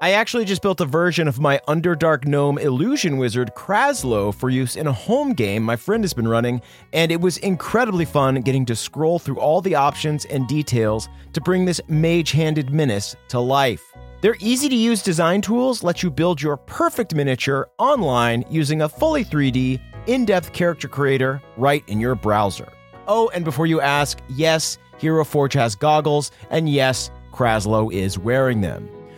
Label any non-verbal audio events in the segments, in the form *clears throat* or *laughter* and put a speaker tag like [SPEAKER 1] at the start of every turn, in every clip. [SPEAKER 1] I actually just built a version of my Underdark Gnome Illusion Wizard Kraslo for use in a home game my friend has been running, and it was incredibly fun getting to scroll through all the options and details to bring this mage handed menace to life. Their easy to use design tools let you build your perfect miniature online using a fully 3D, in depth character creator right in your browser. Oh, and before you ask, yes, Hero Forge has goggles, and yes, Kraslo is wearing them.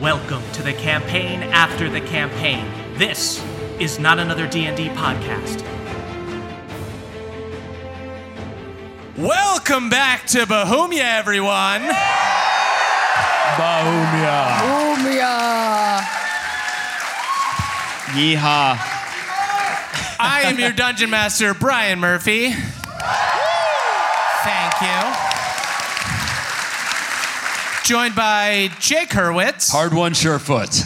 [SPEAKER 2] Welcome to the campaign after the campaign. This is not another D&D podcast.
[SPEAKER 3] Welcome back to Bohemia, everyone.
[SPEAKER 4] Bahumia. Yeehaw.
[SPEAKER 3] I am your dungeon master, Brian Murphy. Thank you. Joined by Jake Hurwitz.
[SPEAKER 4] Hard one, surefoot.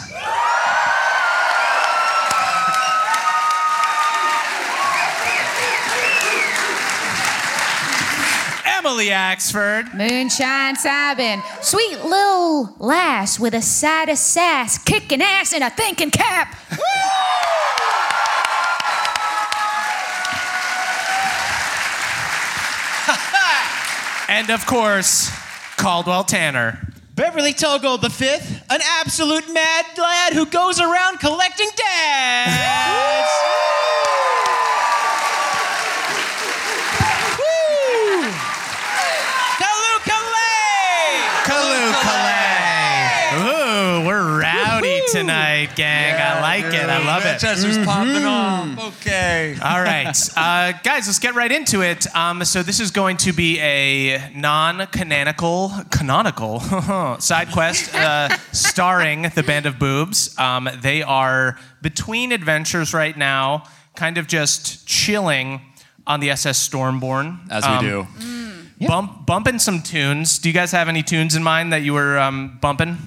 [SPEAKER 3] Emily Axford.
[SPEAKER 5] Moonshine Sabin, sweet little lass with a side of sass, kicking ass in a thinking cap.
[SPEAKER 3] And of course, Caldwell Tanner.
[SPEAKER 6] Beverly Togo the fifth, an absolute mad lad who goes around collecting dads. Woo! Kalu Kale!
[SPEAKER 3] Kalu Kalei. Ooh, we're rowdy tonight, gang. I like it. I love it.
[SPEAKER 4] Chester's popping off. Okay.
[SPEAKER 3] All right, uh, guys, let's get right into it. Um, so this is going to be a non-canonical, canonical *laughs* side quest uh, starring the band of boobs. Um, they are between adventures right now, kind of just chilling on the SS Stormborn.
[SPEAKER 4] As we
[SPEAKER 3] Um,
[SPEAKER 4] do.
[SPEAKER 3] Bump, bumping some tunes. Do you guys have any tunes in mind that you were um, bumping?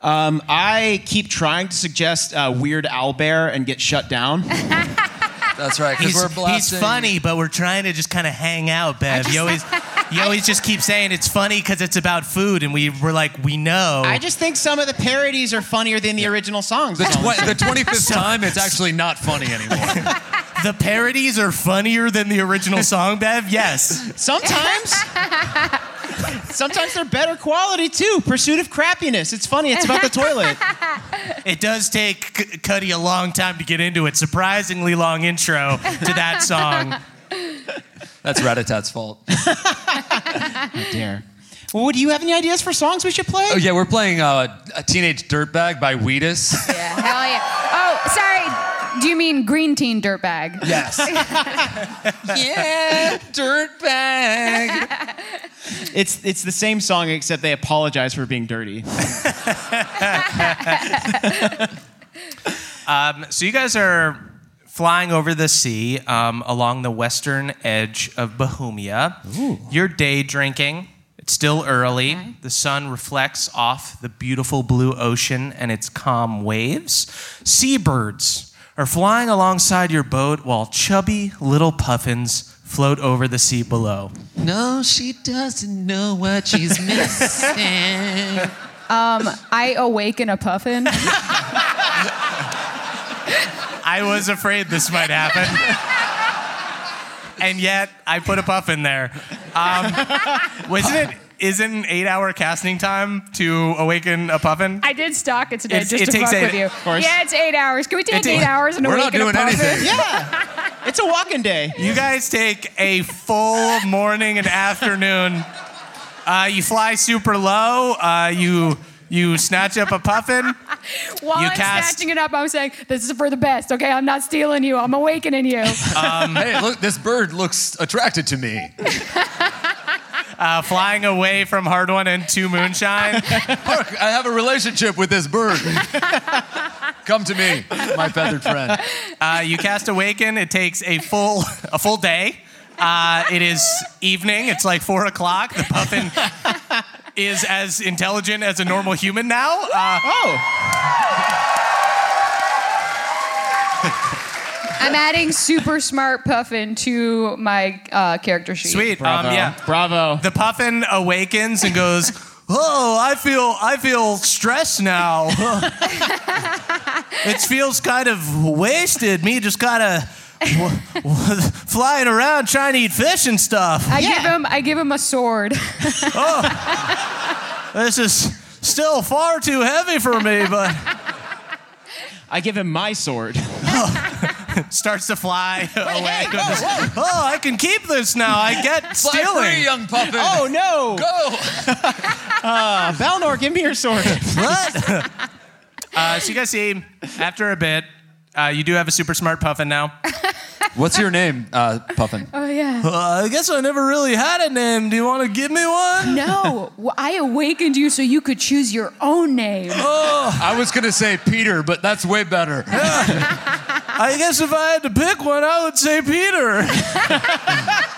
[SPEAKER 6] Um, I keep trying to suggest uh, Weird Owl Bear and get shut down.
[SPEAKER 4] That's right, because
[SPEAKER 2] He's,
[SPEAKER 4] we're
[SPEAKER 2] he's
[SPEAKER 4] blasting.
[SPEAKER 2] funny, but we're trying to just kind of hang out, Bev. you always, you always just keep saying it's funny because it's about food, and we were like, we know.
[SPEAKER 6] I just think some of the parodies are funnier than the original songs.
[SPEAKER 4] The, tw- the *laughs* 25th time, it's actually not funny anymore.
[SPEAKER 2] the parodies are funnier than the original song, Bev. Yes.
[SPEAKER 6] Sometimes. Sometimes they're better quality too. Pursuit of crappiness. It's funny. It's about the toilet.
[SPEAKER 2] It does take C- Cuddy a long time to get into it. Surprisingly long intro to that song.
[SPEAKER 4] *laughs* That's Ratatat's fault.
[SPEAKER 6] Dare. Well, do you have any ideas for songs we should play?
[SPEAKER 4] Oh, yeah, we're playing uh, A Teenage Dirtbag by Wheatus.
[SPEAKER 7] Yeah, hell yeah. Oh, sorry. Do you mean green teen dirtbag?
[SPEAKER 4] *laughs* Yes. yeah, Dirtbag.
[SPEAKER 6] *laughs* It's it's the same song except they apologize for being dirty.
[SPEAKER 3] So you guys are flying over the sea um, along the western edge of Bohemia. You're day drinking. It's still early. The sun reflects off the beautiful blue ocean and its calm waves. Seabirds are flying alongside your boat while chubby little puffins float over the sea below.
[SPEAKER 4] *laughs* No, she doesn't know what *laughs* she's missing.
[SPEAKER 7] I awaken a puffin.
[SPEAKER 3] I was afraid this might happen. And yet, I put a puff in there. Um, wasn't it? isn't an eight-hour casting time to awaken a puffin?
[SPEAKER 5] *laughs* I did stalk it today
[SPEAKER 3] It's-
[SPEAKER 5] just
[SPEAKER 3] it
[SPEAKER 5] to
[SPEAKER 3] takes
[SPEAKER 5] fuck
[SPEAKER 3] eight-
[SPEAKER 5] with you.
[SPEAKER 3] of course.
[SPEAKER 5] Yeah, it's eight hours. Can we take
[SPEAKER 3] takes-
[SPEAKER 5] eight hours and a
[SPEAKER 8] We're
[SPEAKER 5] week
[SPEAKER 8] not
[SPEAKER 5] and a
[SPEAKER 8] doing
[SPEAKER 5] puffin? *laughs*
[SPEAKER 8] anything.
[SPEAKER 6] Yeah. It's a walking day.
[SPEAKER 3] You guys take a full morning and afternoon. Uh, you fly super low. Uh, you you snatch up a puffin.
[SPEAKER 5] While
[SPEAKER 3] You
[SPEAKER 5] I'm
[SPEAKER 3] cast-
[SPEAKER 5] snatching it up, I'm saying, this is for the best, okay? I'm not stealing you. I'm awakening *laughs* you.
[SPEAKER 8] hey, look, this bird looks attracted to me.
[SPEAKER 3] Uh, flying away from Hard One and Two Moonshine.
[SPEAKER 8] Look, I have a relationship with this *laughs* bird. Come to me, my feathered friend.
[SPEAKER 3] Uh, you cast Awaken. It takes a full a full day. Uh, it is evening. It's like four o'clock. The puffin is as intelligent as a normal human now. Uh,
[SPEAKER 6] Oh.
[SPEAKER 5] I'm adding super smart puffin to my uh, character sheet.
[SPEAKER 3] sweet. Um, yeah.
[SPEAKER 6] Bravo.
[SPEAKER 3] The puffin awakens and goes, "Oh, I feel I feel stressed now. it feels kind of wasted. Me just kind of w- w- flying around trying to eat fish and stuff.
[SPEAKER 5] I
[SPEAKER 6] Yeah.
[SPEAKER 5] give him I give him a sword. *laughs*
[SPEAKER 3] This is still far too heavy for me." But
[SPEAKER 6] I give him my sword.
[SPEAKER 3] starts to fly away.
[SPEAKER 6] hey, whoa, whoa.
[SPEAKER 3] Oh, I can keep this now. I *laughs* get
[SPEAKER 8] Fly free,
[SPEAKER 3] stealing.
[SPEAKER 8] young puppet.
[SPEAKER 6] Oh *laughs* no.
[SPEAKER 8] Go.
[SPEAKER 6] Balnor, give me
[SPEAKER 3] *laughs*
[SPEAKER 6] your sword.
[SPEAKER 3] What? uh, so you guys see, after a bit, uh, you do have a super smart puffin now.
[SPEAKER 8] What's your name, uh, *laughs* Puffin?
[SPEAKER 5] oh yeah.
[SPEAKER 3] *laughs* Uh, I guess I never really had a name. Do you want to give me one?
[SPEAKER 5] No, w- I awakened you so you could choose your own name.
[SPEAKER 8] I was gonna say Peter, but that's way *laughs* better.
[SPEAKER 3] I guess if I had to pick one, I would say Peter.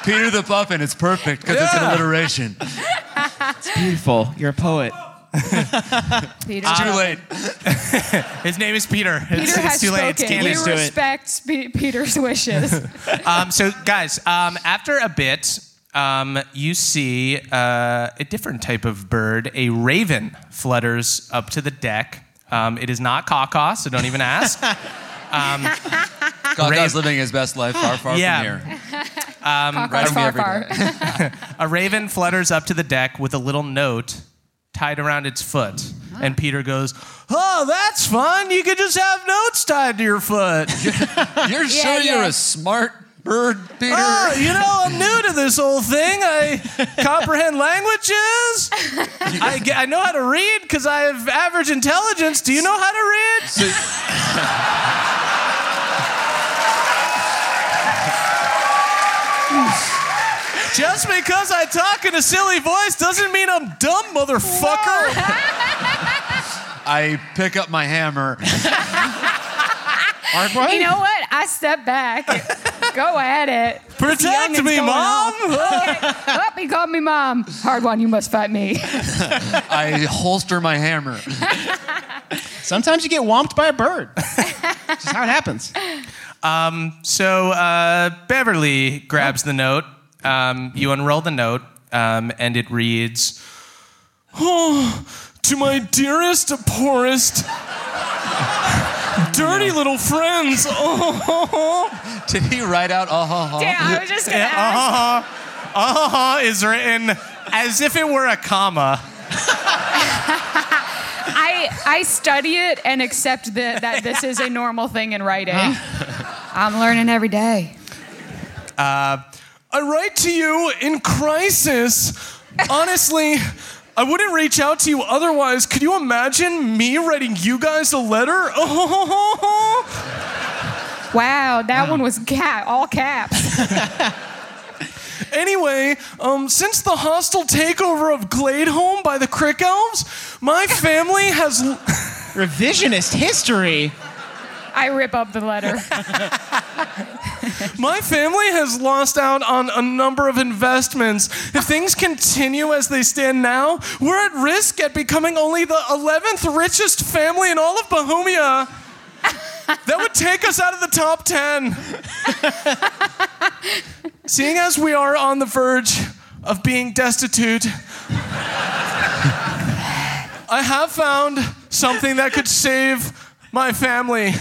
[SPEAKER 8] Peter the Puffin. It's perfect because it's an
[SPEAKER 3] Yeah.
[SPEAKER 8] *laughs* alliteration.
[SPEAKER 6] Beautiful. You're a poet.
[SPEAKER 5] Peter,
[SPEAKER 8] Too late.
[SPEAKER 3] *laughs* His name is Peter. It's,
[SPEAKER 5] Peter
[SPEAKER 3] it's
[SPEAKER 5] has
[SPEAKER 3] too
[SPEAKER 5] spoken.
[SPEAKER 3] late. It's canon.
[SPEAKER 5] we
[SPEAKER 6] Let's do it.
[SPEAKER 5] respect Spe- Peter's wishes.
[SPEAKER 3] Um, so, guys, um, after a bit, um, you see uh, a different type of bird. A raven flutters up to the deck. Um, it is not caw-caw, so don't even ask.
[SPEAKER 8] Gaga's living his best life, far, far
[SPEAKER 3] Yeah.
[SPEAKER 8] from *laughs* here.
[SPEAKER 5] Far,
[SPEAKER 8] Um, from
[SPEAKER 5] far,
[SPEAKER 8] the
[SPEAKER 5] far.
[SPEAKER 3] a raven flutters up to the deck with a little note tied around its foot. And Peter goes, Oh, that's fun. You could just have notes tied to your foot.
[SPEAKER 8] *laughs* You're sure you're
[SPEAKER 5] yeah.
[SPEAKER 8] a smart bird, Peter?
[SPEAKER 3] Oh, you know, I'm new to this whole thing. I comprehend languages. I, ge- I know how to read because I have average intelligence. Do you know how to read?
[SPEAKER 8] So-
[SPEAKER 3] Just because I talk in a silly voice doesn't mean I'm dumb, motherfucker.
[SPEAKER 8] I pick up my *laughs* hammer.
[SPEAKER 5] *laughs* You know what? I step back. Go at it. Young
[SPEAKER 3] Protect
[SPEAKER 5] and
[SPEAKER 3] me,
[SPEAKER 5] going
[SPEAKER 3] mom.
[SPEAKER 5] Oh, he called me mom. Hard one, you must fight me. *laughs*
[SPEAKER 8] I holster my hammer.
[SPEAKER 6] Sometimes you get whomped by a bird. Just how it happens.
[SPEAKER 3] So uh, Beverly grabs the note. Um, you unroll the note, um, and it reads oh, To my dearest, poorest, dirty little friends. *laughs* Oh,
[SPEAKER 8] Did he write out, uh huh, huh?
[SPEAKER 5] Yeah, I was just gonna ask.
[SPEAKER 3] uh-huh, uh-huh is written as if it were a comma.
[SPEAKER 5] I I study it and accept that that this is a normal thing in writing. *laughs* I'm learning every day.
[SPEAKER 3] I write to you in crisis. Honestly, I wouldn't reach out to you otherwise. Could you imagine me writing you guys a letter? *laughs* Oh,
[SPEAKER 5] Wow, that one was cat all caps.
[SPEAKER 3] anyway, um, since the hostile takeover of Gladeholm by the Crick Elves, my family has.
[SPEAKER 6] Revisionist history.
[SPEAKER 5] I rip up the letter.
[SPEAKER 3] My family has lost out on a number of investments. If things continue as they stand now, we're at risk at becoming only the 11th richest family in all of Bohemia. That would take us out of the top 10. Seeing as we are on the verge of being destitute, I have found something that could save my family.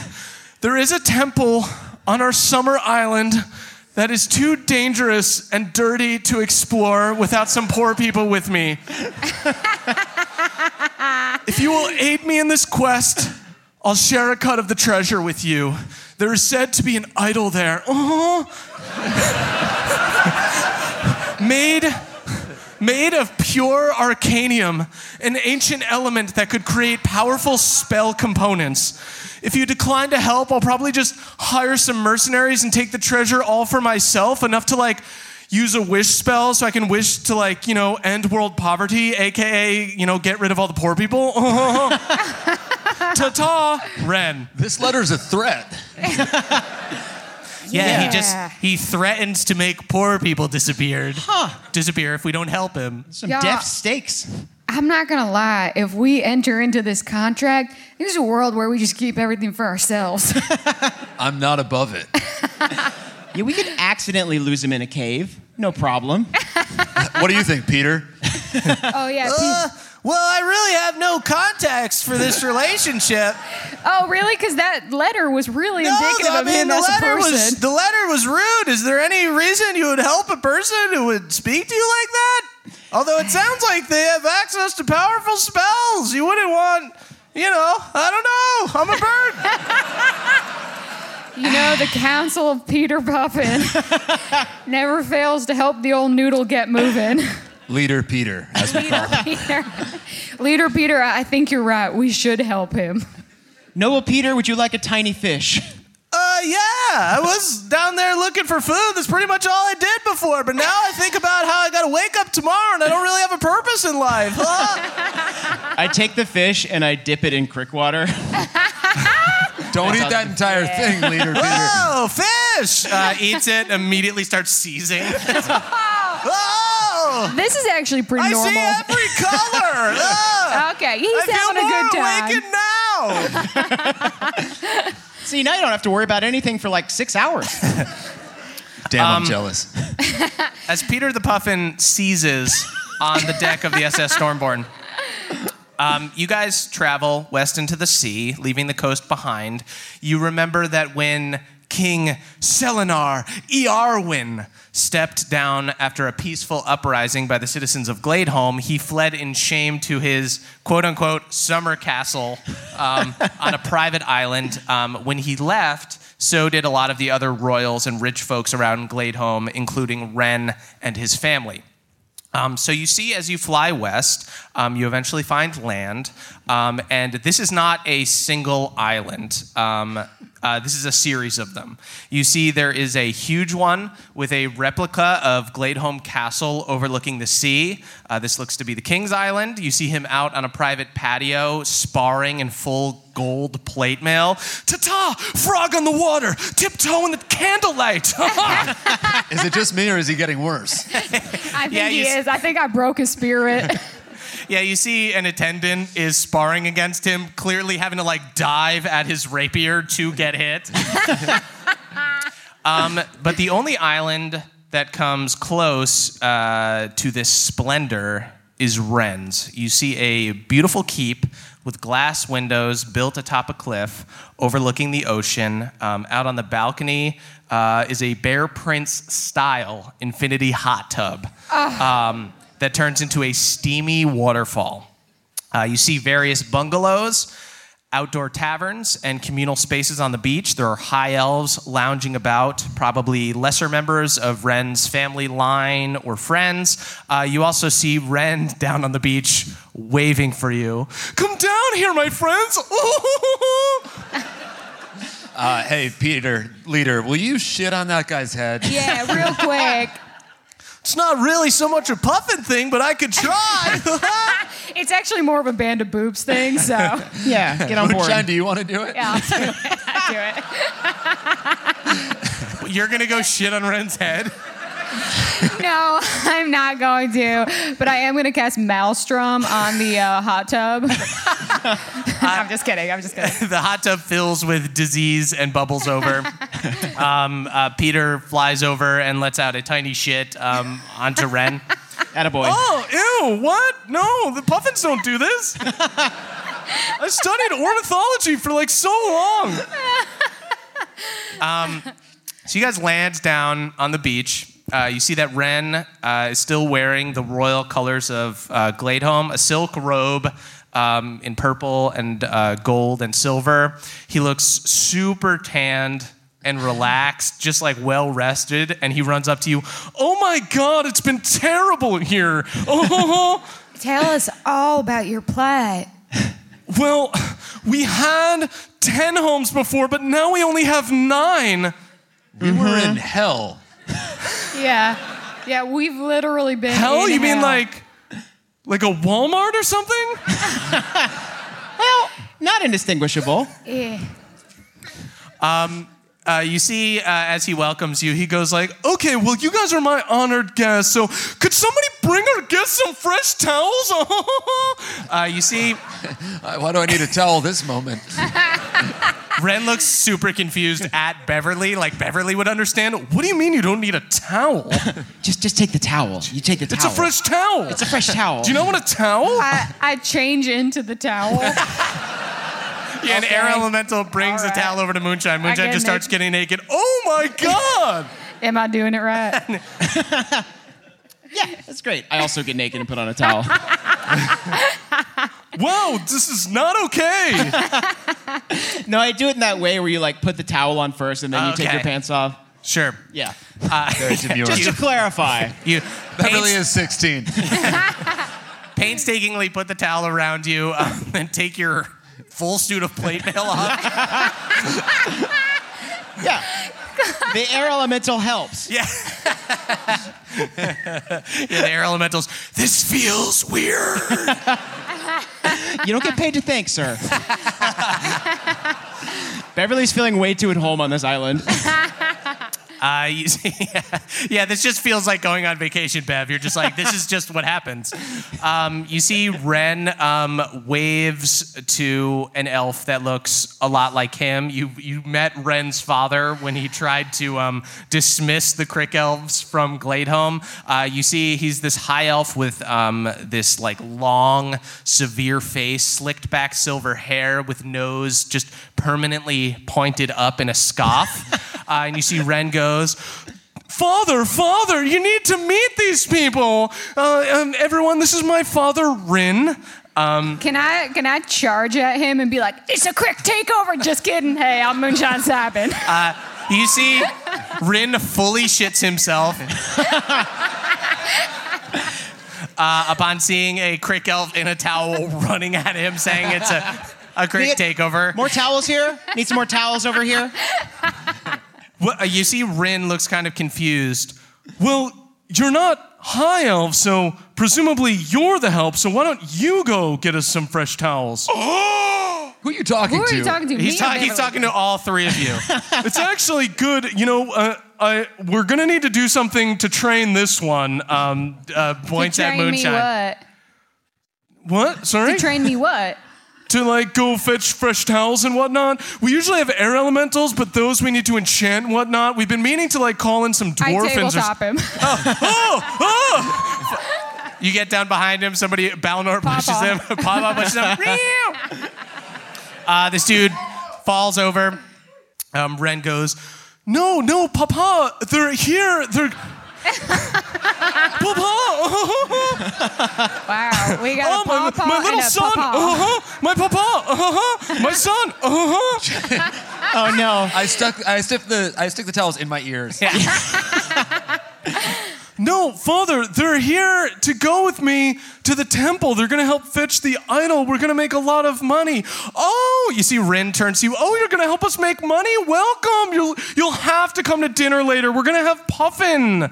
[SPEAKER 3] There is a temple on our summer island that is too dangerous and dirty to explore without some poor people with me. if you will aid me in this quest, I'll share a cut of the treasure with you. There is said to be an idol there. *laughs* Oh. made made of pure arcanium, an ancient element that could create powerful spell components. If you decline to help, I'll probably just hire some mercenaries and take the treasure all for myself, enough to like use a wish spell so I can wish to like, you know, end world poverty, aka, you know, get rid of all the poor people. *laughs* Ta-ta, Ren.
[SPEAKER 8] This letter's a threat.
[SPEAKER 2] Yeah, he
[SPEAKER 5] Yeah.
[SPEAKER 2] just he threatens to make poor people disappeared. Huh. Disappear if we don't help him.
[SPEAKER 6] Some
[SPEAKER 7] Yeah.
[SPEAKER 6] deaf stakes.
[SPEAKER 7] I'm not gonna lie. If we enter into this contract, there's a world where we just keep everything for ourselves. *laughs*
[SPEAKER 8] I'm not above it.
[SPEAKER 6] Yeah, we could accidentally lose him in a cave. No problem.
[SPEAKER 8] What do you think, Peter?
[SPEAKER 7] oh yeah.
[SPEAKER 2] Uh, Well, I really have no context for this
[SPEAKER 7] *laughs*
[SPEAKER 2] relationship.
[SPEAKER 7] oh really? Because that letter was really indicative
[SPEAKER 2] I
[SPEAKER 7] of him
[SPEAKER 2] the
[SPEAKER 7] as a
[SPEAKER 2] letter
[SPEAKER 7] person.
[SPEAKER 2] was the letter was rude. Is there any reason you would help a person who would speak to you like that? Although it sounds like they have access to powerful spells, you wouldn't want. You know, I don't know. I'm a bird.
[SPEAKER 7] *laughs* You know, the Council of Peter
[SPEAKER 2] *laughs*
[SPEAKER 7] Puffin never fails to help the old noodle get
[SPEAKER 2] *laughs*
[SPEAKER 7] moving.
[SPEAKER 8] Leader Peter. As we call him.
[SPEAKER 7] Peter, Leader Peter, I I think you're right. We should help him.
[SPEAKER 6] Noble Peter, would you like a tiny fish?
[SPEAKER 2] uh, yeah, I was down there looking for food. That's pretty much all I did before. But now I think about how I got to wake up tomorrow and I don't really have a purpose in life. Huh?
[SPEAKER 6] I take the fish and I dip it in crick water.
[SPEAKER 8] Don't eat that entire thing, Leader Peter.
[SPEAKER 2] *laughs* Oh, fish! Uh, eats it, immediately starts *laughs* seizing. oh!
[SPEAKER 7] This is actually pretty
[SPEAKER 2] I
[SPEAKER 7] normal.
[SPEAKER 2] see every *laughs* color! Oh,
[SPEAKER 7] Okay, he's
[SPEAKER 2] I feel
[SPEAKER 7] having a good
[SPEAKER 2] more
[SPEAKER 7] time.
[SPEAKER 2] awakened *laughs* now!
[SPEAKER 6] See, now you don't have to worry about anything for like six hours.
[SPEAKER 3] *laughs*
[SPEAKER 8] Damn, I'm jealous.
[SPEAKER 3] As Peter the Puffin seizes on the deck of the SS Stormborn, um, you guys travel west into the sea, leaving the coast behind. You remember that when King Selinar Earwin stepped down after a peaceful uprising by the citizens of Gladeholm, he fled in shame to his quote unquote summer castle um, *laughs* on a private island. Um, when he left, so did a lot of the other royals and rich folks around Gladeholm, including Wren and his family. Um, so you see, as you fly west, um, you eventually find land, um, and this is not a single island. Um, uh, this is a series of them. You see, there is a huge one with a replica of Gladeholm Castle overlooking the sea. Uh, this looks to be the King's Island. You see him out on a private patio, sparring in full gold plate mail. Ta-ta! Frog on the water, tiptoe in the candlelight. *laughs*
[SPEAKER 8] Is it just me or is he getting worse?
[SPEAKER 7] I think
[SPEAKER 3] Yeah,
[SPEAKER 7] he
[SPEAKER 3] you s-
[SPEAKER 7] is. I think I broke his spirit.
[SPEAKER 3] Yeah, you see an attendant is sparring against him, clearly having to like dive at his rapier to get hit. um, but the only island that comes close uh, to this splendor is Wren's. You see a beautiful keep with glass windows built atop a cliff overlooking the ocean. Um, out on the balcony uh, is a Bear Prince style infinity hot tub um, that turns into a steamy waterfall. Uh, you see various bungalows, outdoor taverns, and communal spaces on the beach. There are high elves lounging about, probably lesser members of Ren's family line or friends. Uh, you also see Ren *laughs* down on the beach waving for you. Come down here, my friends! *laughs*
[SPEAKER 8] Uh, hey, Peter, Leader, will you shit on that guy's head?
[SPEAKER 7] yeah, real *laughs* quick.
[SPEAKER 3] it's not really so much a puffin thing, but I could try. *laughs*
[SPEAKER 7] It's actually more of a band of boobs thing, so *laughs* yeah,
[SPEAKER 6] Yeah, get on board.
[SPEAKER 8] Moonshine, do you want to do it?
[SPEAKER 7] I'll do it. I'll do
[SPEAKER 3] You're gonna go shit on Ren's head.
[SPEAKER 7] it. No, I'm not going to, but I am going to cast Maelstrom on the uh, hot tub. *laughs* I'm just kidding. I'm just kidding.
[SPEAKER 3] *laughs* the hot tub fills with disease and bubbles over. um, uh, Peter flies over and lets out a tiny shit um, onto Ren.
[SPEAKER 6] Attaboy.
[SPEAKER 3] *laughs* Oh, ew, what? No, the puffins don't do *laughs* this. I studied ornithology for like so long. Um, So you guys land down on the beach. Uh, you see that Ren uh, is still wearing the royal colors of uh, Gladeholm, a silk robe um, in purple and uh, gold and silver. He looks super tanned and relaxed, just like well rested. And he runs up to you. Oh my God, it's been terrible here. Oh, *laughs*
[SPEAKER 5] Tell us all about your plight.
[SPEAKER 3] well, we had 10 homes before, but now we only have nine.
[SPEAKER 8] We were in hell.
[SPEAKER 7] Yeah. Yeah, we've literally been.
[SPEAKER 3] Hell,
[SPEAKER 7] in
[SPEAKER 3] you mean
[SPEAKER 7] hell.
[SPEAKER 3] like like a Walmart or something?
[SPEAKER 6] Well, not indistinguishable.
[SPEAKER 5] Yeah.
[SPEAKER 3] Uh, you see, uh, as he welcomes you, he goes like, "Okay, well, you guys are my honored guests, so could somebody bring or get some fresh towels?" *laughs* uh, you see,
[SPEAKER 8] Uh, Why do I need a towel this
[SPEAKER 7] *laughs*
[SPEAKER 8] moment?
[SPEAKER 3] Ren looks super confused at Beverly, like Beverly would understand. What do you mean you don't need a towel?
[SPEAKER 6] Just, just take the towel. You take the
[SPEAKER 3] It's
[SPEAKER 6] towel.
[SPEAKER 3] a fresh towel.
[SPEAKER 6] It's a fresh
[SPEAKER 3] *laughs*
[SPEAKER 6] towel.
[SPEAKER 3] do you know what a
[SPEAKER 5] *laughs*
[SPEAKER 3] towel?
[SPEAKER 7] I, I change into the towel.
[SPEAKER 3] yeah, and Air Elemental brings
[SPEAKER 7] All
[SPEAKER 3] the towel
[SPEAKER 7] right.
[SPEAKER 3] over to Moonshine. Moonshine
[SPEAKER 7] get
[SPEAKER 3] just starts
[SPEAKER 7] naked.
[SPEAKER 3] getting naked. Oh my god!
[SPEAKER 7] Am I doing it right?
[SPEAKER 6] Yeah, that's great. I also get naked and put on
[SPEAKER 3] *laughs*
[SPEAKER 6] a towel.
[SPEAKER 3] Whoa, this is not okay.
[SPEAKER 6] no, I do it in that way where you like put the towel on first and then you take
[SPEAKER 3] Okay.
[SPEAKER 6] your pants off.
[SPEAKER 3] sure.
[SPEAKER 6] Yeah.
[SPEAKER 8] There's your
[SPEAKER 6] Just to clarify.
[SPEAKER 3] You
[SPEAKER 8] That really is 16.
[SPEAKER 3] painstakingly put the towel around you um, *laughs* and take your full suit of plate mail
[SPEAKER 8] *laughs*
[SPEAKER 3] off.
[SPEAKER 6] Yeah. The air elemental helps.
[SPEAKER 3] Yeah. yeah, the air elementals. This feels weird.
[SPEAKER 6] You don't get paid to think, sir.
[SPEAKER 3] *laughs*
[SPEAKER 6] Beverly's feeling way too at home on this island.
[SPEAKER 3] Uh, you see, *laughs* yeah, this just feels like going on vacation, Bev. You're just like, this is just what happens. Um, you see, Ren um, waves to an elf that looks a lot like him. You you met Ren's father when he tried to um, dismiss the Crick elves from Gladeholm. Uh, you see, he's this high elf with um, this like long, severe face, slicked back silver hair, with nose just permanently pointed up in a scoff. *laughs* Uh, and you see Ren goes, Father, Father, you need to meet these people. Uh, um, everyone, this is my father, Rin.
[SPEAKER 7] Can I can I charge at him and be like, it's a quick takeover? Just kidding. Hey, I'm Moonshine Sabin.
[SPEAKER 3] You see, Rin fully shits himself. *laughs* Uh, upon seeing a crick elf in a towel *laughs* running at him, saying it's a, a crick
[SPEAKER 6] Need-
[SPEAKER 3] takeover.
[SPEAKER 6] More towels here? Need some more towels over here?
[SPEAKER 3] Wh- uh, you see, Rin looks kind of confused. Well, you're not high elf, so presumably you're the help. So why don't you go get us some fresh towels?
[SPEAKER 8] Who are you talking
[SPEAKER 7] Who are
[SPEAKER 8] to?
[SPEAKER 7] you talking to? Me
[SPEAKER 3] He's,
[SPEAKER 7] or
[SPEAKER 3] ta- he's
[SPEAKER 7] Beverly?
[SPEAKER 3] talking to all three of
[SPEAKER 7] *laughs*
[SPEAKER 3] you. it's actually good. You know, uh, I, we're going to need to do something to train this one. Um, uh, points
[SPEAKER 7] to
[SPEAKER 3] at
[SPEAKER 7] train
[SPEAKER 3] Moonshine.
[SPEAKER 7] me
[SPEAKER 3] what? Sorry?
[SPEAKER 7] what? To train me
[SPEAKER 3] *laughs*
[SPEAKER 7] what?
[SPEAKER 3] to like go fetch fresh towels and whatnot. We usually have air elementals, but those we need to enchant and whatnot. We've been meaning to like call in some
[SPEAKER 7] I
[SPEAKER 3] dwarfins or
[SPEAKER 7] tabletop him.
[SPEAKER 3] You get down behind him, somebody, Balnor pushes
[SPEAKER 7] Papa.
[SPEAKER 3] him, *laughs* Papa pushes him.
[SPEAKER 7] *laughs*
[SPEAKER 3] Meow. uh, this dude falls over. Um, Ren goes, No, no, Papa, they're here.
[SPEAKER 7] *laughs*
[SPEAKER 3] They're. Papa!
[SPEAKER 7] *laughs* wow, we
[SPEAKER 3] Oh,
[SPEAKER 7] got
[SPEAKER 3] uh-huh, my,
[SPEAKER 7] a papa
[SPEAKER 3] my little
[SPEAKER 7] and a
[SPEAKER 3] son!
[SPEAKER 7] papa.
[SPEAKER 3] Uh-huh. My papa! Uh-huh. My son! Uh-huh.
[SPEAKER 6] Oh no.
[SPEAKER 8] I stuck. I stick the. I stick the towels in my ears.
[SPEAKER 3] No, Father, they're here to go with me to the temple. They're going to help fetch the idol. We're going to make a lot of money. Oh, you see, Rin turns to you. Oh, you're going to help us make money? Welcome. You'll, you'll have to come to dinner later. We're going to have puffin.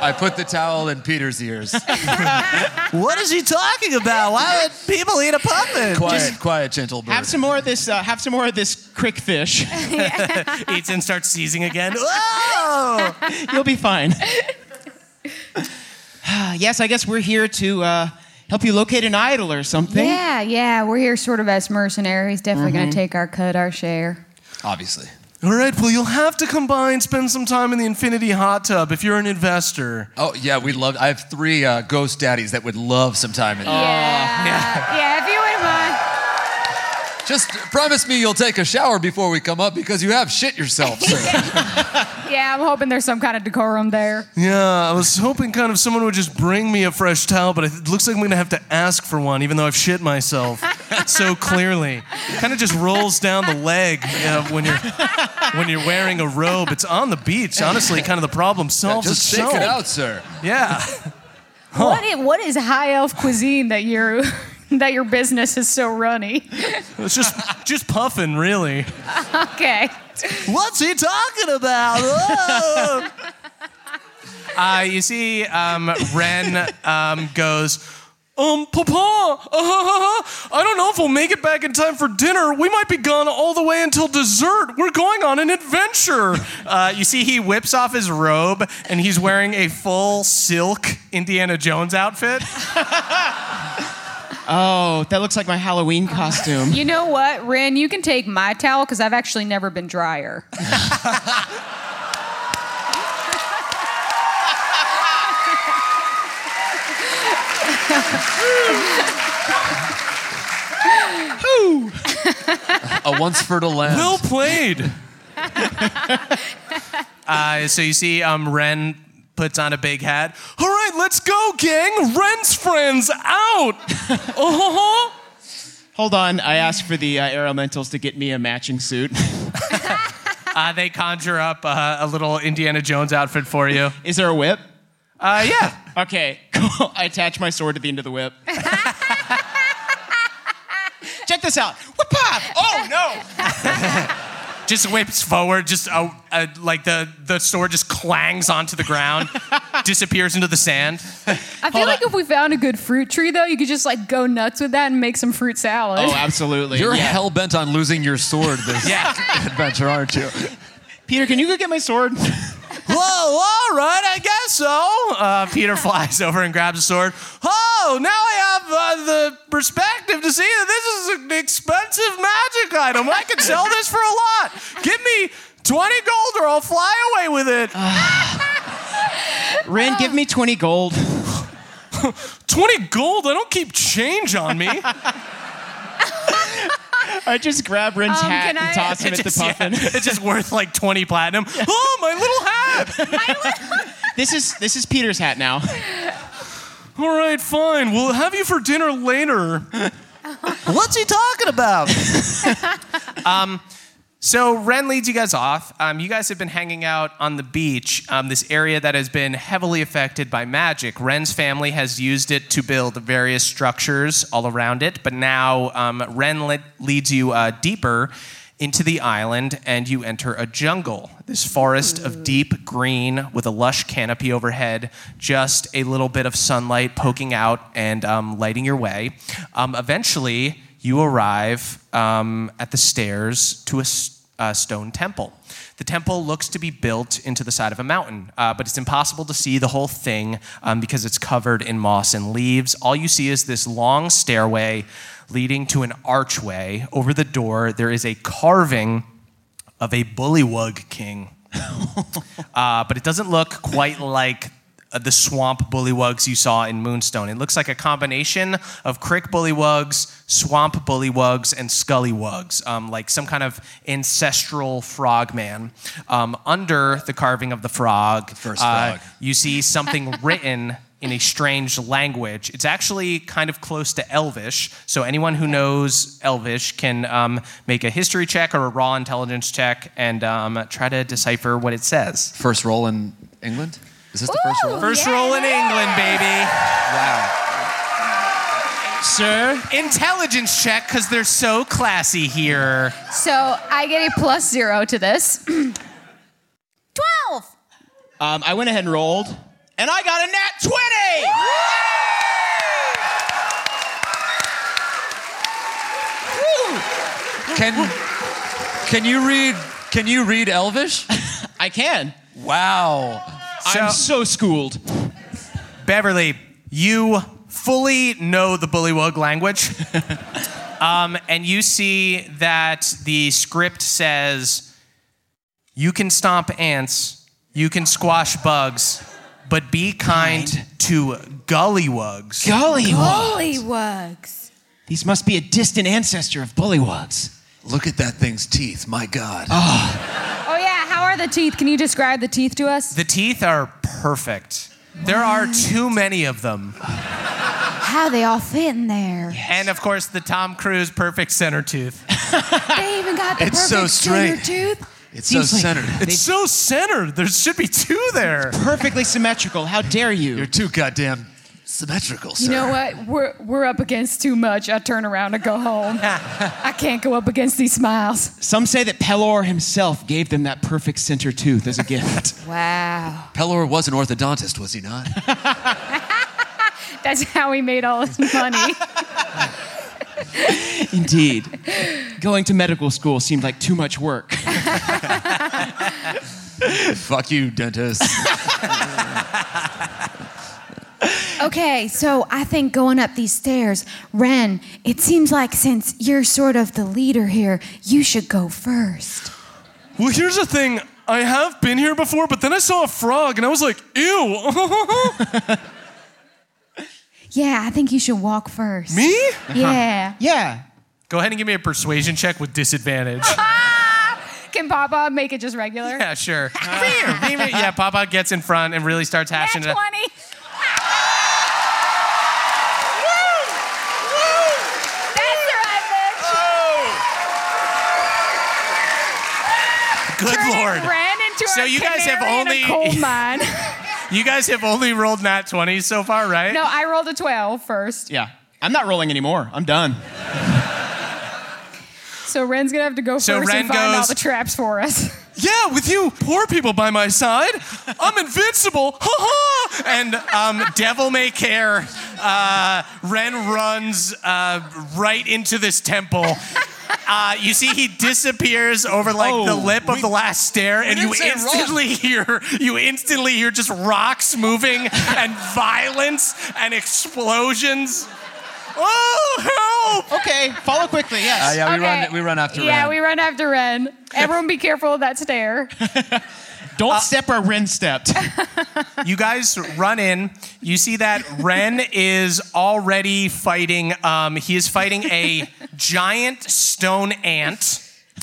[SPEAKER 8] I put the towel in Peter's
[SPEAKER 7] *laughs*
[SPEAKER 8] ears.
[SPEAKER 2] What is he talking about? Why would people eat a
[SPEAKER 3] *laughs*
[SPEAKER 2] puppet?
[SPEAKER 8] Quiet, quiet, gentle bird.
[SPEAKER 6] Have some more of this uh, have some more of this crick fish.
[SPEAKER 3] Eats and starts seizing again.
[SPEAKER 2] *laughs* Whoa!
[SPEAKER 6] You'll be fine. *sighs* yes, I guess we're here to uh, help you locate an idol or something.
[SPEAKER 5] Yeah, yeah. We're here sort of as mercenaries. Definitely going to take our cut, our share.
[SPEAKER 8] Obviously.
[SPEAKER 3] All right, well, you'll have to come by and spend some time in the Infinity Hot Tub if you're an investor.
[SPEAKER 8] Oh yeah, we love. I have three uh,
[SPEAKER 7] Oh,
[SPEAKER 3] Oh,
[SPEAKER 8] ghost daddies that would love some time in.
[SPEAKER 7] Yeah. yeah, if you wouldn't mind.
[SPEAKER 8] Just promise me you'll take a shower before we come up because you have shit yourself, sir.
[SPEAKER 7] Yeah, I'm hoping there's some kind of decorum there.
[SPEAKER 2] Yeah, I was hoping kind of someone would just bring me a fresh towel, but it looks like I'm gonna have to ask for one, even though I've shit myself so clearly. Kind of just rolls down the leg you know, when you're when you're wearing a robe. It's on the beach, honestly. Kind of the problem solves
[SPEAKER 8] Just shake
[SPEAKER 2] itself.
[SPEAKER 8] it out, sir.
[SPEAKER 2] Yeah,
[SPEAKER 7] What is, what is high elf cuisine that you *laughs* that your business is so runny?
[SPEAKER 2] it's just just puffing, really.
[SPEAKER 7] Okay.
[SPEAKER 2] What's he talking about? Whoa.
[SPEAKER 3] Uh, you see, um, Ren um, goes,
[SPEAKER 2] Um, Papa, uh, ha, ha, ha. I don't know if we'll make it back in time for dinner. We might be gone all the way until dessert. We're going on an adventure.
[SPEAKER 3] Uh, you see, he whips off his robe and he's wearing a full silk Indiana Jones outfit.
[SPEAKER 6] Oh, that looks like my Halloween costume.
[SPEAKER 7] You know what, Ren? You can take my towel because I've actually never been drier.
[SPEAKER 8] A once fertile land. *laughs*
[SPEAKER 2] well played.
[SPEAKER 3] Uh, so you see, um, Ren puts on a big hat.
[SPEAKER 2] All right, let's go, gang. Ren's friends out. Uh-huh.
[SPEAKER 6] Hold on, I asked for the uh, Aeromentals to get me a matching suit. *laughs*
[SPEAKER 3] Uh, they conjure up uh, a little Indiana Jones outfit for you.
[SPEAKER 6] Is there a whip?
[SPEAKER 3] Uh, yeah.
[SPEAKER 6] Okay, *laughs* cool. I attach my sword to the end of the *laughs* whip. Check this out. Whoop-ah! Oh *laughs* no!
[SPEAKER 3] Just whips forward, just uh, uh, like the, the sword just clangs onto the ground, disappears into the sand.
[SPEAKER 7] I feel like if we found a good fruit tree, though, you could just like go nuts with that and make some fruit salad.
[SPEAKER 6] Oh, absolutely.
[SPEAKER 8] You're
[SPEAKER 6] Yeah.
[SPEAKER 8] hell bent on losing your sword this *laughs* adventure, aren't you?
[SPEAKER 6] Peter, can you go get my *laughs* sword?
[SPEAKER 3] Whoa, all right, I guess so. Uh,
[SPEAKER 2] *laughs*
[SPEAKER 3] Peter flies over and grabs a sword.
[SPEAKER 2] Oh, now I have uh, the perspective to see that this is an expensive magic item. I can sell this for a lot. Give me 20 gold or I'll fly away with it.
[SPEAKER 6] Ren, give me 20 gold. *laughs*
[SPEAKER 2] 20 gold? I don't keep change on me. *laughs*
[SPEAKER 6] I just grab Ren's
[SPEAKER 7] Um,
[SPEAKER 6] hat
[SPEAKER 7] can
[SPEAKER 6] and
[SPEAKER 7] I-
[SPEAKER 6] toss him at the
[SPEAKER 7] *laughs*
[SPEAKER 6] puffin.
[SPEAKER 3] It's just worth like 20 platinum.
[SPEAKER 2] oh, my little hat.
[SPEAKER 6] This is this is Peter's hat now.
[SPEAKER 2] All right, fine. We'll have you for dinner later. What's he talking about?
[SPEAKER 3] So Ren leads you guys off. Um, you guys have been hanging out on the beach, um, this area that has been heavily affected by magic. Ren's family has used it to build various structures all around it, but now um, Ren le- leads you uh, deeper into the island and you enter a jungle. This forest of deep green with a lush canopy overhead, just a little bit of sunlight poking out and um, lighting your way. Um, eventually, you arrive um, at the stairs to a, s- a stone temple. The temple looks to be built into the side of a mountain, uh, but it's impossible to see the whole thing um, because it's covered in moss and leaves. All you see is this long stairway leading to an archway. Over the door, there is a carving of a bullywug king. Uh, but it doesn't look quite like uh, the swamp bullywugs you saw in Moonstone. It looks like a combination of crick bullywugs, swamp bullywugs, and scullywugs, um, like some kind of ancestral frogman. Um, under the carving of the frog, uh,
[SPEAKER 8] first frog.
[SPEAKER 3] you see something written in a strange language. It's actually kind of close to Elvish, so anyone who knows Elvish can um, make a history check or a raw intelligence check and um, try to decipher what it says.
[SPEAKER 8] First roll in England? Is this the first roll?
[SPEAKER 3] First roll in England, baby.
[SPEAKER 8] Wow.
[SPEAKER 6] Sir,
[SPEAKER 3] Intelligence check, because they're so classy here.
[SPEAKER 7] So I get a plus zero to this.
[SPEAKER 5] 12.
[SPEAKER 6] um, I went ahead and rolled, and I got a nat 20.
[SPEAKER 8] Can can you read can you read Elvish?
[SPEAKER 6] I can.
[SPEAKER 8] Wow.
[SPEAKER 6] I'm so schooled.
[SPEAKER 3] Beverly, you fully know the bullywug
[SPEAKER 6] *laughs*
[SPEAKER 3] language. um, and you see that the script says you can stomp ants, you can squash bugs, but be kind to gullywugs.
[SPEAKER 6] Golly,
[SPEAKER 5] Bullywugs.
[SPEAKER 6] These must be a distant ancestor of bullywugs.
[SPEAKER 8] Look at that thing's teeth. My God.
[SPEAKER 7] Oh yeah, how are the teeth? Can you describe the teeth to us?
[SPEAKER 3] The teeth are perfect. There are too many of them.
[SPEAKER 5] How they all fit in there.
[SPEAKER 3] And of course, the Tom Cruise perfect center tooth.
[SPEAKER 5] They even got the
[SPEAKER 8] It's so
[SPEAKER 5] perfect center
[SPEAKER 8] straight.
[SPEAKER 5] tooth.
[SPEAKER 8] it's so
[SPEAKER 6] Seems like-
[SPEAKER 8] centered.
[SPEAKER 3] It's so centered. There should be two there.
[SPEAKER 6] Perfectly symmetrical. How dare you?
[SPEAKER 8] You're too goddamn symmetrical, sir.
[SPEAKER 7] You know what? We're we're up against too much. I turn around and
[SPEAKER 5] *laughs*
[SPEAKER 7] go home. I can't go up against these smiles.
[SPEAKER 6] Some say that Pelor himself gave them that perfect center tooth as a *laughs* gift.
[SPEAKER 5] Wow.
[SPEAKER 8] Pellor was an orthodontist, was he not? *laughs*
[SPEAKER 7] That's how he made all his money.
[SPEAKER 6] Indeed. Going to medical school seemed like too much work.
[SPEAKER 8] Fuck you, dentist.
[SPEAKER 5] *laughs* Okay, so I think going up these stairs, Ren, it seems like since you're sort of the leader here, you should go first.
[SPEAKER 2] Well, here's the thing. I have been here before, but then I saw a frog and I was like, ew. *laughs*
[SPEAKER 5] Yeah, I think you should walk first.
[SPEAKER 2] Me?
[SPEAKER 5] Yeah.
[SPEAKER 6] Yeah.
[SPEAKER 3] Go ahead and give me a persuasion check
[SPEAKER 2] *laughs*
[SPEAKER 3] with disadvantage.
[SPEAKER 7] Ah! Can Papa make it
[SPEAKER 5] *laughs*
[SPEAKER 7] just regular?
[SPEAKER 3] Yeah, sure.
[SPEAKER 2] *laughs*
[SPEAKER 3] yeah, Papa gets in front and really starts
[SPEAKER 7] Nat
[SPEAKER 3] hashing it. out.
[SPEAKER 7] *laughs* 20. That's right, bitch.
[SPEAKER 3] Good
[SPEAKER 7] Turning
[SPEAKER 3] lord.
[SPEAKER 7] Ren into
[SPEAKER 3] So
[SPEAKER 7] a
[SPEAKER 3] you guys have
[SPEAKER 7] canary in a
[SPEAKER 3] only- *laughs*
[SPEAKER 7] coal mine.
[SPEAKER 3] You guys have only rolled nat 20s so far, right?
[SPEAKER 7] no, I rolled a 12 first.
[SPEAKER 6] Yeah. I'm not rolling anymore. I'm done.
[SPEAKER 7] So Ren's gonna have to go
[SPEAKER 3] So
[SPEAKER 7] first
[SPEAKER 3] Ren
[SPEAKER 7] and find all
[SPEAKER 3] goes-
[SPEAKER 7] the traps for us. *laughs*
[SPEAKER 2] yeah, with you poor people by my side, I'm invincible. Ha ha!
[SPEAKER 3] and um, Devil May Care, uh, Ren runs uh, right into this temple. Uh, you see, he disappears over like the
[SPEAKER 6] Oh,
[SPEAKER 3] lip of the last stair, and you
[SPEAKER 8] didn't say run.
[SPEAKER 3] instantly hear you instantly hear just rocks moving and violence and explosions. Oh help!
[SPEAKER 6] Okay, follow quickly, yes.
[SPEAKER 8] Uh, yeah, we
[SPEAKER 7] Okay.
[SPEAKER 8] run. We run after.
[SPEAKER 7] Yeah,
[SPEAKER 8] Ren.
[SPEAKER 7] we run after Ren. Everyone be careful of that stair.
[SPEAKER 6] Don't step where Ren *laughs* stepped.
[SPEAKER 3] You guys run in. You see that Ren is already fighting. Um, he is fighting a giant stone ant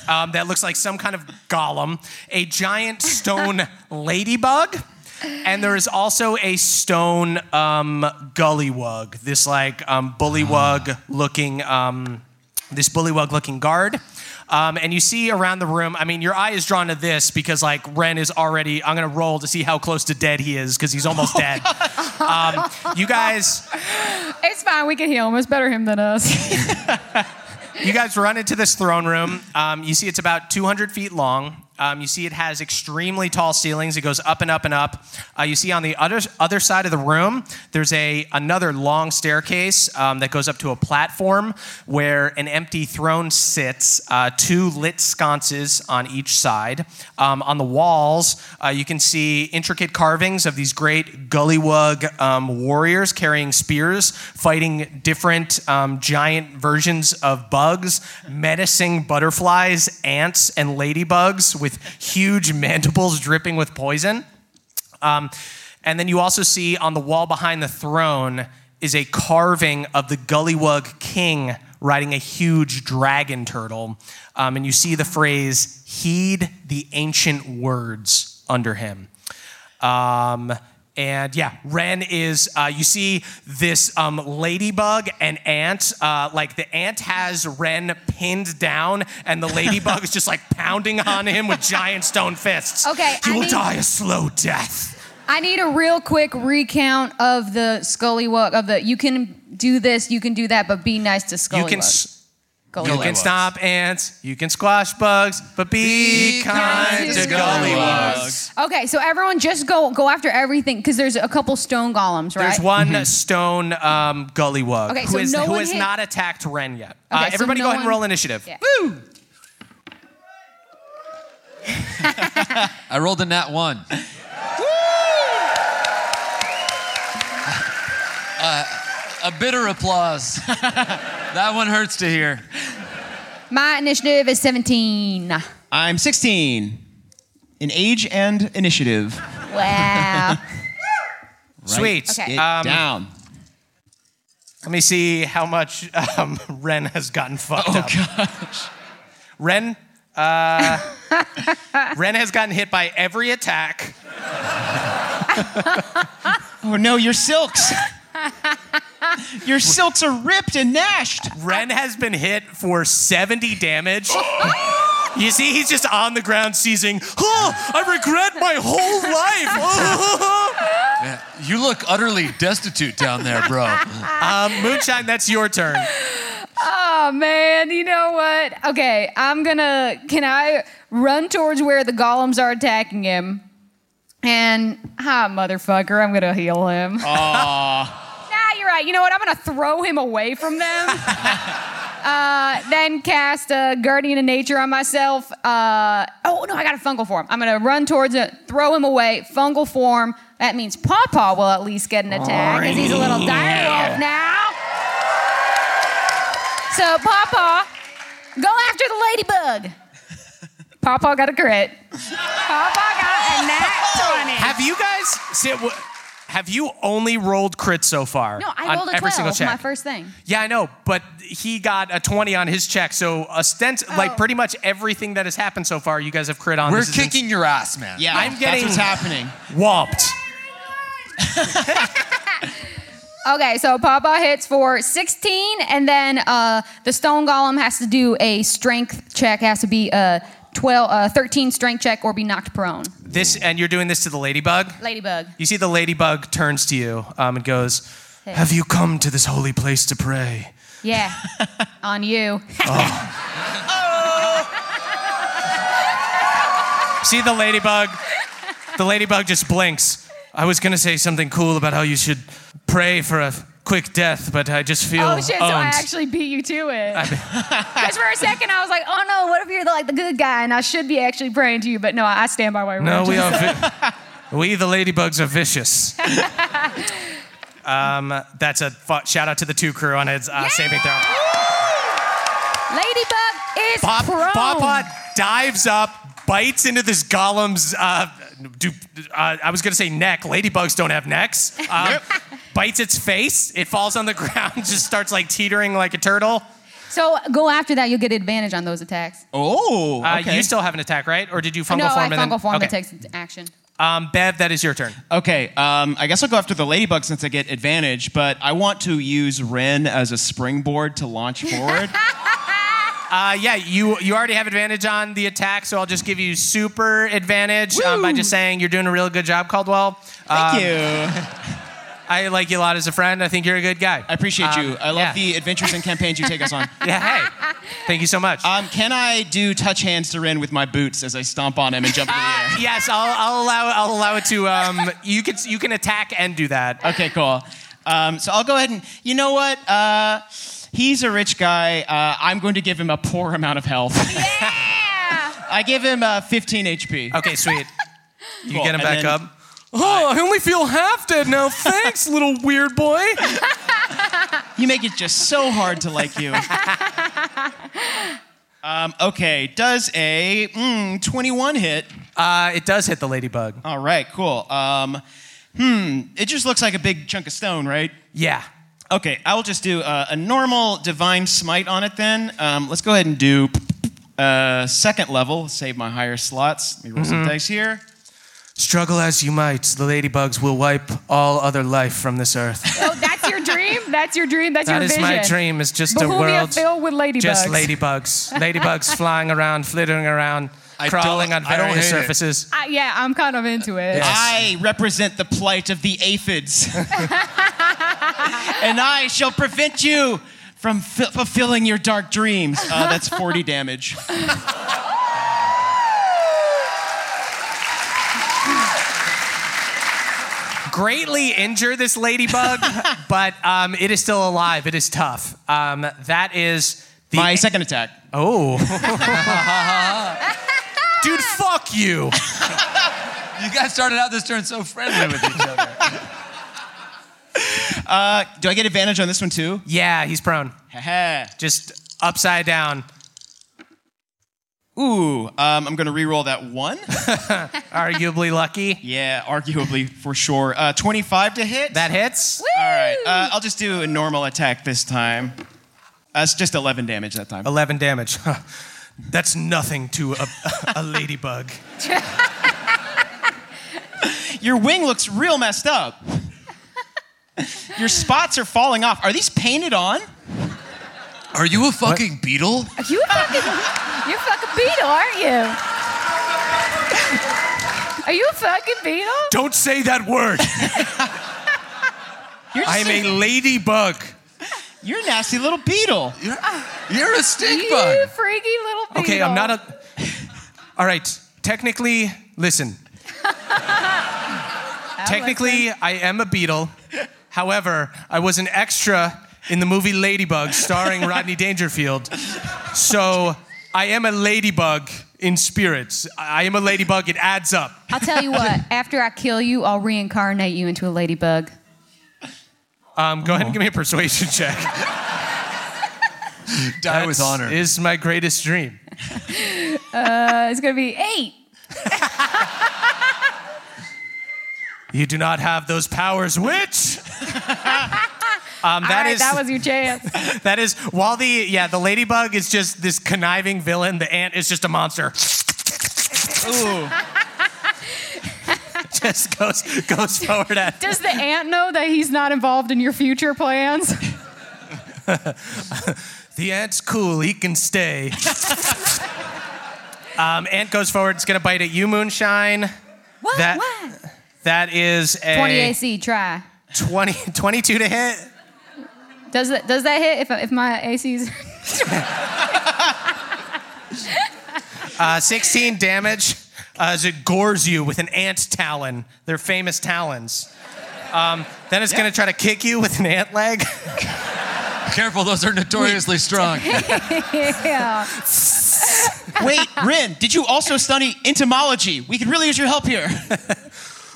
[SPEAKER 3] um, that looks like some kind of golem, a giant stone ladybug, and there is also a stone um, gullywug. This like um, bullywug looking. Um, this bullywug looking guard. Um, and you see around the room, I mean, your eye is drawn to this because, like, Ren is already, I'm going to roll to see how close to dead he is because he's almost dead. Um, you guys,
[SPEAKER 7] It's fine, we can heal him. It's better him than us. *laughs*
[SPEAKER 3] you guys run into this throne room. Um, you see it's about 200 feet long. Um, you see it has extremely tall ceilings. It goes up and up and up. Uh, you see on the other other side of the room, there's a another long staircase um, that goes up to a platform where an empty throne sits. Uh, two lit sconces on each side. Um, on the walls, uh, you can see intricate carvings of these great gullywug um, warriors carrying spears, fighting different um, giant versions of bugs, menacing butterflies, ants, and ladybugs with huge *laughs* mandibles dripping with poison. Um, and then you also see on the wall behind the throne is a carving of the Gullywug King riding a huge dragon turtle. Um, and you see the phrase, heed the ancient words under him. Um, and yeah, Ren is, uh, you see this um, ladybug and ant. Uh, like the ant has Ren pinned down, and the ladybug is just like pounding on him with giant stone fists.
[SPEAKER 5] Okay,
[SPEAKER 3] You
[SPEAKER 5] I
[SPEAKER 3] will
[SPEAKER 5] need-
[SPEAKER 3] die a slow death.
[SPEAKER 7] I need a real quick recount of the Scully walk of the you can do this, you can do that, but be nice to Scully.
[SPEAKER 3] you can s-
[SPEAKER 7] Gullywug.
[SPEAKER 6] Oh,
[SPEAKER 3] you can stop ants, you can squash bugs, but be, kind to Gullywug.
[SPEAKER 7] Okay, so everyone just go go after everything because there's a couple stone golems, right?
[SPEAKER 3] There's one
[SPEAKER 6] Mm-hmm.
[SPEAKER 3] stone um, Gullywug
[SPEAKER 7] Okay,
[SPEAKER 3] who
[SPEAKER 7] so
[SPEAKER 3] is-
[SPEAKER 7] no
[SPEAKER 3] who
[SPEAKER 7] one
[SPEAKER 3] has
[SPEAKER 7] hit-
[SPEAKER 3] not attacked Ren yet.
[SPEAKER 7] Okay,
[SPEAKER 3] uh,
[SPEAKER 7] so
[SPEAKER 3] everybody
[SPEAKER 7] no
[SPEAKER 3] go ahead and
[SPEAKER 7] one-
[SPEAKER 3] roll initiative.
[SPEAKER 7] Yeah.
[SPEAKER 8] I rolled a nat one. *laughs* Uh, a bitter applause. *laughs* that one hurts to hear.
[SPEAKER 7] My initiative is 17.
[SPEAKER 6] I'm 16. In age and initiative.
[SPEAKER 7] Wow. *laughs*
[SPEAKER 3] Sweet.
[SPEAKER 7] Okay.
[SPEAKER 6] Get
[SPEAKER 3] Um,
[SPEAKER 6] down.
[SPEAKER 3] Let me see how much um, *laughs* Ren has gotten fucked up.
[SPEAKER 6] Oh, gosh.
[SPEAKER 3] Ren, uh, *laughs* Ren has gotten hit by every attack.
[SPEAKER 6] Oh no, your silks. *laughs* your silks are ripped and gnashed.
[SPEAKER 3] Ren has been hit for 70 damage. You see, he's just on the ground seizing. Oh, I regret my whole life.
[SPEAKER 8] You look utterly destitute down there,
[SPEAKER 7] *laughs*
[SPEAKER 8] bro.
[SPEAKER 3] *laughs* Um, Moonshine, that's your turn.
[SPEAKER 5] Oh man, you know what? Okay, I'm gonna. Can I run towards where the golems are attacking him? And hi, motherfucker, I'm gonna heal him. Aww. *laughs* nah, you're right. You know what? I'm gonna throw him away from them. uh, then cast a guardian of nature on myself. Uh, oh no, I got a fungal form. I'm gonna run towards it, throw him away. Fungal form. That means Pawpaw will at least get an attack because he's a little dire wolf now. So, Pawpaw, go after the ladybug. Pawpaw got a crit. Pawpaw got a nat 20.
[SPEAKER 3] Have you guys. See, wh- have you only rolled crits so far?
[SPEAKER 5] No, I
[SPEAKER 3] on
[SPEAKER 5] rolled a
[SPEAKER 3] every
[SPEAKER 5] 12,
[SPEAKER 3] Single
[SPEAKER 5] my
[SPEAKER 3] check?
[SPEAKER 5] first thing.
[SPEAKER 3] Yeah, I know, but he got a 20 on his check. So, ostent-
[SPEAKER 5] Oh.
[SPEAKER 3] like pretty much everything that has happened so far, you guys have crit on.
[SPEAKER 8] We're
[SPEAKER 3] This is
[SPEAKER 8] kicking your ass, man.
[SPEAKER 6] Yeah,
[SPEAKER 3] I'm getting-
[SPEAKER 6] that's what's happening.
[SPEAKER 3] ins- whomped.
[SPEAKER 5] Okay, so Pawpaw hits for 16, and then uh, the stone golem has to do a strength check, has to be a 12, uh, 13 strength check or be knocked prone.
[SPEAKER 3] This, and you're doing this to the ladybug?
[SPEAKER 5] Ladybug.
[SPEAKER 3] You see, the ladybug turns to you um, and goes, Have you come to this holy place to pray?
[SPEAKER 5] Yeah, on you.
[SPEAKER 3] See, the ladybug, the ladybug just blinks. I was going to say something cool about how you should pray for a quick death, but I just feel.
[SPEAKER 5] Oh shit! So I
[SPEAKER 3] owned.
[SPEAKER 5] actually beat you to it. *laughs* Because for a second I was like, "Oh no, what if you're the, like the good guy and I should be actually praying to you?" But no, I I stand by my word.
[SPEAKER 3] No, we are. Vi- we the ladybugs are
[SPEAKER 5] *laughs*
[SPEAKER 3] vicious. um, that's a fu- shout out to the two crew on its uh, saving throw.
[SPEAKER 5] Ladybug is
[SPEAKER 3] Pop,
[SPEAKER 5] prone.
[SPEAKER 3] Pawpaw dives up, bites into this golem's. Uh, do, uh, I was gonna say neck. Ladybugs don't have necks. Um, Bites its face. It falls on the *laughs* ground. Just starts like teetering like a turtle.
[SPEAKER 5] So go after that, you'll get advantage on those attacks.
[SPEAKER 6] Oh,
[SPEAKER 3] Uh,
[SPEAKER 6] okay.
[SPEAKER 3] You still have an attack, right? Or did you fungal
[SPEAKER 5] no,
[SPEAKER 3] form?
[SPEAKER 5] I
[SPEAKER 3] and
[SPEAKER 5] fungal
[SPEAKER 3] then-
[SPEAKER 5] form
[SPEAKER 3] okay.
[SPEAKER 5] that takes action.
[SPEAKER 3] Um, Bev, that is your turn.
[SPEAKER 6] okay, um, I guess I'll go after the ladybug since I get advantage, but I want to use Ren as a springboard to launch forward.
[SPEAKER 3] Uh, yeah, you you already have advantage on the attack, so I'll just give you super advantage um, by just saying you're doing a really good job, Caldwell.
[SPEAKER 6] Thank
[SPEAKER 3] Um,
[SPEAKER 6] you.
[SPEAKER 3] I like you a lot as a friend. I think you're a good
[SPEAKER 5] *laughs*
[SPEAKER 3] guy.
[SPEAKER 6] I appreciate you.
[SPEAKER 3] Um,
[SPEAKER 6] I love
[SPEAKER 3] yeah.
[SPEAKER 6] the adventures and campaigns you take us on.
[SPEAKER 3] Yeah, hey, thank you so much.
[SPEAKER 6] Um, can I do touch hands to Ren with my boots as I stomp on him and jump in the air?
[SPEAKER 3] *laughs* yes, I'll, I'll allow I'll allow it to. Um, you can you can attack and do that.
[SPEAKER 6] Okay, cool. Um, so I'll go ahead and you know what? Uh, he's a rich guy. Uh, I'm going to give him a poor amount of health.
[SPEAKER 5] Yeah.
[SPEAKER 6] *laughs* I give him uh, 15 HP.
[SPEAKER 3] Okay, sweet. You
[SPEAKER 6] Cool,
[SPEAKER 3] get him
[SPEAKER 6] and
[SPEAKER 3] back
[SPEAKER 6] then-
[SPEAKER 3] up. Oh, I only feel half dead now. *laughs* Thanks, little weird boy.
[SPEAKER 6] You make it just so hard to like you. um, okay, does a mm, 21 hit?
[SPEAKER 3] Uh, it does hit the ladybug.
[SPEAKER 6] All right, cool. Um, hmm, it just looks like a big chunk of stone, right?
[SPEAKER 3] Yeah.
[SPEAKER 6] Okay, I will just do uh, a normal divine smite on it then. Um, let's go ahead and do uh, second level. Save my higher slots. Let me roll some dice here.
[SPEAKER 3] Struggle as you might, the ladybugs will wipe all other life from this earth.
[SPEAKER 5] So
[SPEAKER 7] Oh,
[SPEAKER 5] that's your dream. That's your dream. That's
[SPEAKER 3] That
[SPEAKER 5] your
[SPEAKER 3] is
[SPEAKER 5] vision.
[SPEAKER 3] my dream. It's just a
[SPEAKER 5] Bohemia
[SPEAKER 3] world
[SPEAKER 5] filled with ladybugs.
[SPEAKER 3] just ladybugs, *laughs* ladybugs flying around, flittering around,
[SPEAKER 8] I
[SPEAKER 3] crawling on
[SPEAKER 8] don't- I don't
[SPEAKER 3] various
[SPEAKER 8] hate it.
[SPEAKER 3] surfaces.
[SPEAKER 5] I, yeah, I'm kind of into it.
[SPEAKER 3] Yeah.
[SPEAKER 6] I represent the plight of the aphids, and I shall prevent you from fi- fulfilling your dark dreams. Uh, that's 40 damage.
[SPEAKER 3] Greatly injure this
[SPEAKER 6] *laughs*
[SPEAKER 3] ladybug, but um, it is still alive. It is tough. Um, that is the
[SPEAKER 6] My second attack. *laughs*
[SPEAKER 3] oh, *laughs* dude, fuck you.
[SPEAKER 8] You guys started out this turn so friendly with each other.
[SPEAKER 6] Do I get advantage on this one too?
[SPEAKER 3] *laughs* Yeah, he's prone,
[SPEAKER 6] Haha.
[SPEAKER 3] just upside down.
[SPEAKER 6] Ooh, um, I'm going to re-roll that one.
[SPEAKER 3] Arguably lucky.
[SPEAKER 6] Yeah, arguably for sure. Uh, 25 to hit.
[SPEAKER 3] That hits.
[SPEAKER 6] All right. Uh, I'll just do a normal attack this time. That's just 11 damage that time.
[SPEAKER 3] 11 damage. *laughs* That's nothing to a, a ladybug.
[SPEAKER 6] Your wing looks real messed up. Your spots are falling off. Are these painted on?
[SPEAKER 8] Are you a fucking beetle?
[SPEAKER 7] You fucking, you're fucking beetle, aren't you? Are you a fucking beetle?
[SPEAKER 2] Don't say that word.
[SPEAKER 6] *laughs* You're, just
[SPEAKER 2] I'm a ladybug.
[SPEAKER 6] you're a nasty little beetle.
[SPEAKER 8] You're, you're a stink
[SPEAKER 7] You
[SPEAKER 8] bug.
[SPEAKER 7] freaky little beetle.
[SPEAKER 3] Okay, I'm not a. All right, technically, listen. technically, I am a beetle. However, I was an extra in the movie Ladybug
[SPEAKER 7] *laughs*
[SPEAKER 3] starring Rodney Dangerfield. So I am a ladybug in spirits. I I am a ladybug. It adds up.
[SPEAKER 7] I'll tell you *laughs* what. After I kill you, I'll reincarnate you into a ladybug.
[SPEAKER 3] Um, go ahead and give me a persuasion check.
[SPEAKER 8] *laughs* Die with
[SPEAKER 3] That's-
[SPEAKER 8] honor.
[SPEAKER 3] Is my greatest dream.
[SPEAKER 7] Uh, it's gonna be eight.
[SPEAKER 3] You do not have those powers,
[SPEAKER 7] *laughs*
[SPEAKER 3] which. Um,
[SPEAKER 7] All
[SPEAKER 3] that
[SPEAKER 7] right,
[SPEAKER 3] is-
[SPEAKER 7] that was
[SPEAKER 3] *laughs*
[SPEAKER 7] your chance.
[SPEAKER 3] That is while the yeah the ladybug is just this conniving villain. The ant is just a monster.
[SPEAKER 6] Ooh.
[SPEAKER 3] *laughs* Just goes goes forward at.
[SPEAKER 7] Does the ant know that he's not involved in your future plans?
[SPEAKER 3] The ant's cool. He can
[SPEAKER 7] *laughs*
[SPEAKER 3] stay. um, ant goes forward. It's gonna bite at you, Moonshine.
[SPEAKER 7] What?
[SPEAKER 3] That-
[SPEAKER 7] what?
[SPEAKER 3] That is a
[SPEAKER 7] 20 AC. Try.
[SPEAKER 3] 20 22 to hit.
[SPEAKER 7] Does that does that hit if if my AC's?
[SPEAKER 3] Uh, Sixteen damage. Uh, as it gores you with an ant talon, their famous talons. Um, then it's gonna try to kick you with an ant leg.
[SPEAKER 8] Careful, those are notoriously
[SPEAKER 7] *laughs*
[SPEAKER 8] strong.
[SPEAKER 7] yeah.
[SPEAKER 6] Wait, Rin, did you also study entomology? We could really use your help here.
[SPEAKER 3] *laughs*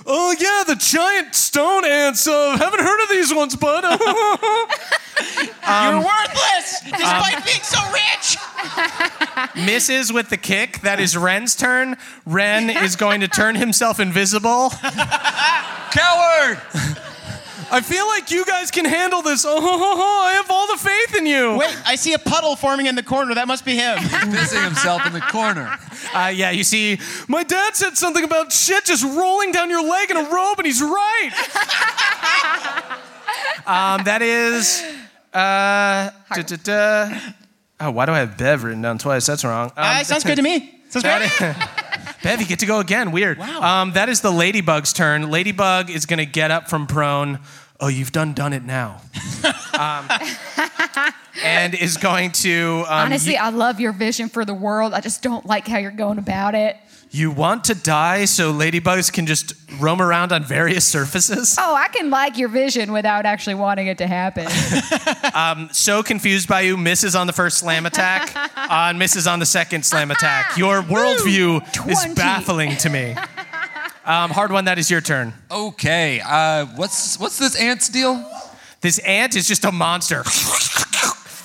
[SPEAKER 3] Oh yeah, the giant stone ants. Uh, haven't heard of these ones, bud. *laughs*
[SPEAKER 6] You're worthless, despite being so rich.
[SPEAKER 3] Misses with the kick. That is Ren's turn. Ren is going to turn himself invisible.
[SPEAKER 8] Coward!
[SPEAKER 3] I feel like you guys can handle this. *laughs* Oh, ho, ho, ho. I have all the faith in you.
[SPEAKER 6] Wait, I see a puddle forming in the corner. That must be him.
[SPEAKER 8] Pissing himself in the corner.
[SPEAKER 3] Uh, yeah, you see, my dad said something about shit just rolling down your leg in a robe, and he's
[SPEAKER 6] *laughs*
[SPEAKER 3] right. um, that is. Uh, duh, duh, duh. Oh, why do I have Bev written down twice? That's wrong. Um,
[SPEAKER 6] Ah, sounds good to me. Sounds
[SPEAKER 3] That
[SPEAKER 6] great.
[SPEAKER 3] is- Bev, you get to go again. Weird.
[SPEAKER 6] Wow.
[SPEAKER 3] Um, that is the ladybug's turn. Ladybug is going to get up from prone. Oh, you've done done it
[SPEAKER 6] *laughs*
[SPEAKER 3] now. um, and is going to. Um,
[SPEAKER 7] Honestly,
[SPEAKER 3] you,
[SPEAKER 7] I love your vision for the world. I just don't like how you're going about it.
[SPEAKER 3] you want to die so ladybugs can just roam around on various surfaces?
[SPEAKER 7] Oh, I can like your vision without actually wanting it to *laughs* happen.
[SPEAKER 3] So confused by you, misses on the first slam attack,
[SPEAKER 6] *laughs*
[SPEAKER 3] uh, and misses on the second slam attack. Your worldview is
[SPEAKER 7] 20.
[SPEAKER 3] baffling to me. Um, hard one, that is your turn.
[SPEAKER 8] Okay, uh, what's what's this ant's deal?
[SPEAKER 3] This ant is just a monster. *laughs*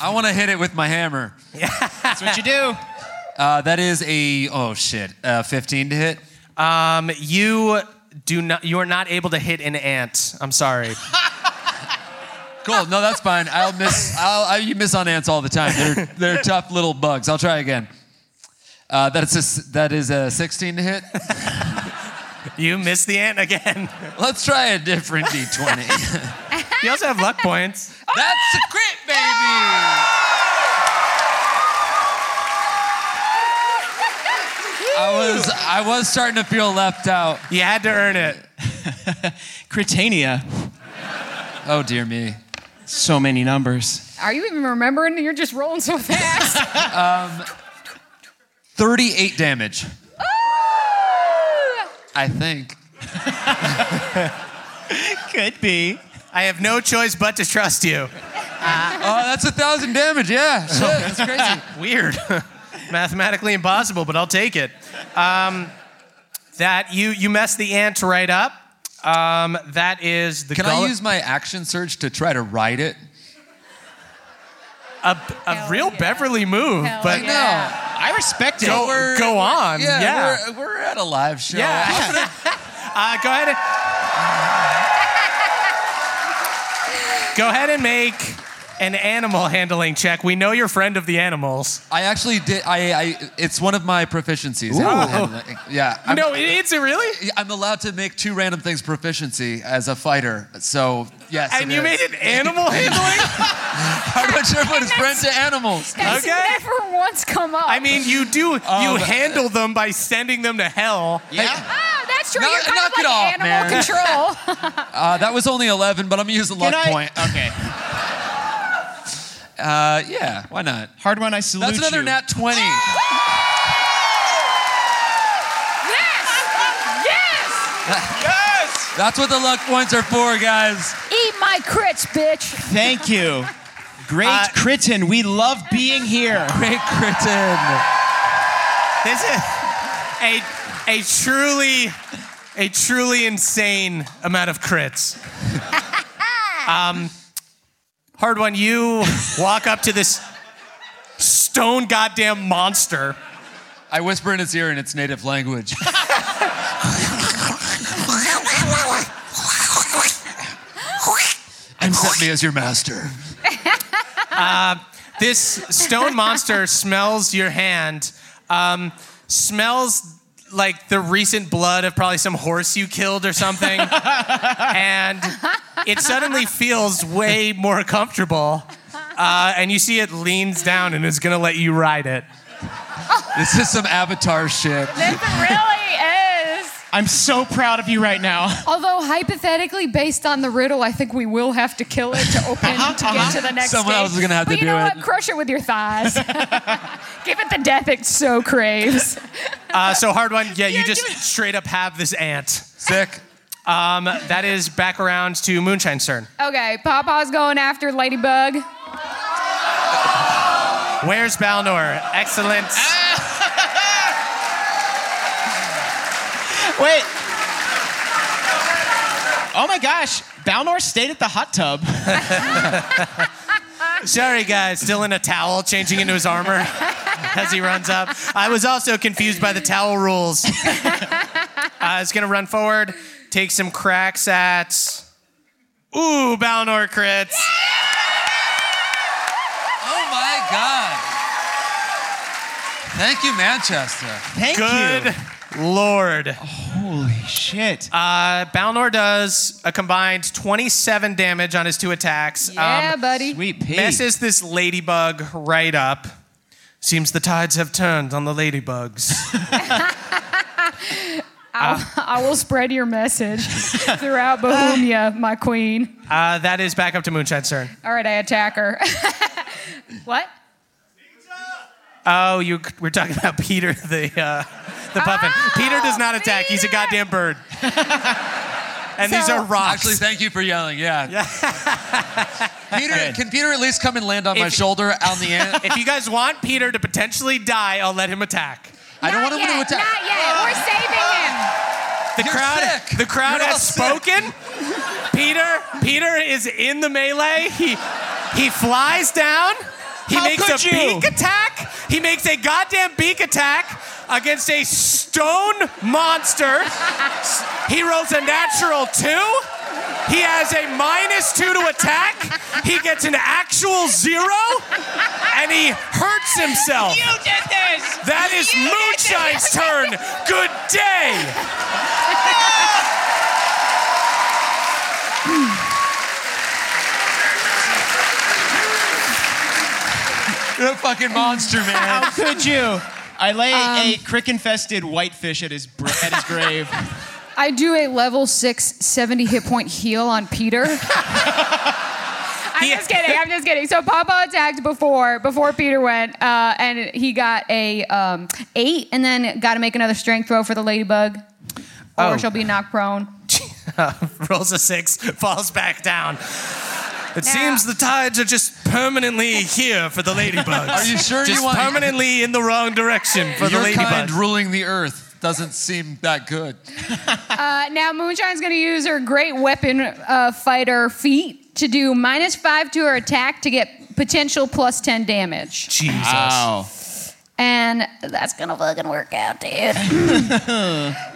[SPEAKER 8] I want to hit it with my hammer.
[SPEAKER 6] That's what you do.
[SPEAKER 8] Uh, that is a oh shit, uh, 15 to hit.
[SPEAKER 3] Um, you do not. You are not able to hit an ant. I'm
[SPEAKER 6] *laughs*
[SPEAKER 3] sorry.
[SPEAKER 8] Cool. No, that's fine. I'll miss. I'll, I, you miss on ants all the time. They're they're tough little bugs. I'll try again. Uh, that's a, s- that is a 16 to hit.
[SPEAKER 3] You missed the ant again.
[SPEAKER 8] Let's try a different d20.
[SPEAKER 3] You also have luck points.
[SPEAKER 8] That's a crit, baby. I was I was starting to feel left out.
[SPEAKER 3] You had to earn it.
[SPEAKER 6] Cretania.
[SPEAKER 8] Oh dear me.
[SPEAKER 6] So many numbers.
[SPEAKER 7] Are you even remembering? You're just rolling so *laughs* fast.
[SPEAKER 8] 38 damage, I think.
[SPEAKER 6] Could be.
[SPEAKER 3] I have no choice but to trust you.
[SPEAKER 8] Oh, that's a thousand damage. Yeah, shit, that's crazy.
[SPEAKER 3] Weird. *laughs* Mathematically impossible, but I'll take it. Um, that you you messed the ant right up. Um, that is the
[SPEAKER 8] Can I
[SPEAKER 3] gullet-
[SPEAKER 8] use my action search to try to ride it?
[SPEAKER 3] a, a real Beverly move,
[SPEAKER 7] Hell
[SPEAKER 3] but
[SPEAKER 7] yeah.
[SPEAKER 8] No,
[SPEAKER 6] I respect it.
[SPEAKER 8] So we're-
[SPEAKER 3] go on,
[SPEAKER 8] Yeah,
[SPEAKER 3] yeah.
[SPEAKER 8] We're, we're at a live show.
[SPEAKER 3] Yeah.
[SPEAKER 8] *laughs*
[SPEAKER 3] *laughs* uh, go
[SPEAKER 7] *laughs*
[SPEAKER 3] ahead. And, go ahead and make an animal handling check. We know you're friend of the animals.
[SPEAKER 8] I actually did. I, I it's one of my proficiencies. Yeah. I'm,
[SPEAKER 3] no, it, it's a really.
[SPEAKER 8] I'm allowed to make two random things proficiency as a fighter. So yes.
[SPEAKER 3] And
[SPEAKER 8] it
[SPEAKER 3] you
[SPEAKER 8] is.
[SPEAKER 3] made an animal
[SPEAKER 7] *laughs*
[SPEAKER 3] handling.
[SPEAKER 8] I'm not sure if
[SPEAKER 3] *laughs*
[SPEAKER 8] it's friend to animals.
[SPEAKER 7] That's
[SPEAKER 3] Okay.
[SPEAKER 7] never once come up.
[SPEAKER 3] I mean, you do.
[SPEAKER 6] *laughs*
[SPEAKER 3] you handle them by sending them to hell.
[SPEAKER 6] Um, Yeah.
[SPEAKER 7] oh, that's true.
[SPEAKER 8] Knock-
[SPEAKER 7] You're kind
[SPEAKER 8] knock
[SPEAKER 7] of
[SPEAKER 8] it
[SPEAKER 7] like
[SPEAKER 8] off,
[SPEAKER 7] animal
[SPEAKER 8] man.
[SPEAKER 7] control.
[SPEAKER 8] Uh, that was only 11, but I'm gonna use the luck
[SPEAKER 6] Can I-
[SPEAKER 8] point.
[SPEAKER 6] Okay.
[SPEAKER 8] Uh, yeah. Why not?
[SPEAKER 6] Hard one. I salute
[SPEAKER 8] That's another
[SPEAKER 6] you.
[SPEAKER 8] nat 20.
[SPEAKER 7] yes, yes.
[SPEAKER 2] Yes!
[SPEAKER 8] That's what the luck points are for, guys.
[SPEAKER 7] Eat my crits, bitch.
[SPEAKER 6] Thank you. Great
[SPEAKER 2] Uh,
[SPEAKER 6] Crichton. We love being here.
[SPEAKER 8] Great Crichton.
[SPEAKER 3] This is a a truly a truly insane amount of crits. um, hard one. You walk up to this stone goddamn monster.
[SPEAKER 8] I whisper in its ear in its native language. *laughs* Accept me as your master.
[SPEAKER 3] This stone monster smells your hand. Um, smells like the recent blood of probably some horse you killed or something, and it suddenly feels way more comfortable. Uh, and you see it leans down and is gonna let you ride it.
[SPEAKER 8] This is some Avatar shit.
[SPEAKER 7] This really is.
[SPEAKER 6] I'm so proud of you right now.
[SPEAKER 7] *laughs* Although hypothetically, based on the riddle, I think we will have to kill it to open to get to the next.
[SPEAKER 3] uh,
[SPEAKER 8] Someone
[SPEAKER 7] stage.
[SPEAKER 8] else is gonna have
[SPEAKER 7] But
[SPEAKER 8] to
[SPEAKER 7] you
[SPEAKER 8] do
[SPEAKER 7] know
[SPEAKER 8] it.
[SPEAKER 7] What? Crush it with your thighs. Give it the death it so craves.
[SPEAKER 3] Uh, so hard one. Yeah, you just straight up have this ant.
[SPEAKER 8] Sick.
[SPEAKER 3] Um, that is back around to Moonshine's turn.
[SPEAKER 7] Okay, Papa's going after Ladybug. *laughs*
[SPEAKER 3] Where's Balnor? Excellent.
[SPEAKER 6] Wait. Oh my gosh. Balnor stayed at the hot tub.
[SPEAKER 3] Sorry, guys. Still in a towel, changing into his
[SPEAKER 6] *laughs*
[SPEAKER 3] armor as he runs up. I was also confused by the towel
[SPEAKER 6] *laughs*
[SPEAKER 3] rules. uh, it's gonna run forward, take some cracks at. Ooh, Balnor crits.
[SPEAKER 8] Oh my God. Thank you, Manchester.
[SPEAKER 6] Thank
[SPEAKER 3] Good
[SPEAKER 6] you.
[SPEAKER 3] lord.
[SPEAKER 6] Holy shit.
[SPEAKER 3] Uh, Balnor does a combined 27 damage on his two attacks.
[SPEAKER 7] Yeah,
[SPEAKER 3] Um,
[SPEAKER 7] buddy.
[SPEAKER 6] Sweet pea.
[SPEAKER 3] messes this ladybug right up. Seems the tides have turned on the
[SPEAKER 6] *laughs*
[SPEAKER 3] ladybugs.
[SPEAKER 7] I will spread your *laughs* message throughout Bohemia, my queen.
[SPEAKER 3] uh, that is back up to Moonshine's turn.
[SPEAKER 7] All right, I attack her. *laughs* what?
[SPEAKER 3] Oh, you we're talking about Peter the uh, the puffin.
[SPEAKER 7] Oh,
[SPEAKER 3] Peter does not attack. He's a
[SPEAKER 7] Peter!
[SPEAKER 3] goddamn
[SPEAKER 7] *laughs*
[SPEAKER 3] bird. and these
[SPEAKER 7] So-
[SPEAKER 3] are rocks.
[SPEAKER 8] Actually, thank you for yelling. Yeah.
[SPEAKER 3] *laughs*
[SPEAKER 8] Peter, can Peter at least come and land on my
[SPEAKER 3] If-
[SPEAKER 8] shoulder on the
[SPEAKER 3] *laughs*
[SPEAKER 8] end?
[SPEAKER 3] if you guys want Peter to potentially die, I'll let him attack.
[SPEAKER 8] I don't want him to attack.
[SPEAKER 7] Not yet. We're saving
[SPEAKER 3] The
[SPEAKER 8] You're
[SPEAKER 3] crowd,
[SPEAKER 8] sick.
[SPEAKER 3] the crowd
[SPEAKER 8] You're all
[SPEAKER 3] has spoken. Peter, Peter is in the melee. He he flies down. He
[SPEAKER 6] How
[SPEAKER 3] makes
[SPEAKER 6] could
[SPEAKER 3] a
[SPEAKER 6] you?
[SPEAKER 3] beak attack. He makes a goddamn beak attack against a stone monster. S- he rolls a natural two. He has a minus two to attack. He gets an actual zero, and he hurts himself.
[SPEAKER 4] You did this!
[SPEAKER 3] That is Moonshine's turn. Good day.
[SPEAKER 8] You're a fucking monster,
[SPEAKER 3] *laughs*
[SPEAKER 8] man.
[SPEAKER 6] How could you? I lay a crick infested whitefish at his, br- at his grave.
[SPEAKER 7] him. I do a level six, 70 hit point heal on Peter. I'm just kidding. I'm just kidding. So Papa attacked before before Peter went, uh, and he got a um, eight, and then got to make another strength throw for the ladybug, or
[SPEAKER 3] Oh.
[SPEAKER 7] she'll be knocked prone.
[SPEAKER 3] rolls a six, falls back down. It
[SPEAKER 7] Now-
[SPEAKER 3] seems the tides are just permanently here for the ladybugs.
[SPEAKER 8] Are you sure
[SPEAKER 3] just
[SPEAKER 8] you want
[SPEAKER 3] permanently in the wrong direction for
[SPEAKER 8] your
[SPEAKER 3] the
[SPEAKER 8] kind
[SPEAKER 3] ladybugs?
[SPEAKER 8] ruling the earth doesn't seem that good. *laughs*
[SPEAKER 7] Uh, now Moonshine's going to use her great weapon uh, fighter feat to do
[SPEAKER 8] Ah.
[SPEAKER 7] minus five to her attack to get potential plus ten damage.
[SPEAKER 3] Jesus.
[SPEAKER 6] Wow.
[SPEAKER 7] and that's gonna fucking work out, dude.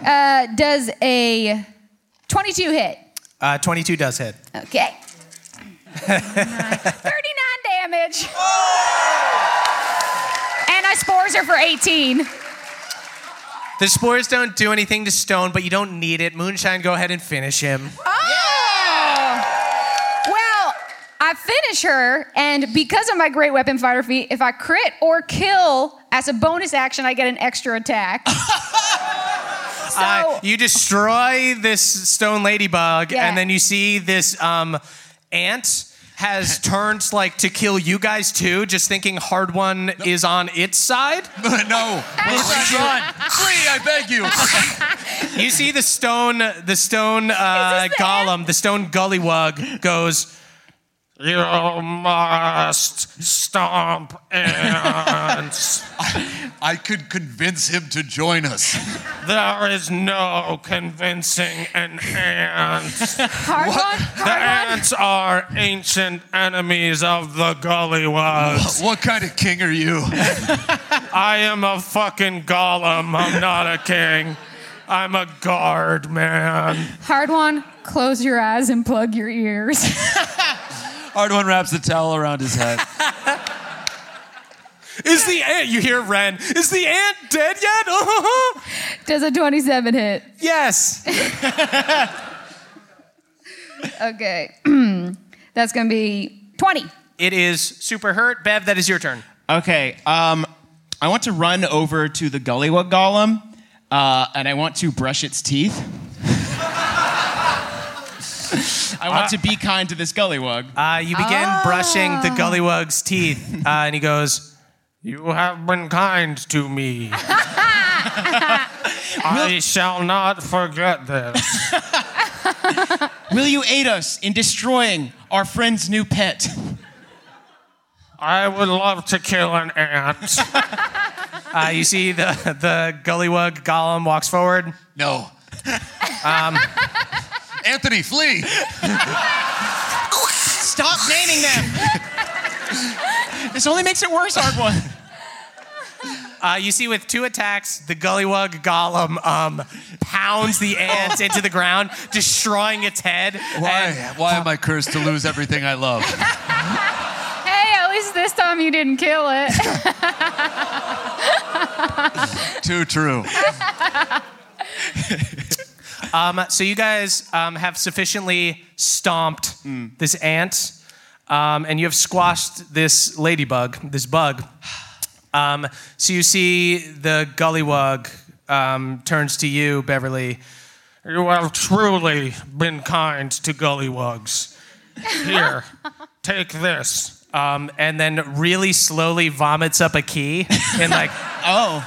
[SPEAKER 7] uh, does a 22 hit?
[SPEAKER 3] Uh, 22 does hit.
[SPEAKER 7] Okay. 39 damage. And I spores her for 18.
[SPEAKER 3] The spores don't do anything to Stone, but you don't need it. Moonshine, go ahead and finish him.
[SPEAKER 7] Oh! Well, I finish her, and because of my great weapon fighter feat, if I crit or kill as a bonus action, I get an extra attack. so,
[SPEAKER 3] Uh, you destroy this stone ladybug,
[SPEAKER 7] Yeah.
[SPEAKER 3] and then you see this um, ant *laughs* has turned like to kill you guys too, just thinking hard one is on its side.
[SPEAKER 8] no. Moonshine, run. Free, I beg you.
[SPEAKER 3] You see the stone, the stone uh,
[SPEAKER 7] Is this the
[SPEAKER 3] golem, the stone gullywug goes. You must stomp ants.
[SPEAKER 8] I could convince him to join us.
[SPEAKER 3] there is no convincing an ant.
[SPEAKER 7] hard one,
[SPEAKER 3] The *laughs*
[SPEAKER 7] hard one.
[SPEAKER 3] ants are ancient enemies of the gullywugs.
[SPEAKER 8] What kind of king are you?
[SPEAKER 3] I am a fucking golem. I'm not a king. I'm a guard man.
[SPEAKER 7] Hard one, close your eyes and plug your ears.
[SPEAKER 8] *laughs* Hard one wraps the towel around his head.
[SPEAKER 3] Is the ant? You hear Ren? Is the ant dead yet? *laughs*
[SPEAKER 7] does a 27 hit?
[SPEAKER 3] yes.
[SPEAKER 7] Okay. *clears throat* That's gonna be 20.
[SPEAKER 3] It is super hurt. Bev, that is your turn.
[SPEAKER 6] Okay. Um, I want to run over to the Gullywug Golem, uh, and I want to brush its teeth. *laughs* I want to be kind to this Gullywug.
[SPEAKER 3] Uh, you begin brushing the gullywug's teeth, uh, and he goes, You have been kind to me. I shall not forget this.
[SPEAKER 6] Will you aid us in destroying our friend's new pet?
[SPEAKER 3] I would love to kill an ant. uh, you see the, the gullywug golem walks forward.
[SPEAKER 8] No. Um, Anthony, flee.
[SPEAKER 6] Stop naming them. this only makes it worse, hard one.
[SPEAKER 3] Uh, you see with two attacks, the gullywug golem um, pounds the ant into the ground, destroying its head.
[SPEAKER 8] Why? Why am I cursed to lose everything I *laughs* love?
[SPEAKER 7] Hey, at least this time you didn't kill *laughs* it.
[SPEAKER 8] Too true.
[SPEAKER 3] Um, so you guys um, have sufficiently stomped this ant, um, and you have squashed this ladybug, this bug. Um, so you see the gullywug um, turns to you, Beverly. You have truly been kind to gullywugs. Here, take this. Um, and then really slowly vomits up a key and like,
[SPEAKER 6] *laughs* Oh,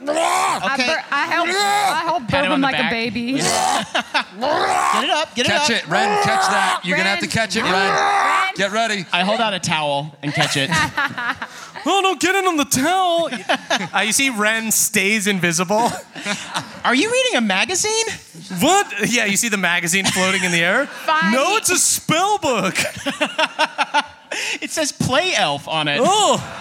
[SPEAKER 7] I, bur- I help, I help burp
[SPEAKER 6] him on
[SPEAKER 7] him
[SPEAKER 6] the
[SPEAKER 7] like
[SPEAKER 6] back. *laughs*
[SPEAKER 7] a baby.
[SPEAKER 6] get it up, get
[SPEAKER 8] Catch
[SPEAKER 6] it up.
[SPEAKER 8] it, Ren. Catch that. You're gonna have to
[SPEAKER 7] Ren.
[SPEAKER 8] catch it, Ren.
[SPEAKER 7] Ren.
[SPEAKER 8] Get ready.
[SPEAKER 6] I hold out a towel and catch *laughs* it.
[SPEAKER 3] *laughs* oh no, get in on the towel. *laughs* uh, you see, Ren stays *laughs* invisible.
[SPEAKER 6] Are you reading a magazine?
[SPEAKER 3] What? Yeah, you see the magazine floating in the air?
[SPEAKER 7] Fine.
[SPEAKER 3] No, it's a spell book.
[SPEAKER 6] It says play elf on it.
[SPEAKER 3] Oh.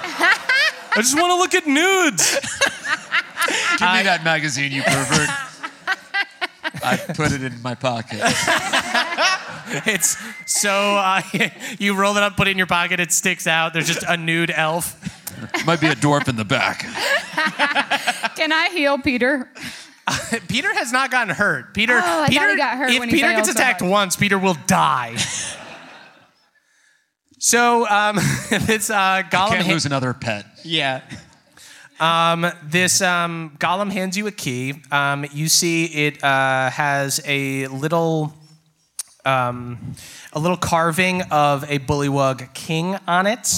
[SPEAKER 3] I just want to look at nudes.
[SPEAKER 8] Give me that magazine, you
[SPEAKER 7] *laughs*
[SPEAKER 8] pervert. I put it in my pocket.
[SPEAKER 3] It's so uh, *laughs* you roll it up, put it in your pocket, it sticks out. There's just a nude elf.
[SPEAKER 8] Might be a dwarf in the back.
[SPEAKER 7] *laughs* Can I heal Peter?
[SPEAKER 3] Peter has not gotten hurt. Peter,
[SPEAKER 7] Oh, I thought
[SPEAKER 3] Peter
[SPEAKER 7] he got hurt
[SPEAKER 3] If
[SPEAKER 7] when he
[SPEAKER 3] Peter
[SPEAKER 7] failed
[SPEAKER 3] gets
[SPEAKER 7] so
[SPEAKER 3] attacked
[SPEAKER 7] hard.
[SPEAKER 3] once, Peter will *laughs* die. so um, *laughs* this uh, golem
[SPEAKER 8] Can't
[SPEAKER 3] ha-
[SPEAKER 8] lose another pet.
[SPEAKER 6] Yeah.
[SPEAKER 3] This um, golem hands you a key. Um, you see it uh, has a little, um, a little carving of a bullywug king on it,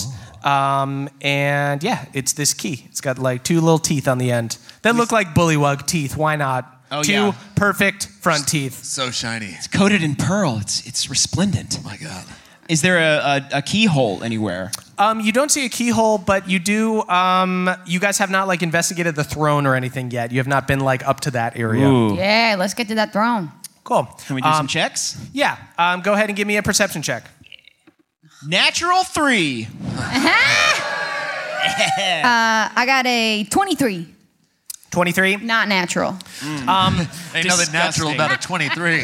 [SPEAKER 6] Oh.
[SPEAKER 3] um, and yeah, it's this key. It's got like two little teeth on the end that look like bullywug teeth. Why not?
[SPEAKER 6] Oh,
[SPEAKER 3] two
[SPEAKER 6] yeah.
[SPEAKER 3] perfect front teeth.
[SPEAKER 8] So shiny.
[SPEAKER 6] Coated in pearl. It's it's resplendent.
[SPEAKER 8] Oh My God.
[SPEAKER 6] Is there a, a, a keyhole anywhere?
[SPEAKER 3] Um, you don't see a keyhole, but you do. Um, you guys have not like investigated the throne or anything yet. You have not been like up to that area.
[SPEAKER 7] Yeah, let's get to that throne.
[SPEAKER 3] Cool.
[SPEAKER 6] Can we do some
[SPEAKER 3] Um,
[SPEAKER 6] checks?
[SPEAKER 3] Yeah. Um, go ahead and give me a perception check.
[SPEAKER 6] Natural three.
[SPEAKER 7] Uh, I got a 23.
[SPEAKER 3] 23.
[SPEAKER 7] Not natural.
[SPEAKER 3] Um,
[SPEAKER 8] Ain't nothing natural about a 23.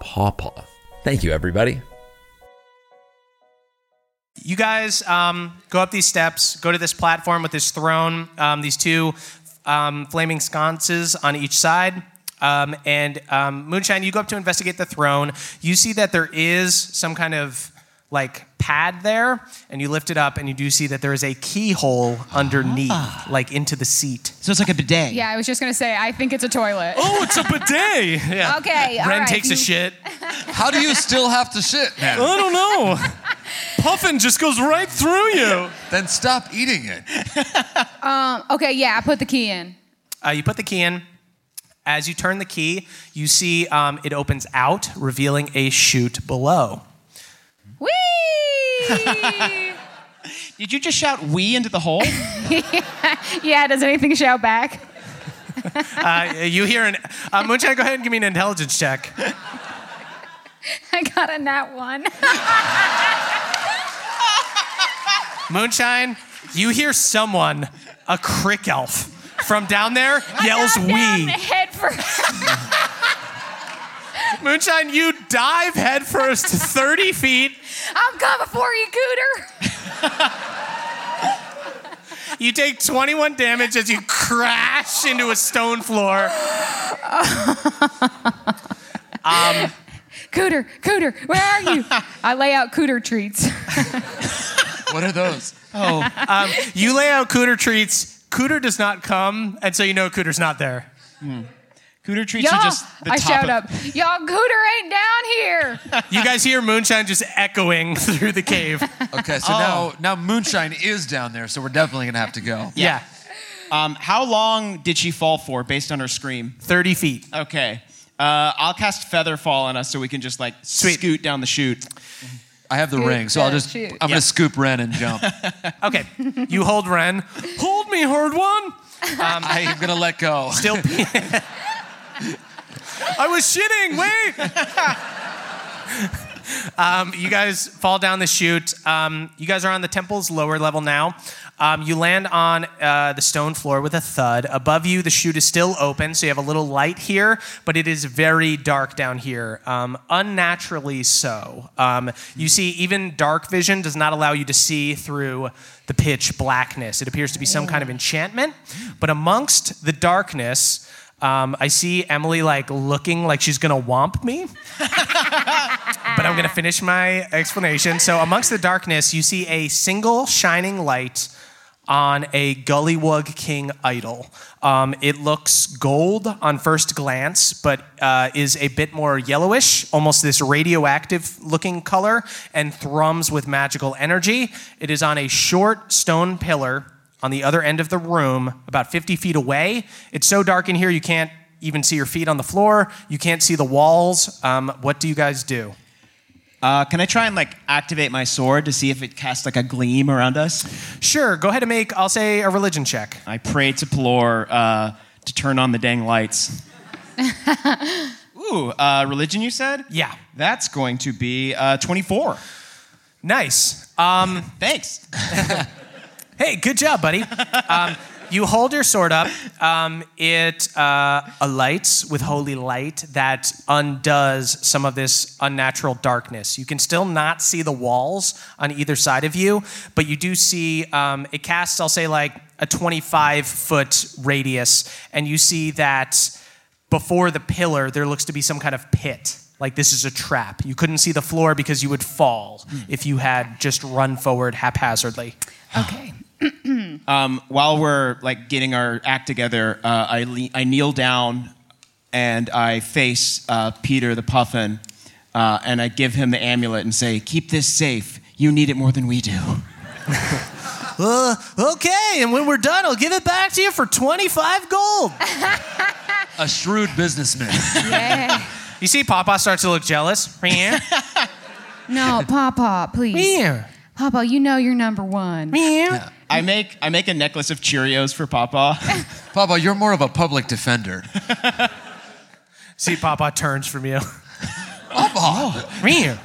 [SPEAKER 9] pawpaw. Thank you, everybody.
[SPEAKER 3] you guys um, go up these steps, go to this platform with this throne, um, these two um, flaming sconces on each side. Um, and um, Moonshine, you go up to investigate the throne. You see that there is some kind of like pad there, and you lift it up, and you do see that there is a keyhole underneath, like into the seat.
[SPEAKER 4] So it's like a bidet.
[SPEAKER 7] Yeah, I was just going to say, I think it's a toilet.
[SPEAKER 3] Oh, it's a bidet. *laughs* yeah.
[SPEAKER 7] Okay, all
[SPEAKER 3] Ren
[SPEAKER 7] right,
[SPEAKER 3] takes a
[SPEAKER 7] you-
[SPEAKER 3] shit.
[SPEAKER 8] How do you still have to shit, man?
[SPEAKER 3] I don't know. Puffin just goes right through you.
[SPEAKER 8] Then stop eating it.
[SPEAKER 7] *gasps* Okay, yeah, I put the key in.
[SPEAKER 3] Uh, you put the key in. As you turn the key, you see um, it opens out, revealing a chute below.
[SPEAKER 7] Whee!
[SPEAKER 6] Did you just shout "we" into the
[SPEAKER 7] *laughs*
[SPEAKER 6] hole?
[SPEAKER 7] yeah, does anything shout back?
[SPEAKER 3] Uh, you hear an. Uh, Moonshine, go ahead and give me an intelligence check.
[SPEAKER 7] I got a nat one.
[SPEAKER 3] Moonshine, you hear someone, a crick elf, from down there yells
[SPEAKER 7] Knocked down
[SPEAKER 3] "we."
[SPEAKER 7] Head *laughs* first.
[SPEAKER 3] Moonshine, you dive headfirst to 30 feet.
[SPEAKER 7] I'm coming for you, Cooter.
[SPEAKER 3] You take 21 damage as you crash into a stone floor.
[SPEAKER 7] Cooter, Cooter, where are you? I lay out Cooter treats.
[SPEAKER 8] What are those?
[SPEAKER 3] You lay out Cooter treats. Cooter does not come, and so you know Cooter's not there.
[SPEAKER 6] Cooter treats
[SPEAKER 7] Y'all,
[SPEAKER 6] are just the
[SPEAKER 7] I
[SPEAKER 6] top
[SPEAKER 7] shout
[SPEAKER 6] of-
[SPEAKER 7] up. Y'all, Cooter ain't down here.
[SPEAKER 3] You guys hear moonshine just echoing *laughs* through the cave.
[SPEAKER 8] Okay, so now now moonshine is down there, so we're definitely gonna have to go.
[SPEAKER 3] Yeah.
[SPEAKER 6] Um, how long did she fall for, based on her scream?
[SPEAKER 3] 30 feet.
[SPEAKER 6] Okay. Uh, I'll cast Feather Fall on us so we can just like scoot down the chute.
[SPEAKER 8] I have the ring, so I'll
[SPEAKER 7] that
[SPEAKER 8] just
[SPEAKER 7] chute.
[SPEAKER 8] I'm gonna scoop Ren and jump.
[SPEAKER 3] Okay. You hold Ren. Hold me, hard one.
[SPEAKER 8] I am gonna let go.
[SPEAKER 3] Still. I was shitting. Wait. um, you guys fall down the chute. Um, you guys are on the temple's lower level now. Um, you land on uh, the stone floor with a thud. Above you, the chute is still open, so you have a little light here, but it is very dark down here, um, unnaturally so. Um, you see, even dark vision does not allow you to see through the pitch blackness. It appears to be some kind of enchantment, but amongst the darkness, Um, I see Emily like looking like she's gonna womp me, but I'm gonna finish my explanation. So, amongst the darkness, you see a single shining light on a Gullywug King idol. Um, it looks gold on first glance, but uh, is a bit more yellowish, almost this radioactive looking color, and thrums with magical energy. It is on a short stone pillar on the other end of the room, about 50 feet away. It's so dark in here, you can't even see your feet on the floor, you can't see the walls. Um, what do you guys do?
[SPEAKER 6] Uh, can I try and like activate my sword to see if it casts like a gleam around us?
[SPEAKER 3] Sure. Go ahead and make. I'll say a religion check.
[SPEAKER 6] I pray to Plor uh, to turn on the dang lights. Ooh, uh, religion. You said?
[SPEAKER 3] Yeah.
[SPEAKER 6] That's going to be uh, twenty-four.
[SPEAKER 3] Nice. Um,
[SPEAKER 6] Thanks.
[SPEAKER 3] hey, good job, buddy. Um, you hold your sword up. Um, it uh, alights with holy light that undoes some of this unnatural darkness. You can still not see the walls on either side of you, but you do see um, it casts, I'll say, like a 25 foot radius, and you see that before the pillar, there looks to be some kind of pit. Like this is a trap. You couldn't see the floor because you would fall if you had just run forward haphazardly.
[SPEAKER 6] um, while we're like getting our act together, uh, I, le- I kneel down and I face uh, Peter the Puffin uh, and I give him the amulet and say, "Keep this safe. You need it more than we do."
[SPEAKER 2] Uh, okay, and when we're done, I'll give it back to you for 25 gold.
[SPEAKER 8] A shrewd businessman.
[SPEAKER 5] Yeah.
[SPEAKER 3] You see, Papa starts to look jealous.
[SPEAKER 2] *laughs*
[SPEAKER 5] No, Papa, please. Papa, you know you're number one.
[SPEAKER 6] I make I make a necklace of Cheerios for Papa.
[SPEAKER 8] Papa, you're more of a public defender.
[SPEAKER 3] See, Papa turns from you. *laughs*
[SPEAKER 8] Papa,
[SPEAKER 3] you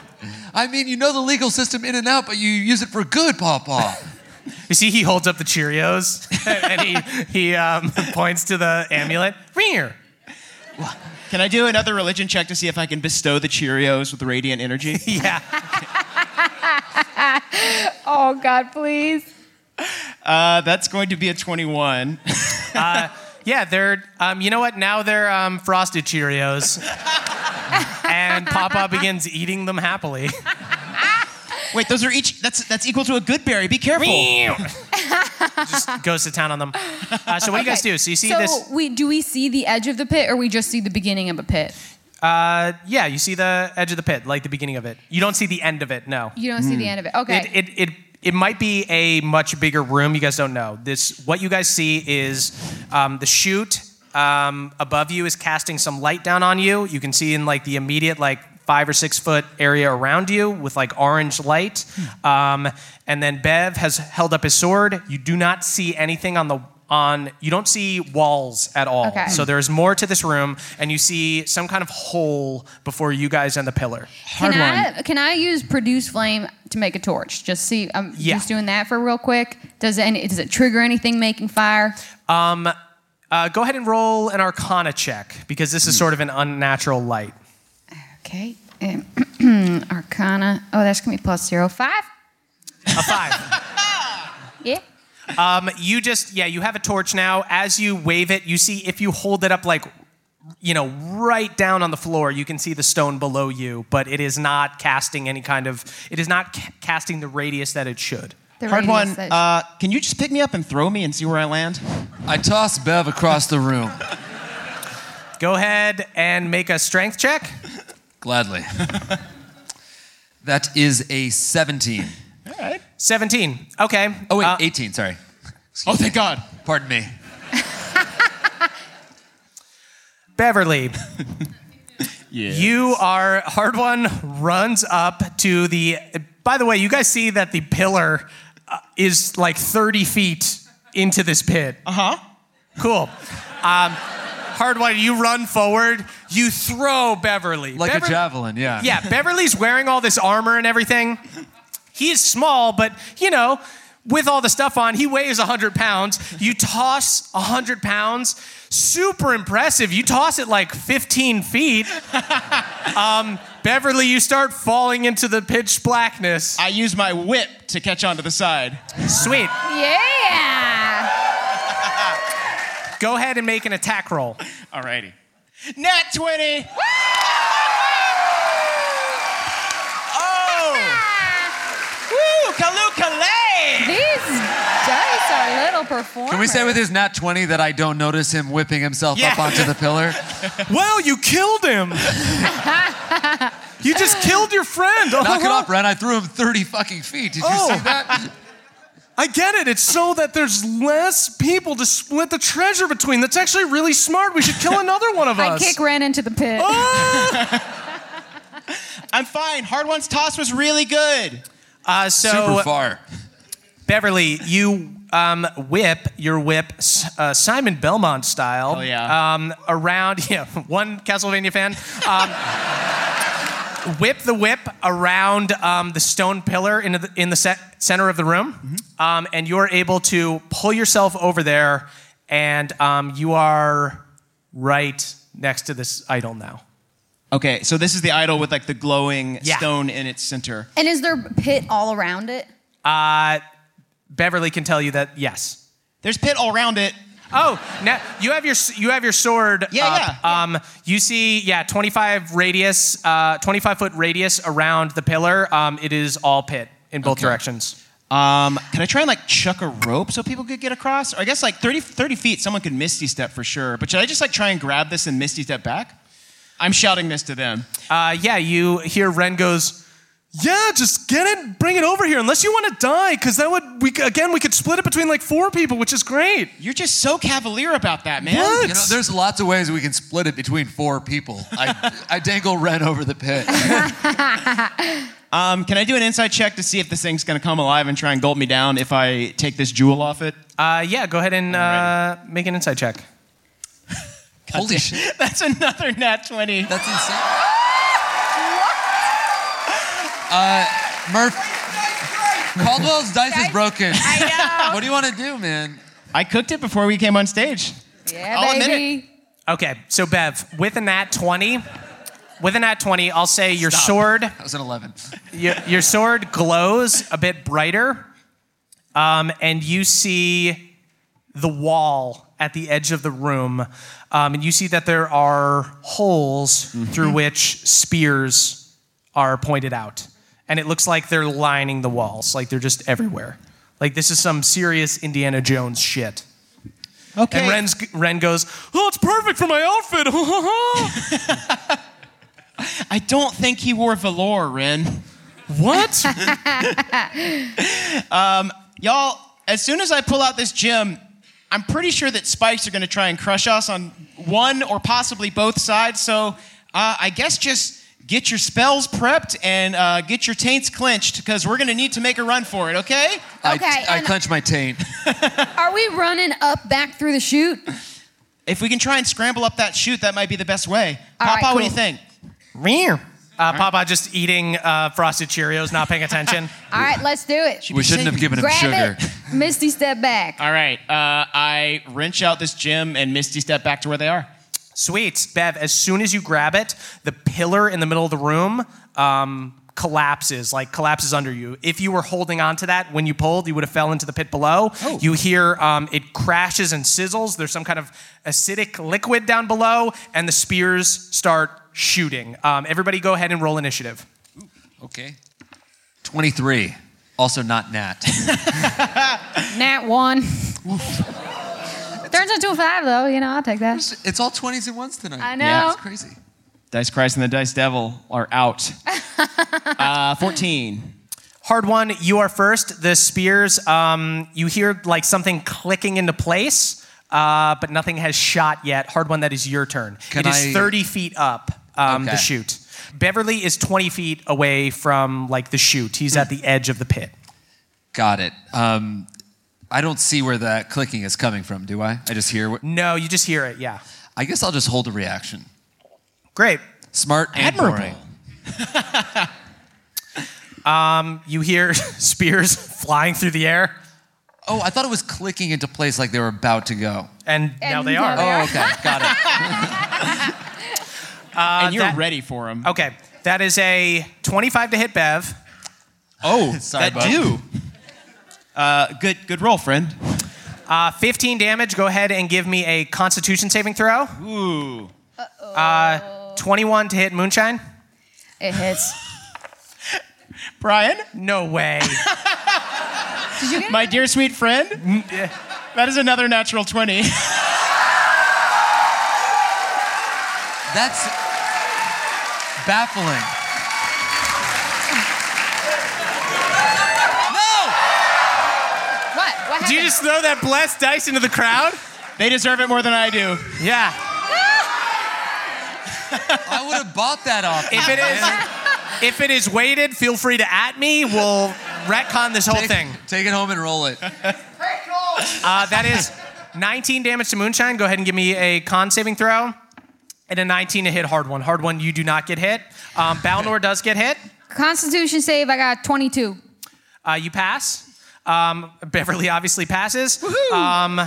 [SPEAKER 8] I mean, you know the legal system in and out, but you use it for good, Papa.
[SPEAKER 3] see, he holds up the Cheerios *laughs* and he he um, *laughs* points to the amulet. Rear.
[SPEAKER 6] Can I do another religion check to see if I can bestow the Cheerios with radiant energy?
[SPEAKER 3] yeah.
[SPEAKER 7] oh God, please.
[SPEAKER 6] Uh, that's going to be a 21.
[SPEAKER 3] Uh, yeah, they're. Um, you know what? Now they're um, frosted Cheerios, and Papa begins eating them happily.
[SPEAKER 6] Wait, those are each. That's that's equal to a good berry. Be careful.
[SPEAKER 3] Just goes to town on them. Uh, so what do you guys do? So you see
[SPEAKER 7] so
[SPEAKER 3] this?
[SPEAKER 7] we do we see the edge of the pit, or we just see the beginning of a pit?
[SPEAKER 3] Uh, yeah, you see the edge of the pit, like the beginning of it. You don't see the end of it. No.
[SPEAKER 7] You don't see the end of it. Okay.
[SPEAKER 3] It, it, it, it might be a much bigger room. You guys don't know. This what you guys see is um, the chute um, above you is casting some light down on you. You can see in like the immediate like five or six foot area around you with like orange light.
[SPEAKER 7] Hmm.
[SPEAKER 3] Um, and then Bev has held up his sword. You do not see anything on the on you don't see walls at all.
[SPEAKER 7] Okay.
[SPEAKER 3] So there's more to this room and you see some kind of hole before you guys and the pillar.
[SPEAKER 7] Can I can I use produce flame to make a torch? Just see, I'm
[SPEAKER 3] Yeah.
[SPEAKER 7] just doing that for real quick. Does it any, does it trigger anything making fire?
[SPEAKER 3] Um, uh, go ahead and roll an Arcana check because this is sort of an unnatural light.
[SPEAKER 7] Okay. Um, *clears throat* Arcana. Oh, that's gonna be plus zero five.
[SPEAKER 3] A five.
[SPEAKER 7] Yeah.
[SPEAKER 3] um, *laughs* you just yeah, you have a torch now. As you wave it, you see if you hold it up like you know right down on the floor, you can see the stone below you, but it is not casting any kind of. It is not ca- casting the radius that it should.
[SPEAKER 7] The
[SPEAKER 6] Hard one.
[SPEAKER 7] radius that-
[SPEAKER 6] Uh, can you just pick me up and throw me and see where I land?
[SPEAKER 8] I toss Bev across the room.
[SPEAKER 3] Go ahead and make a strength check.
[SPEAKER 8] Gladly. That is a 17.
[SPEAKER 3] Seventeen. Okay.
[SPEAKER 8] Oh, wait,
[SPEAKER 3] Uh,
[SPEAKER 8] 18, sorry.
[SPEAKER 6] Oh, thank God.
[SPEAKER 8] Pardon me. *laughs*
[SPEAKER 3] Beverly,
[SPEAKER 6] Yeah.
[SPEAKER 3] You are hard one runs up to the. By the way, you guys see that the pillar uh, is like 30 feet into this pit. Uh
[SPEAKER 8] Uh-huh.
[SPEAKER 3] huh. Cool. Um, hard one, you run forward. You throw Beverly
[SPEAKER 8] Like
[SPEAKER 3] Beverly-
[SPEAKER 8] a javelin, yeah.
[SPEAKER 3] yeah, Beverly's wearing all this armor and everything. He is small, but you know, with all the stuff on, he weighs 100 pounds. You toss 100 pounds. Super impressive. You toss it like 15 feet. Um, Beverly, you start falling into the pitch blackness.
[SPEAKER 6] I use my whip to catch onto the side.
[SPEAKER 3] Sweet.
[SPEAKER 7] yeah.
[SPEAKER 3] Go ahead and make an attack roll.
[SPEAKER 6] Alrighty. Net 20!
[SPEAKER 3] *laughs* Woo! Kalu Kalay!
[SPEAKER 7] These dice are little performers.
[SPEAKER 8] Can we say with his nat 20 that I don't notice him whipping himself up
[SPEAKER 7] Yeah.
[SPEAKER 8] onto the pillar?
[SPEAKER 2] well, you killed him. You
[SPEAKER 8] *laughs*
[SPEAKER 2] just killed your friend. Oh,
[SPEAKER 8] Knock it off, Ren. I threw him 30 fucking feet. Did you see that?
[SPEAKER 2] I get it. It's so that there's less people to split the treasure between. That's actually really smart. We should kill another one of
[SPEAKER 7] I
[SPEAKER 2] us. Oh!
[SPEAKER 7] kick Ren into the pit.
[SPEAKER 6] Oh.
[SPEAKER 7] *laughs*
[SPEAKER 6] I'm fine. Hard one's toss was really good.
[SPEAKER 3] Uh, so
[SPEAKER 6] Super far.
[SPEAKER 3] Beverly, you um, whip your whip S- uh, Simon Belmont style. yeah. Um, around *laughs* yeah, one Castlevania fan. Um, whip the whip around um, the stone pillar in the in the se- center of the room, um, and you're able to pull yourself over there, and um, you are right next to this idol now.
[SPEAKER 6] Okay, so this is the idol with like the glowing
[SPEAKER 3] Yeah.
[SPEAKER 6] stone in its center.
[SPEAKER 5] And is there pit all around it?
[SPEAKER 3] Uh, Beverly can tell you that yes.
[SPEAKER 6] There's pit all around it.
[SPEAKER 3] Oh, now you have your s- you have your sword.
[SPEAKER 6] Yeah,
[SPEAKER 3] up. Um, you see, yeah, 25 radius, uh, 25 foot radius around the pillar. Um, it is all pit in both directions.
[SPEAKER 6] Um, can I try and like chuck a rope so people could get across? Or I guess like 30, 30 feet, someone could misty step for sure. But should I just like try and grab this and misty step back? I'm shouting this to them.
[SPEAKER 3] Uh, yeah, you hear Ren goes,
[SPEAKER 2] Yeah, just get it, bring it over here. Unless you want to die, because that would we c- again we could split it between like four people, which is great.
[SPEAKER 6] You're just so cavalier about that, *laughs*
[SPEAKER 8] You know, there's lots of ways we can split it between four people. I, I dangle Ren over the pit.
[SPEAKER 6] Um, can I do an inside check to see if this thing's gonna come alive and try and gulp me down if I take this jewel off it?
[SPEAKER 3] uh, yeah, go ahead and uh, make an inside check.
[SPEAKER 6] Holy shit. *laughs* That's another nat 20.
[SPEAKER 8] That's insane. Uh, Murph, Caldwell's dice is broken.
[SPEAKER 6] I know.
[SPEAKER 8] *laughs* What do you want to do, man?
[SPEAKER 6] I cooked it before we came on stage.
[SPEAKER 7] yeah,
[SPEAKER 6] I'll admit
[SPEAKER 7] baby.
[SPEAKER 3] Okay, so Bev, with a nat 20, with a nat 20, I'll say your sword. That
[SPEAKER 8] was an 11.
[SPEAKER 3] Your, your sword glows a bit brighter, um, and you see the wall at the edge of the room, um, and you see that there are holes through which spears are pointed out, and it looks like they're lining the walls, like they're just everywhere. Like this is some serious Indiana Jones shit.
[SPEAKER 6] Okay.
[SPEAKER 3] And Ren's, Ren goes, "Oh, it's perfect for my outfit." *laughs*
[SPEAKER 6] I don't think he wore velour, Ren.
[SPEAKER 3] What?
[SPEAKER 6] *laughs* um, y'all, as soon as I pull out this gem, I'm pretty sure that spikes are going to try and crush us on one or possibly both sides. So uh, I guess just get your spells prepped and uh, get your taints clenched because we're going to need to make a run for it, okay?
[SPEAKER 8] I,
[SPEAKER 5] Okay,
[SPEAKER 8] I
[SPEAKER 5] and-
[SPEAKER 8] clench my taint.
[SPEAKER 5] Are we running up back through the chute?
[SPEAKER 6] If we can try and scramble up that chute, that might be the best way.
[SPEAKER 5] All right,
[SPEAKER 6] Papa, what do you
[SPEAKER 5] cool.
[SPEAKER 6] think?
[SPEAKER 3] Rear. Uh, Papa just eating uh, frosted Cheerios, not paying attention.
[SPEAKER 5] All right, let's do it.
[SPEAKER 6] We shouldn't have given him
[SPEAKER 5] Grab
[SPEAKER 6] sugar.
[SPEAKER 5] It. Misty, step back.
[SPEAKER 6] All right, uh, I wrench out this gem and Misty step back to where they are.
[SPEAKER 3] Sweet, Bev. As soon as you grab it, the pillar in the middle of the room um, collapses, like collapses under you. If you were holding onto that when you pulled, you would have fell into the pit below. You hear um, it crashes and sizzles. There's some kind of acidic liquid down below, and the spears start shooting. Um, everybody, go ahead and roll initiative.
[SPEAKER 8] Okay. 23. Also not Nat.
[SPEAKER 7] Nat *laughs* one. Turns into a five though. You know, I'll take that.
[SPEAKER 8] It's all twenties and ones tonight.
[SPEAKER 7] I know.
[SPEAKER 6] Yeah.
[SPEAKER 8] It's crazy.
[SPEAKER 6] Dice Christ and the Dice Devil are out. uh, 14.
[SPEAKER 3] Hard one, you are first. The spears, um, you hear like something clicking into place, uh, but nothing has shot yet. Hard one, that is your turn.
[SPEAKER 8] Can
[SPEAKER 3] it is
[SPEAKER 8] I-
[SPEAKER 3] 30 feet up um, the
[SPEAKER 8] Okay.
[SPEAKER 3] chute. Beverly is 20 feet away from like the chute. He's at the edge of the pit.
[SPEAKER 8] Got it. Um, I don't see where that clicking is coming from, do I? I just hear what.
[SPEAKER 3] No, you just hear it, yeah.
[SPEAKER 8] I guess I'll just hold a reaction.
[SPEAKER 3] Great.
[SPEAKER 8] Smart and
[SPEAKER 3] Admirable.
[SPEAKER 8] boring.
[SPEAKER 3] Um, you hear *laughs* spears flying through the air,
[SPEAKER 8] Oh, I thought it was clicking into place like they were about to go.
[SPEAKER 3] and, now
[SPEAKER 8] And
[SPEAKER 3] they
[SPEAKER 8] now
[SPEAKER 3] are.
[SPEAKER 8] they Oh, are. okay. Got
[SPEAKER 3] it. uh,
[SPEAKER 6] and you're ready for them.
[SPEAKER 3] Okay, that is a 25 to hit Bev.
[SPEAKER 6] Oh,
[SPEAKER 3] *laughs* Sorry,
[SPEAKER 6] that
[SPEAKER 3] bud.
[SPEAKER 6] do. Uh, good, good roll, friend.
[SPEAKER 3] Uh, 15 damage. Go ahead and give me a Constitution saving throw. Ooh. Uh, 21 to hit Moonshine.
[SPEAKER 7] It hits.
[SPEAKER 6] Brian?
[SPEAKER 3] No *laughs* way.
[SPEAKER 6] My dear
[SPEAKER 3] *laughs*
[SPEAKER 6] sweet friend?
[SPEAKER 3] Mm,
[SPEAKER 6] That is another natural 20.
[SPEAKER 8] That's baffling.
[SPEAKER 7] What? What happened?
[SPEAKER 3] Do you just throw that blessed dice into the crowd?
[SPEAKER 6] They deserve it more than I do.
[SPEAKER 3] Yeah.
[SPEAKER 8] I would have bought that off.
[SPEAKER 3] If it is, if it is weighted, feel free to at me. *laughs* We'll retcon this whole
[SPEAKER 8] Take-
[SPEAKER 3] thing.
[SPEAKER 8] Take it home and roll it.
[SPEAKER 3] Uh, that is 19 damage to Moonshine. Go ahead and give me a con saving throw. And a 19 to hit hard one. Hard one, you do not get hit. Um, Balnor does get hit.
[SPEAKER 7] Constitution save. I got 22.
[SPEAKER 3] Uh, you pass. Um, Beverly obviously passes. Um,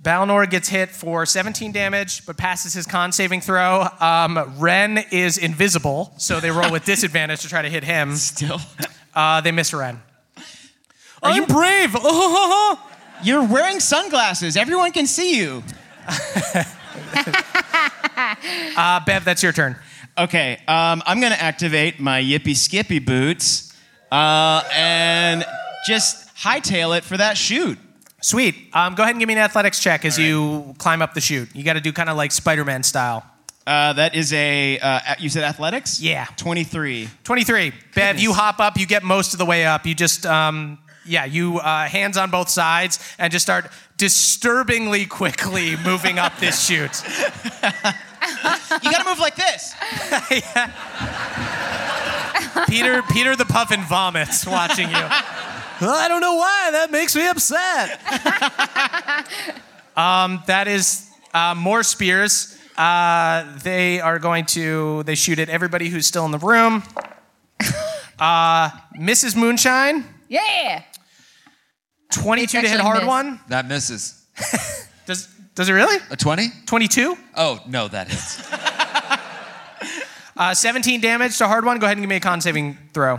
[SPEAKER 3] Balnor gets hit for 17 damage, but passes his con saving throw. Um, Ren is invisible, so they roll
[SPEAKER 6] *laughs*
[SPEAKER 3] with disadvantage to try to hit him.
[SPEAKER 6] Still.
[SPEAKER 3] Uh, they miss Ren. Are you brave? *laughs*
[SPEAKER 6] You're wearing sunglasses. Everyone can see you.
[SPEAKER 3] *laughs* Uh, Bev, that's your turn.
[SPEAKER 6] Okay, um, I'm going to activate my Yippy Skippy boots uh, and just hightail it for that shoot.
[SPEAKER 3] Sweet. Um, go ahead and give me an athletics check as you climb up the chute. You got to do kind of like Spider Man style.
[SPEAKER 6] Uh, that is a, uh, you said athletics?
[SPEAKER 3] Yeah.
[SPEAKER 6] 23.
[SPEAKER 3] 23. Bev, you hop up. You get most of the way up. You just, um, yeah, you uh, hands on both sides and just start disturbingly
[SPEAKER 6] *laughs*
[SPEAKER 3] quickly moving up this chute.
[SPEAKER 6] You gotta move like this.
[SPEAKER 3] *laughs* Peter, Peter the Puffin vomits watching you. I don't know why. That makes me upset. *laughs* um, that is uh, more spears. Uh, they are going to. They shoot at everybody who's still in the room. Uh, Mrs. Moonshine,
[SPEAKER 7] Yeah.
[SPEAKER 3] twenty-two to hit
[SPEAKER 7] actually
[SPEAKER 3] hard
[SPEAKER 7] missed.
[SPEAKER 3] one.
[SPEAKER 8] That misses.
[SPEAKER 3] Does does it really?
[SPEAKER 8] A 20?
[SPEAKER 3] Twenty-two.
[SPEAKER 8] Oh, no, that hits.
[SPEAKER 3] Uh, Seventeen damage to hard one. Go ahead and give me a con saving throw.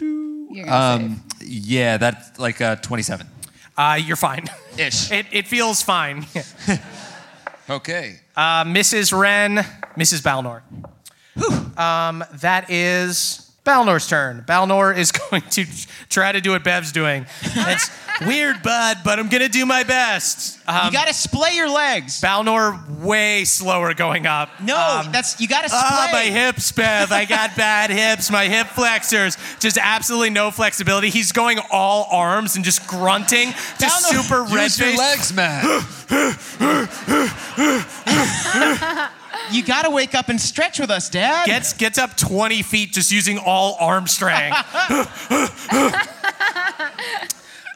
[SPEAKER 7] You're gonna
[SPEAKER 8] Um, yeah, that's like uh, 27.
[SPEAKER 3] Uh, you're fine.
[SPEAKER 8] Ish.
[SPEAKER 3] *laughs* It, it feels fine.
[SPEAKER 8] Okay.
[SPEAKER 3] Uh, Mrs. Wren, Mrs. Balnor. Um, that is Balnor's turn. Balnor is *laughs* going to try to do what Bev's doing. It's weird, bud, but I'm going to do my best. Um,
[SPEAKER 6] you gotta splay your legs.
[SPEAKER 3] Balnor way slower going up.
[SPEAKER 6] No, that's, you gotta splay.
[SPEAKER 3] um, Ah, my hips, Bev. I got bad hips. My hip flexors. Just absolutely no flexibility. He's going all arms and just grunting. Just *laughs*
[SPEAKER 6] Balnor,
[SPEAKER 3] super red
[SPEAKER 8] Use your
[SPEAKER 3] faced.
[SPEAKER 8] legs,
[SPEAKER 3] *gasps*
[SPEAKER 8] man.
[SPEAKER 6] You gotta wake up and stretch with us, Dad.
[SPEAKER 3] gets gets up 20 feet just using all arm strength.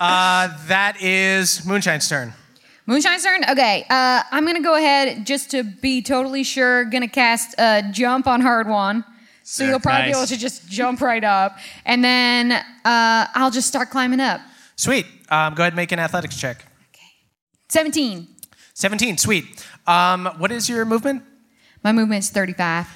[SPEAKER 3] uh, that is Moonshine's turn.
[SPEAKER 7] Moonshine's turn? Okay. Uh, I'm going to go ahead just to be totally sure. Going to cast uh, Jump on Hard One. So you'll probably be
[SPEAKER 6] Nice.
[SPEAKER 7] able to just jump right up. And then uh, I'll just start climbing up.
[SPEAKER 3] Sweet. Um, go ahead and make an athletics check.
[SPEAKER 7] 17.
[SPEAKER 3] 17. Sweet. Um, what is your movement?
[SPEAKER 7] My movement's 35.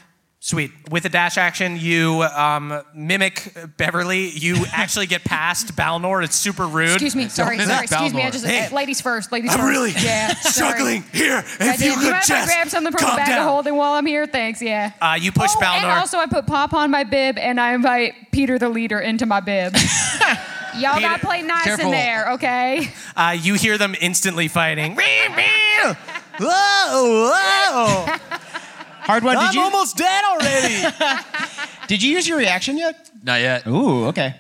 [SPEAKER 3] Sweet. With a dash action, you um, mimic Beverly. *laughs* You actually get past Balnor. It's super rude.
[SPEAKER 7] Excuse me. Sorry.
[SPEAKER 8] mimic
[SPEAKER 7] Sorry. Excuse me. I
[SPEAKER 8] Balnor.
[SPEAKER 7] just.
[SPEAKER 3] Hey.
[SPEAKER 7] uh, ladies first. Ladies
[SPEAKER 3] I'm
[SPEAKER 7] first.
[SPEAKER 3] really
[SPEAKER 7] *laughs* yeah, sorry.
[SPEAKER 3] Struggling here. If
[SPEAKER 7] Goddamn,
[SPEAKER 3] you could
[SPEAKER 7] mind if I
[SPEAKER 3] just
[SPEAKER 7] grab something from
[SPEAKER 3] calm
[SPEAKER 7] the bag
[SPEAKER 3] down.
[SPEAKER 7] of holding while I'm here? Thanks. Yeah.
[SPEAKER 3] Uh, you push
[SPEAKER 7] oh, And
[SPEAKER 3] Balnor.
[SPEAKER 7] also, I put Pop on my bib and I invite Peter the leader into my
[SPEAKER 3] *laughs*
[SPEAKER 7] bib. Y'all
[SPEAKER 3] Peter,
[SPEAKER 7] got to play nice
[SPEAKER 8] careful.
[SPEAKER 7] in there, okay?
[SPEAKER 3] Uh, you hear them instantly
[SPEAKER 7] *laughs*
[SPEAKER 3] fighting. whoa, whoa!
[SPEAKER 6] Hard one. Did you,
[SPEAKER 3] almost dead
[SPEAKER 7] *laughs*
[SPEAKER 3] already.
[SPEAKER 6] did you use your reaction yet?
[SPEAKER 8] Not yet.
[SPEAKER 6] Ooh, okay.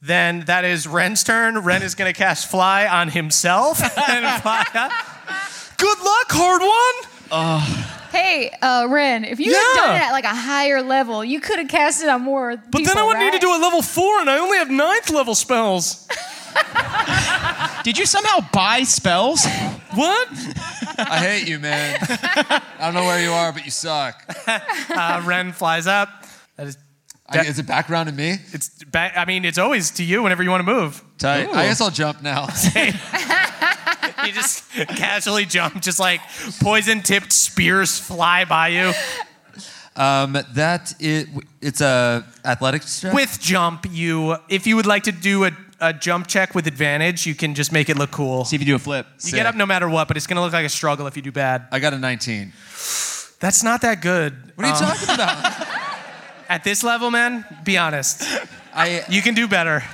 [SPEAKER 3] then that is Ren's turn. Ren is going to cast Fly on
[SPEAKER 7] *laughs*
[SPEAKER 3] himself. *laughs* and fly up. Good luck, hard one.
[SPEAKER 7] Hey, uh, Ren, if you had
[SPEAKER 3] Yeah.
[SPEAKER 7] done it at like a higher level, you could have cast it on more.
[SPEAKER 3] But then I would need to do a level four, and I only have ninth level spells.
[SPEAKER 6] Did you somehow buy spells?
[SPEAKER 3] What?
[SPEAKER 8] I hate
[SPEAKER 3] *laughs*
[SPEAKER 8] you, man. I don't know where you are, but you suck.
[SPEAKER 3] Uh, Ren flies up. That is,
[SPEAKER 8] I, is it background to me?
[SPEAKER 3] it's. Ba- I mean, it's always to you whenever you want to move.
[SPEAKER 8] Tight. I guess I'll
[SPEAKER 3] *laughs*
[SPEAKER 8] jump now.
[SPEAKER 3] You *laughs* just casually jump, just like poison-tipped spears fly by you.
[SPEAKER 8] Um, that it, it's a athletics check.
[SPEAKER 3] With jump, you if you would like to do a a jump check with advantage, you can just make it look cool. See
[SPEAKER 6] if you do a flip.
[SPEAKER 3] You get up no matter what, but it's gonna look like a struggle if you do bad.
[SPEAKER 8] I got a 19.
[SPEAKER 3] That's not that good.
[SPEAKER 8] What are you
[SPEAKER 3] Oh. *laughs*
[SPEAKER 8] talking about?
[SPEAKER 3] At this level, man, be honest. I you can do better.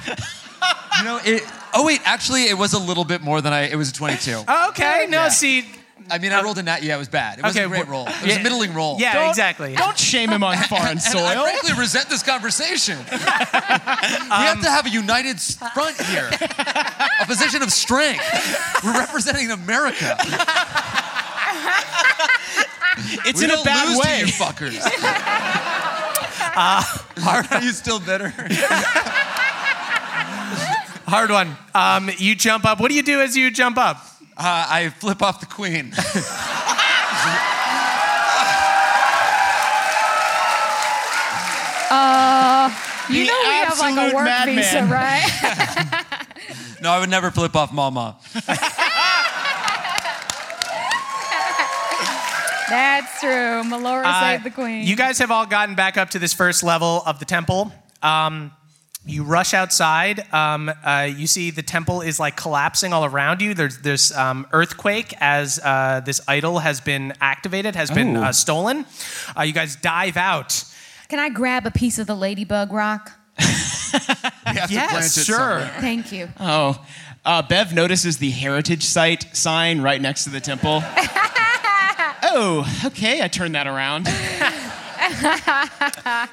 [SPEAKER 8] you know it. Oh wait, actually, it was a little bit more than I. It was a 22.
[SPEAKER 3] Oh. Okay, no,
[SPEAKER 8] Yeah.
[SPEAKER 3] see.
[SPEAKER 8] I mean, I rolled a nat. Yeah, it was bad. It was
[SPEAKER 3] Okay,
[SPEAKER 8] a great
[SPEAKER 3] wh-
[SPEAKER 8] roll. It was
[SPEAKER 3] yeah.
[SPEAKER 8] a middling roll.
[SPEAKER 3] Yeah, Don't- exactly. don't
[SPEAKER 6] shame him on
[SPEAKER 3] *laughs*
[SPEAKER 6] foreign
[SPEAKER 8] and I
[SPEAKER 6] soil.
[SPEAKER 3] Oh.
[SPEAKER 8] frankly resent this conversation. *laughs* we have to have a united s- front here, a position of strength. We're representing America.
[SPEAKER 6] It's
[SPEAKER 8] We
[SPEAKER 6] in a
[SPEAKER 8] don't
[SPEAKER 6] bad
[SPEAKER 8] lose
[SPEAKER 6] way.
[SPEAKER 8] to you *laughs* fuckers. Uh, are you still bitter?
[SPEAKER 3] Hard one. Um, you jump up. What do you do as you jump up?
[SPEAKER 8] *laughs* Uh, I flip off the queen.
[SPEAKER 7] Uh, you
[SPEAKER 8] The
[SPEAKER 7] know we have like
[SPEAKER 8] absolute
[SPEAKER 7] a work
[SPEAKER 8] madman.
[SPEAKER 5] *laughs*
[SPEAKER 7] visa, right?
[SPEAKER 8] No, I would never flip off Mama.
[SPEAKER 7] That's true. Melora
[SPEAKER 3] Uh,
[SPEAKER 7] saved the queen.
[SPEAKER 3] You guys have all gotten back up to this first level of the temple. Um, you rush outside. Um, uh, you see the temple is like collapsing all around you. There's this um, earthquake as uh, this idol has been activated, has been
[SPEAKER 5] Ooh.
[SPEAKER 3] uh, stolen. Uh, you guys dive out.
[SPEAKER 5] Can I grab a piece of the ladybug rock?
[SPEAKER 6] plant it somewhere.
[SPEAKER 5] Thank you.
[SPEAKER 6] Oh, uh, Bev notices the heritage site sign right next to
[SPEAKER 3] *laughs*
[SPEAKER 6] the temple. oh, okay. I turned that around.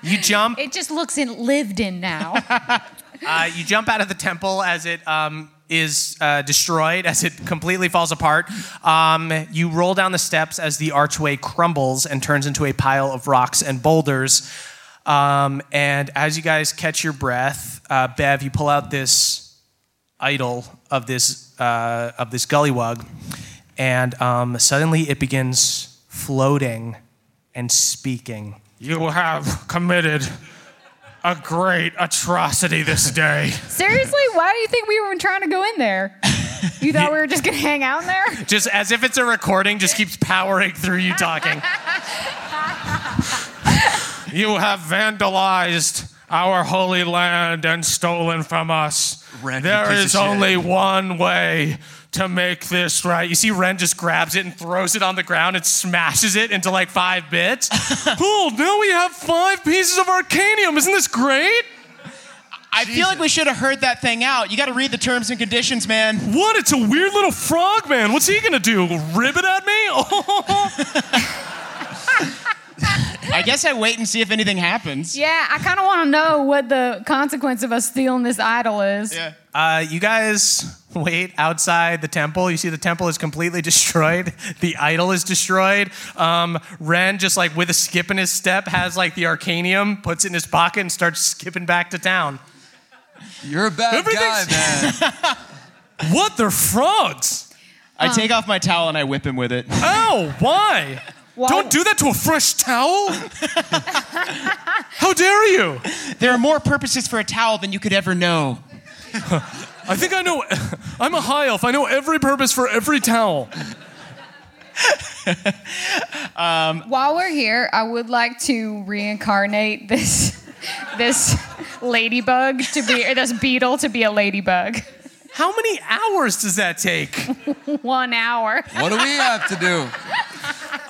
[SPEAKER 3] You jump.
[SPEAKER 5] It just looks in, lived in now.
[SPEAKER 3] Uh, you jump out of the temple as it um, is uh, destroyed, as it completely falls apart. Um, you roll down the steps as the archway crumbles and turns into a pile of rocks and boulders. Um, and as you guys catch your breath, uh, Bev, you pull out this idol of this uh, of this gullywug, and um, suddenly it begins floating and speaking. *laughs* You have committed a great atrocity this day.
[SPEAKER 7] Seriously, why do you think we were trying to go in there? You thought we were just gonna hang out in there?
[SPEAKER 3] just as if it's a recording, just keeps powering through you
[SPEAKER 8] *laughs*
[SPEAKER 3] talking. you have vandalized our holy land and stolen from us.
[SPEAKER 8] Ren, you
[SPEAKER 3] there
[SPEAKER 8] piece of
[SPEAKER 3] is
[SPEAKER 8] shit.
[SPEAKER 3] only one way to make this right. You see, Ren just grabs it and throws it on the ground and smashes it into like five
[SPEAKER 8] *laughs*
[SPEAKER 3] bits. cool, now we have five pieces of arcanium. Isn't this great?
[SPEAKER 6] I feel like we should have heard that thing out. You got to read the terms and conditions, man.
[SPEAKER 3] What? It's a weird little frog man. What's he gonna do? Rib it *laughs* at Oh. me?
[SPEAKER 6] I guess I wait and see if anything happens.
[SPEAKER 7] Yeah, I kind of want to know what the consequence of us stealing this idol is. Yeah.
[SPEAKER 3] Uh, you guys wait outside the temple. You see the temple is completely *laughs* destroyed. The idol is destroyed. Um, Ren, just like with a skip in his step, has like the arcanium, puts it in his pocket, and starts skipping back to town.
[SPEAKER 8] You're a bad guy, man.
[SPEAKER 3] What? They're frogs.
[SPEAKER 6] I take off my towel and I whip him with it.
[SPEAKER 3] Ow! Why? Don't do that to a fresh towel. How dare you?
[SPEAKER 6] There are more purposes for a towel than you could ever know.
[SPEAKER 3] I think I know. I'm a high elf. I know every purpose for every towel.
[SPEAKER 7] While we're here, I would like to reincarnate this *laughs* this ladybug to be or this beetle to be a ladybug. *laughs*
[SPEAKER 3] How many hours does that take?
[SPEAKER 7] One hour.
[SPEAKER 8] What do we have to do?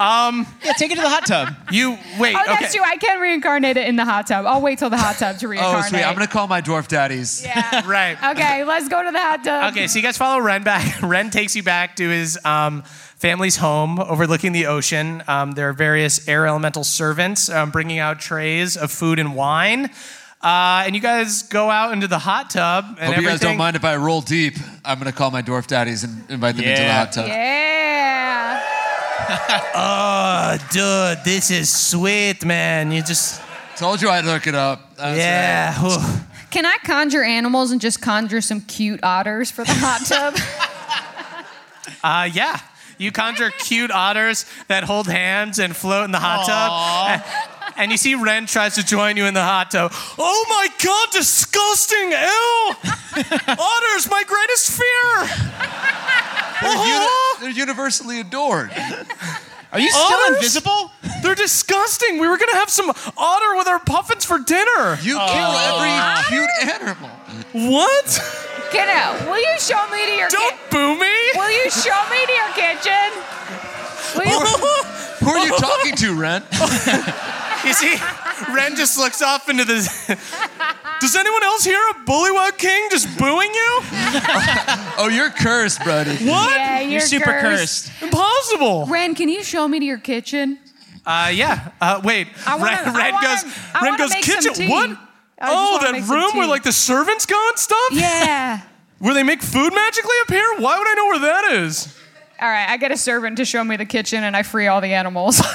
[SPEAKER 3] Um.
[SPEAKER 6] Yeah, take it to the hot tub.
[SPEAKER 3] *laughs* You wait.
[SPEAKER 7] oh,
[SPEAKER 3] okay.
[SPEAKER 7] that's true. I can reincarnate it in the hot tub. I'll wait till the hot tub to
[SPEAKER 8] Oh,
[SPEAKER 7] reincarnate.
[SPEAKER 8] sweet. I'm going to call my dwarf daddies.
[SPEAKER 3] right.
[SPEAKER 7] Okay, let's go to the hot tub.
[SPEAKER 3] Okay, so you guys follow Ren back. *laughs* Ren takes you back to his um, family's home overlooking the ocean. Um, there are various air elemental servants um, bringing out trays of food and wine. Uh, and you guys go out into the hot tub and
[SPEAKER 8] Hope
[SPEAKER 3] everything.
[SPEAKER 8] you guys don't mind if I roll deep. I'm going to call my dwarf daddies and invite them into the
[SPEAKER 3] Yeah.
[SPEAKER 8] hot tub.
[SPEAKER 7] Yeah.
[SPEAKER 3] Oh, dude, this is sweet, man. You just.
[SPEAKER 8] Told you I'd look it up. That's
[SPEAKER 3] yeah.
[SPEAKER 8] right.
[SPEAKER 3] whew.
[SPEAKER 7] Can I conjure animals and just conjure some cute otters for the hot tub?
[SPEAKER 3] Uh, yeah. You conjure
[SPEAKER 8] *laughs*
[SPEAKER 3] cute otters that hold hands and float in the hot tub. And you see Ren tries to join you in the hot tub. Oh my god, disgusting!
[SPEAKER 8] *laughs*
[SPEAKER 3] Ew! Otters, my greatest fear!
[SPEAKER 8] They're,
[SPEAKER 7] Oh.
[SPEAKER 8] uni- they're universally adored.
[SPEAKER 6] Are you still
[SPEAKER 3] Otters?
[SPEAKER 6] invisible?
[SPEAKER 3] They're disgusting! We were gonna have some
[SPEAKER 7] oh.
[SPEAKER 3] otter with our puffins for dinner!
[SPEAKER 8] You kill every cute animal.
[SPEAKER 3] What?
[SPEAKER 7] Kiddo, will you show me to your Don't
[SPEAKER 2] boo me!
[SPEAKER 7] Will you show me to your kitchen?
[SPEAKER 3] *laughs*
[SPEAKER 7] Will you-
[SPEAKER 8] Who are
[SPEAKER 7] Oh.
[SPEAKER 8] you talking to,
[SPEAKER 7] *laughs*
[SPEAKER 8] Ren?
[SPEAKER 2] You see, Ren just looks off into
[SPEAKER 8] *laughs*
[SPEAKER 2] the. Does anyone else hear a bullywug king just booing you?
[SPEAKER 8] oh, you're cursed, Brody.
[SPEAKER 2] What?
[SPEAKER 7] Yeah, you're,
[SPEAKER 2] Impossible.
[SPEAKER 7] Ren, can you show me to your kitchen?
[SPEAKER 3] Uh, yeah. Uh, wait.
[SPEAKER 7] I wanna-
[SPEAKER 3] Ren,
[SPEAKER 7] I
[SPEAKER 3] Ren
[SPEAKER 7] wanna-
[SPEAKER 3] goes.
[SPEAKER 7] I
[SPEAKER 3] Ren
[SPEAKER 7] wanna
[SPEAKER 3] goes.
[SPEAKER 7] make some
[SPEAKER 3] Kitchen.
[SPEAKER 7] tea.
[SPEAKER 3] What?
[SPEAKER 7] I just
[SPEAKER 2] oh,
[SPEAKER 7] wanna
[SPEAKER 2] that
[SPEAKER 7] make some
[SPEAKER 2] room where
[SPEAKER 7] tea.
[SPEAKER 2] like the servants go and stuff?
[SPEAKER 7] Yeah. *laughs*
[SPEAKER 2] where they make food magically appear? Why would I know where that is?
[SPEAKER 7] All right, I get a servant to show me the kitchen, and I free all the animals. *laughs*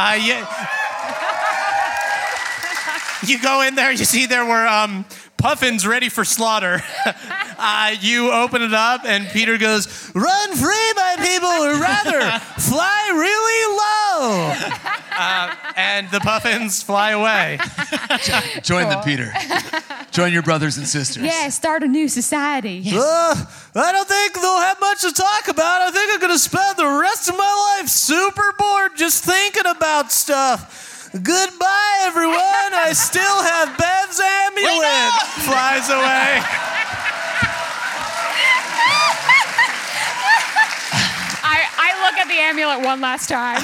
[SPEAKER 3] Uh, yeah.
[SPEAKER 2] You go in there, you see there were um, puffins ready for slaughter. *laughs* uh, you open it up, and Peter goes, Run free, my people, or rather, fly really low. Uh, and the puffins fly away.
[SPEAKER 8] Join them, Peter. Join your brothers and sisters.
[SPEAKER 7] Oh. yeah, start a new society.
[SPEAKER 2] Uh, I don't think they'll have much to talk about. I think I'm going to spend the rest of my life super bored just thinking about stuff. Goodbye, everyone. I still have Bev's amulet. Flies away.
[SPEAKER 7] I, I look at the amulet one last time.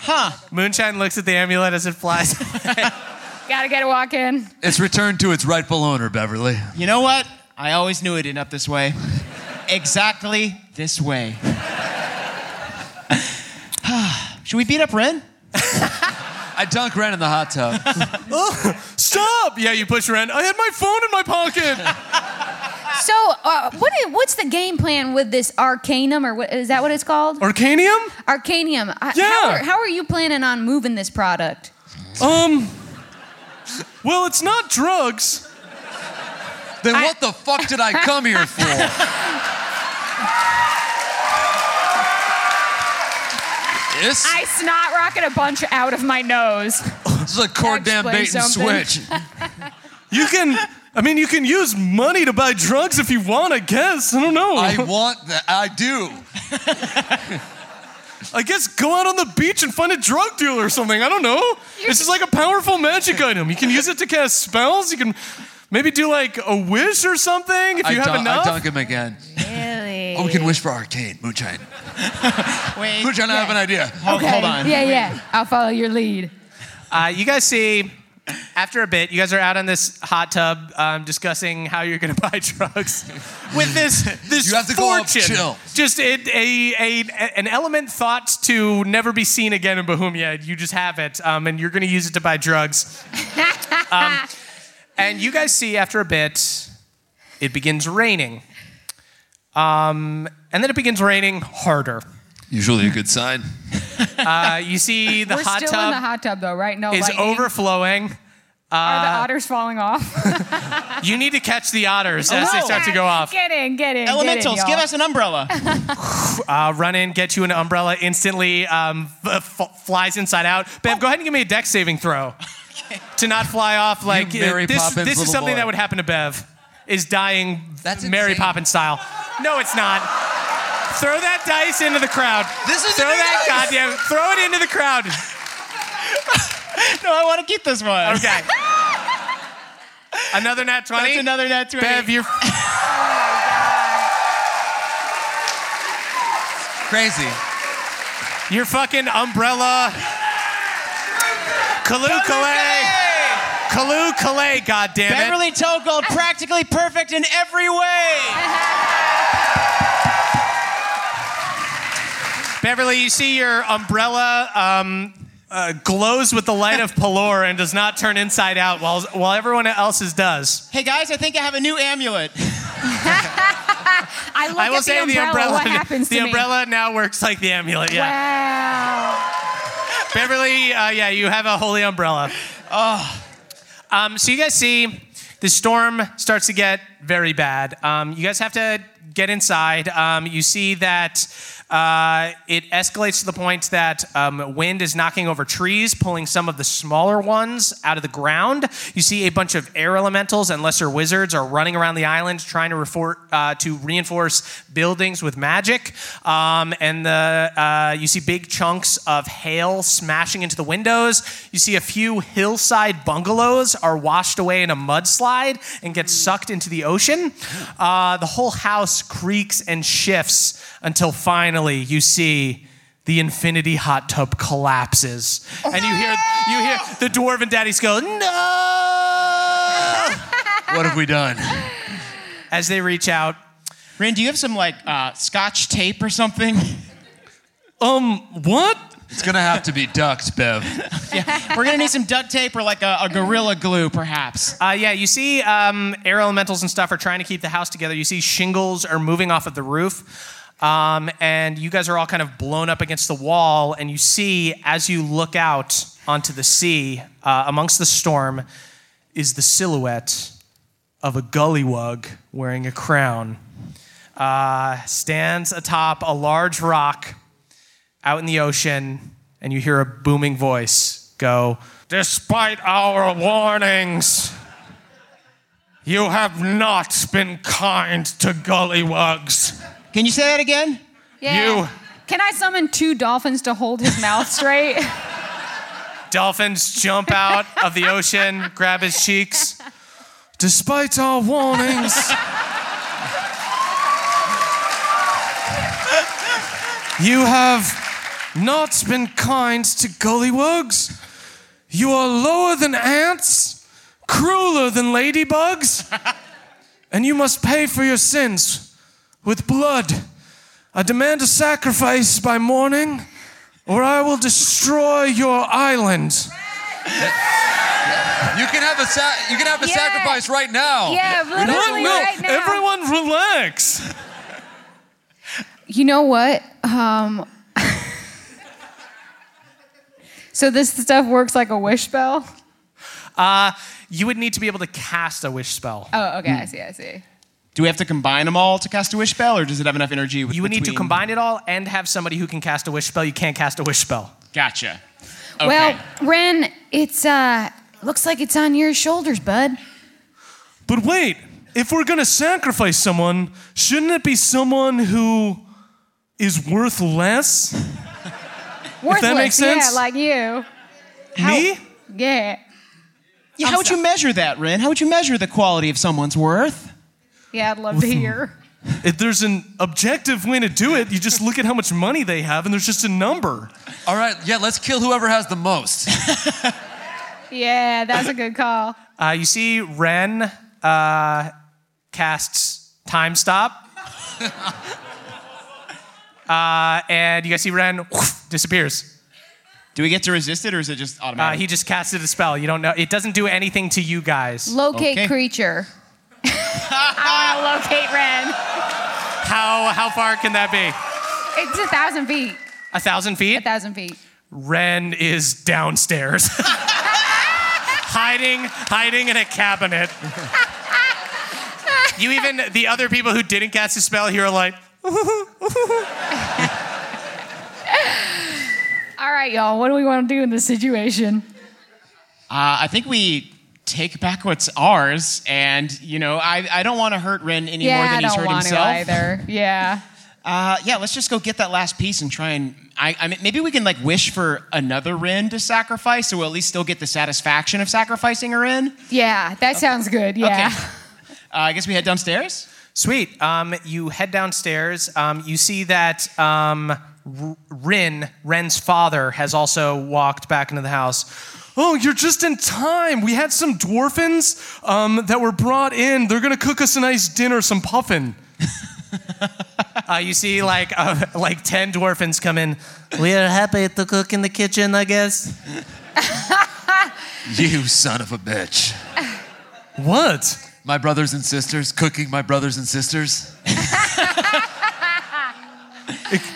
[SPEAKER 3] Huh. Moonshine looks at the amulet as it flies.
[SPEAKER 7] Gotta get a walk in.
[SPEAKER 8] It's returned to its rightful owner, Beverly.
[SPEAKER 6] You know what? I always knew it ended up this way. exactly this way. *sighs* Should we beat up Ren?
[SPEAKER 8] I dunk Ren in the hot tub.
[SPEAKER 2] Oh, stop! Yeah, you push Ren. I had my phone in my pocket.
[SPEAKER 5] So, uh, what is, what's the game plan with this Arcanum, or what, is that what it's called?
[SPEAKER 2] Arcanium?
[SPEAKER 5] Arcanium. I- How
[SPEAKER 2] Yeah.
[SPEAKER 5] are, how are you planning on moving this product?
[SPEAKER 2] Um. Well, it's not drugs.
[SPEAKER 8] Then what the fuck did I come here
[SPEAKER 7] *laughs*
[SPEAKER 8] for? This,
[SPEAKER 7] I snot rocket a bunch out of my nose.
[SPEAKER 8] this is a cord damn bait and
[SPEAKER 7] Explain something.
[SPEAKER 8] switch.
[SPEAKER 2] You can. I mean, you can use money to buy drugs if you want. I guess. I don't know.
[SPEAKER 7] *laughs*
[SPEAKER 8] I want that. I do.
[SPEAKER 2] I guess go out on the beach and find a drug dealer or something. I don't know. This is like a powerful magic item. You can use it to cast spells. You can maybe do like a wish or something if
[SPEAKER 8] I,
[SPEAKER 2] you have
[SPEAKER 8] dun- I
[SPEAKER 2] enough.
[SPEAKER 8] dunk him again.
[SPEAKER 5] Really?
[SPEAKER 8] Oh, we can wish for Arcane, Moonshine.
[SPEAKER 6] Wait.
[SPEAKER 8] Moonshine, I have an idea.
[SPEAKER 6] Oh, Hold, hold on.
[SPEAKER 7] Yeah, yeah. I'll follow your lead.
[SPEAKER 3] Uh, you guys see, after a bit, you guys are out in this hot tub um, discussing how you're going to *laughs* buy drugs with this this
[SPEAKER 8] You have to go up
[SPEAKER 3] fortune.
[SPEAKER 8] chill.
[SPEAKER 3] Just it, a, a an element thought to never be seen again in Bohemia. You just have it, um, and you're going to use it to buy
[SPEAKER 7] *laughs*
[SPEAKER 3] drugs. Um, and you guys see, after a bit, it begins raining. Um, and then it begins raining harder.
[SPEAKER 8] Usually a good sign.
[SPEAKER 3] Uh, you see the
[SPEAKER 7] We're
[SPEAKER 3] hot
[SPEAKER 7] still in
[SPEAKER 3] tub
[SPEAKER 7] the hot tub, though, right? No,
[SPEAKER 3] is
[SPEAKER 7] lightning.
[SPEAKER 3] overflowing.
[SPEAKER 7] Are
[SPEAKER 3] Uh,
[SPEAKER 7] the otters falling off?
[SPEAKER 3] You need to catch the otters as they
[SPEAKER 6] Oh.
[SPEAKER 3] start to
[SPEAKER 7] *laughs*
[SPEAKER 3] go off.
[SPEAKER 7] Get in, get in.
[SPEAKER 6] Elementals,
[SPEAKER 7] get in,
[SPEAKER 6] give
[SPEAKER 7] y'all.
[SPEAKER 6] us an
[SPEAKER 7] *laughs*
[SPEAKER 6] umbrella.
[SPEAKER 3] Uh, run in, get you an umbrella instantly, um, f- f- flies inside out. Bev, go ahead and give me a deck saving throw to not fly off. Like uh,
[SPEAKER 8] Mary
[SPEAKER 3] this,
[SPEAKER 8] Poppins
[SPEAKER 3] this is
[SPEAKER 8] little
[SPEAKER 3] something
[SPEAKER 8] boy.
[SPEAKER 3] that would happen to Bev. Is dying
[SPEAKER 8] That's
[SPEAKER 3] Mary
[SPEAKER 8] insane.
[SPEAKER 3] Poppins style. No, it's not. Throw that dice into the crowd.
[SPEAKER 8] This is
[SPEAKER 3] throw
[SPEAKER 8] a new
[SPEAKER 3] that
[SPEAKER 8] dice.
[SPEAKER 3] goddamn. Throw it into the crowd.
[SPEAKER 6] no, I want to keep this one.
[SPEAKER 8] *laughs*
[SPEAKER 3] Okay. Another nat twenty.
[SPEAKER 6] That's another net 20.
[SPEAKER 3] Bev, you're
[SPEAKER 8] Crazy.
[SPEAKER 3] Your fucking umbrella. Kalu Kalay. Kalu Kalay, goddammit.
[SPEAKER 6] Beverly
[SPEAKER 7] *laughs*
[SPEAKER 6] Togold, practically perfect in every way.
[SPEAKER 3] Beverly, you see your umbrella um, uh, glows with the light of Pelor and does not turn inside out while, while everyone else's does.
[SPEAKER 6] Hey guys, I think I have a new amulet.
[SPEAKER 7] I look
[SPEAKER 3] I will
[SPEAKER 7] at
[SPEAKER 3] say
[SPEAKER 7] the umbrella. what
[SPEAKER 3] *laughs*
[SPEAKER 7] happens
[SPEAKER 3] the
[SPEAKER 7] to
[SPEAKER 3] umbrella now works like the amulet,
[SPEAKER 7] me?
[SPEAKER 3] yeah.
[SPEAKER 7] Wow.
[SPEAKER 3] Beverly, uh, yeah, you have a holy umbrella. Oh. Um, so you guys see the storm starts to get very bad. Um, you guys have to get inside. Um, you see that uh, it escalates to the point that um, wind is knocking over trees, pulling some of the smaller ones out of the ground. You see a bunch of air elementals and lesser wizards are running around the island trying to, refor- uh, to reinforce buildings with magic. Um, and the, uh, you see big chunks of hail smashing into the windows. You see a few hillside bungalows are washed away in a mudslide and get sucked into the ocean. Uh, the whole house creaks and shifts until finally you see the infinity hot tub collapses. And you hear you hear the dwarven daddies go, No!
[SPEAKER 8] What have we done?
[SPEAKER 3] As they reach out.
[SPEAKER 6] Rin, do you have some like uh, scotch tape or something?
[SPEAKER 7] *laughs*
[SPEAKER 3] Um, what?
[SPEAKER 8] It's gonna have to be ducked, Bev.
[SPEAKER 6] We're gonna need some duct tape or like a, a gorilla glue, perhaps.
[SPEAKER 3] Uh, yeah, you see um, air elementals and stuff are trying to keep the house together. You see shingles are moving off of the roof. Um, and you guys are all kind of blown up against the wall. And you see, as you look out onto the sea, uh, amongst the storm, is the silhouette of a gullywug wearing a crown. Uh, stands atop a large rock out in the ocean, and you hear a booming voice go, Despite our warnings, you have not been kind to gullywugs.
[SPEAKER 6] Can you say that again?
[SPEAKER 7] Yeah.
[SPEAKER 3] You-
[SPEAKER 7] Can I summon two dolphins to hold his mouth
[SPEAKER 3] *laughs*
[SPEAKER 7] straight?
[SPEAKER 3] Dolphins jump out of the ocean, grab his cheeks. Despite our warnings, you have not been kind to gullywugs. You are lower than ants, crueler than ladybugs, and you must pay for your sins with blood. I demand a sacrifice by morning, or I will destroy your island.
[SPEAKER 8] You can have a sa- you can have a
[SPEAKER 7] Yeah.
[SPEAKER 8] sacrifice right
[SPEAKER 3] Oh.
[SPEAKER 8] now.
[SPEAKER 7] Yeah,
[SPEAKER 8] We don't-
[SPEAKER 7] literally No, no, right now. everyone
[SPEAKER 3] relax.
[SPEAKER 7] You know what? Um, *laughs* so this stuff works like a wish spell.
[SPEAKER 3] Uh, you would need to be able to cast a wish spell.
[SPEAKER 7] Oh, okay. I see. I see.
[SPEAKER 6] Do we have to combine them all to cast a wish spell, or does it have enough energy? With,
[SPEAKER 3] You would need to
[SPEAKER 6] between-
[SPEAKER 3] combine it all *laughs* and have somebody who can cast a wish spell. You can't cast a wish spell.
[SPEAKER 6] Gotcha.
[SPEAKER 5] Well, Ren, it's uh, looks like it's on your shoulders, bud.
[SPEAKER 3] But wait, if we're gonna sacrifice someone, shouldn't it be someone who is worth less?
[SPEAKER 7] Worthless.
[SPEAKER 3] makes sense?
[SPEAKER 7] Yeah, like you.
[SPEAKER 3] Me?
[SPEAKER 7] Yeah.
[SPEAKER 6] Yeah, how would you measure that, Rin? How would you measure the quality of someone's worth?
[SPEAKER 7] Yeah, I'd love to hear.
[SPEAKER 3] If there's an objective way to do it, you just look at how much money they have, and there's just a number.
[SPEAKER 8] All right, yeah, let's kill whoever has the most.
[SPEAKER 7] Yeah, that's a good call.
[SPEAKER 3] Uh, you see, Ren uh, casts Time Stop. *laughs* uh, and you guys see Ren whoosh, disappears.
[SPEAKER 6] Do we get to resist it, or is it just
[SPEAKER 3] Uh,
[SPEAKER 6] automatic?
[SPEAKER 3] he just casted a spell. You don't know. It doesn't do anything to you guys.
[SPEAKER 7] Locate
[SPEAKER 6] Okay.
[SPEAKER 7] creature. *laughs* I want to locate Ren.
[SPEAKER 3] How, how far can that be?
[SPEAKER 7] It's a thousand feet.
[SPEAKER 3] A thousand
[SPEAKER 7] A
[SPEAKER 3] feet?
[SPEAKER 7] thousand feet.
[SPEAKER 3] Ren is downstairs. *laughs* hiding, hiding in a cabinet. you even, the other people who didn't cast a spell here are like,
[SPEAKER 7] *laughs* All right, y'all. What do we want to do in this situation?
[SPEAKER 6] Uh, I think we take back what's ours, and you know, I, I don't want to hurt Ren any more
[SPEAKER 7] yeah,
[SPEAKER 6] than
[SPEAKER 7] I
[SPEAKER 6] he's
[SPEAKER 7] don't
[SPEAKER 6] hurt
[SPEAKER 7] want
[SPEAKER 6] himself.
[SPEAKER 7] to either. Yeah.
[SPEAKER 6] Uh, yeah, let's just go get that last piece and try and. I, I mean, maybe we can like wish for another Rin to sacrifice, so we'll at least still get the satisfaction of sacrificing a Rin.
[SPEAKER 7] Yeah, that sounds good.
[SPEAKER 6] Okay.
[SPEAKER 7] Yeah.
[SPEAKER 6] Uh, I guess we head downstairs.
[SPEAKER 3] Sweet. Um, you head downstairs. Um, you see that um, R- Rin, Ren's father, has also walked back into the house. Oh, you're just in time. We had some dwarfins um, that were brought in. They're gonna cook us a nice dinner, some puffin. *laughs* uh, you see, like uh, like ten dwarfins come in. We are happy to cook in the kitchen, I guess.
[SPEAKER 8] you son of a bitch.
[SPEAKER 3] What?
[SPEAKER 8] My brothers and sisters, cooking my brothers and sisters.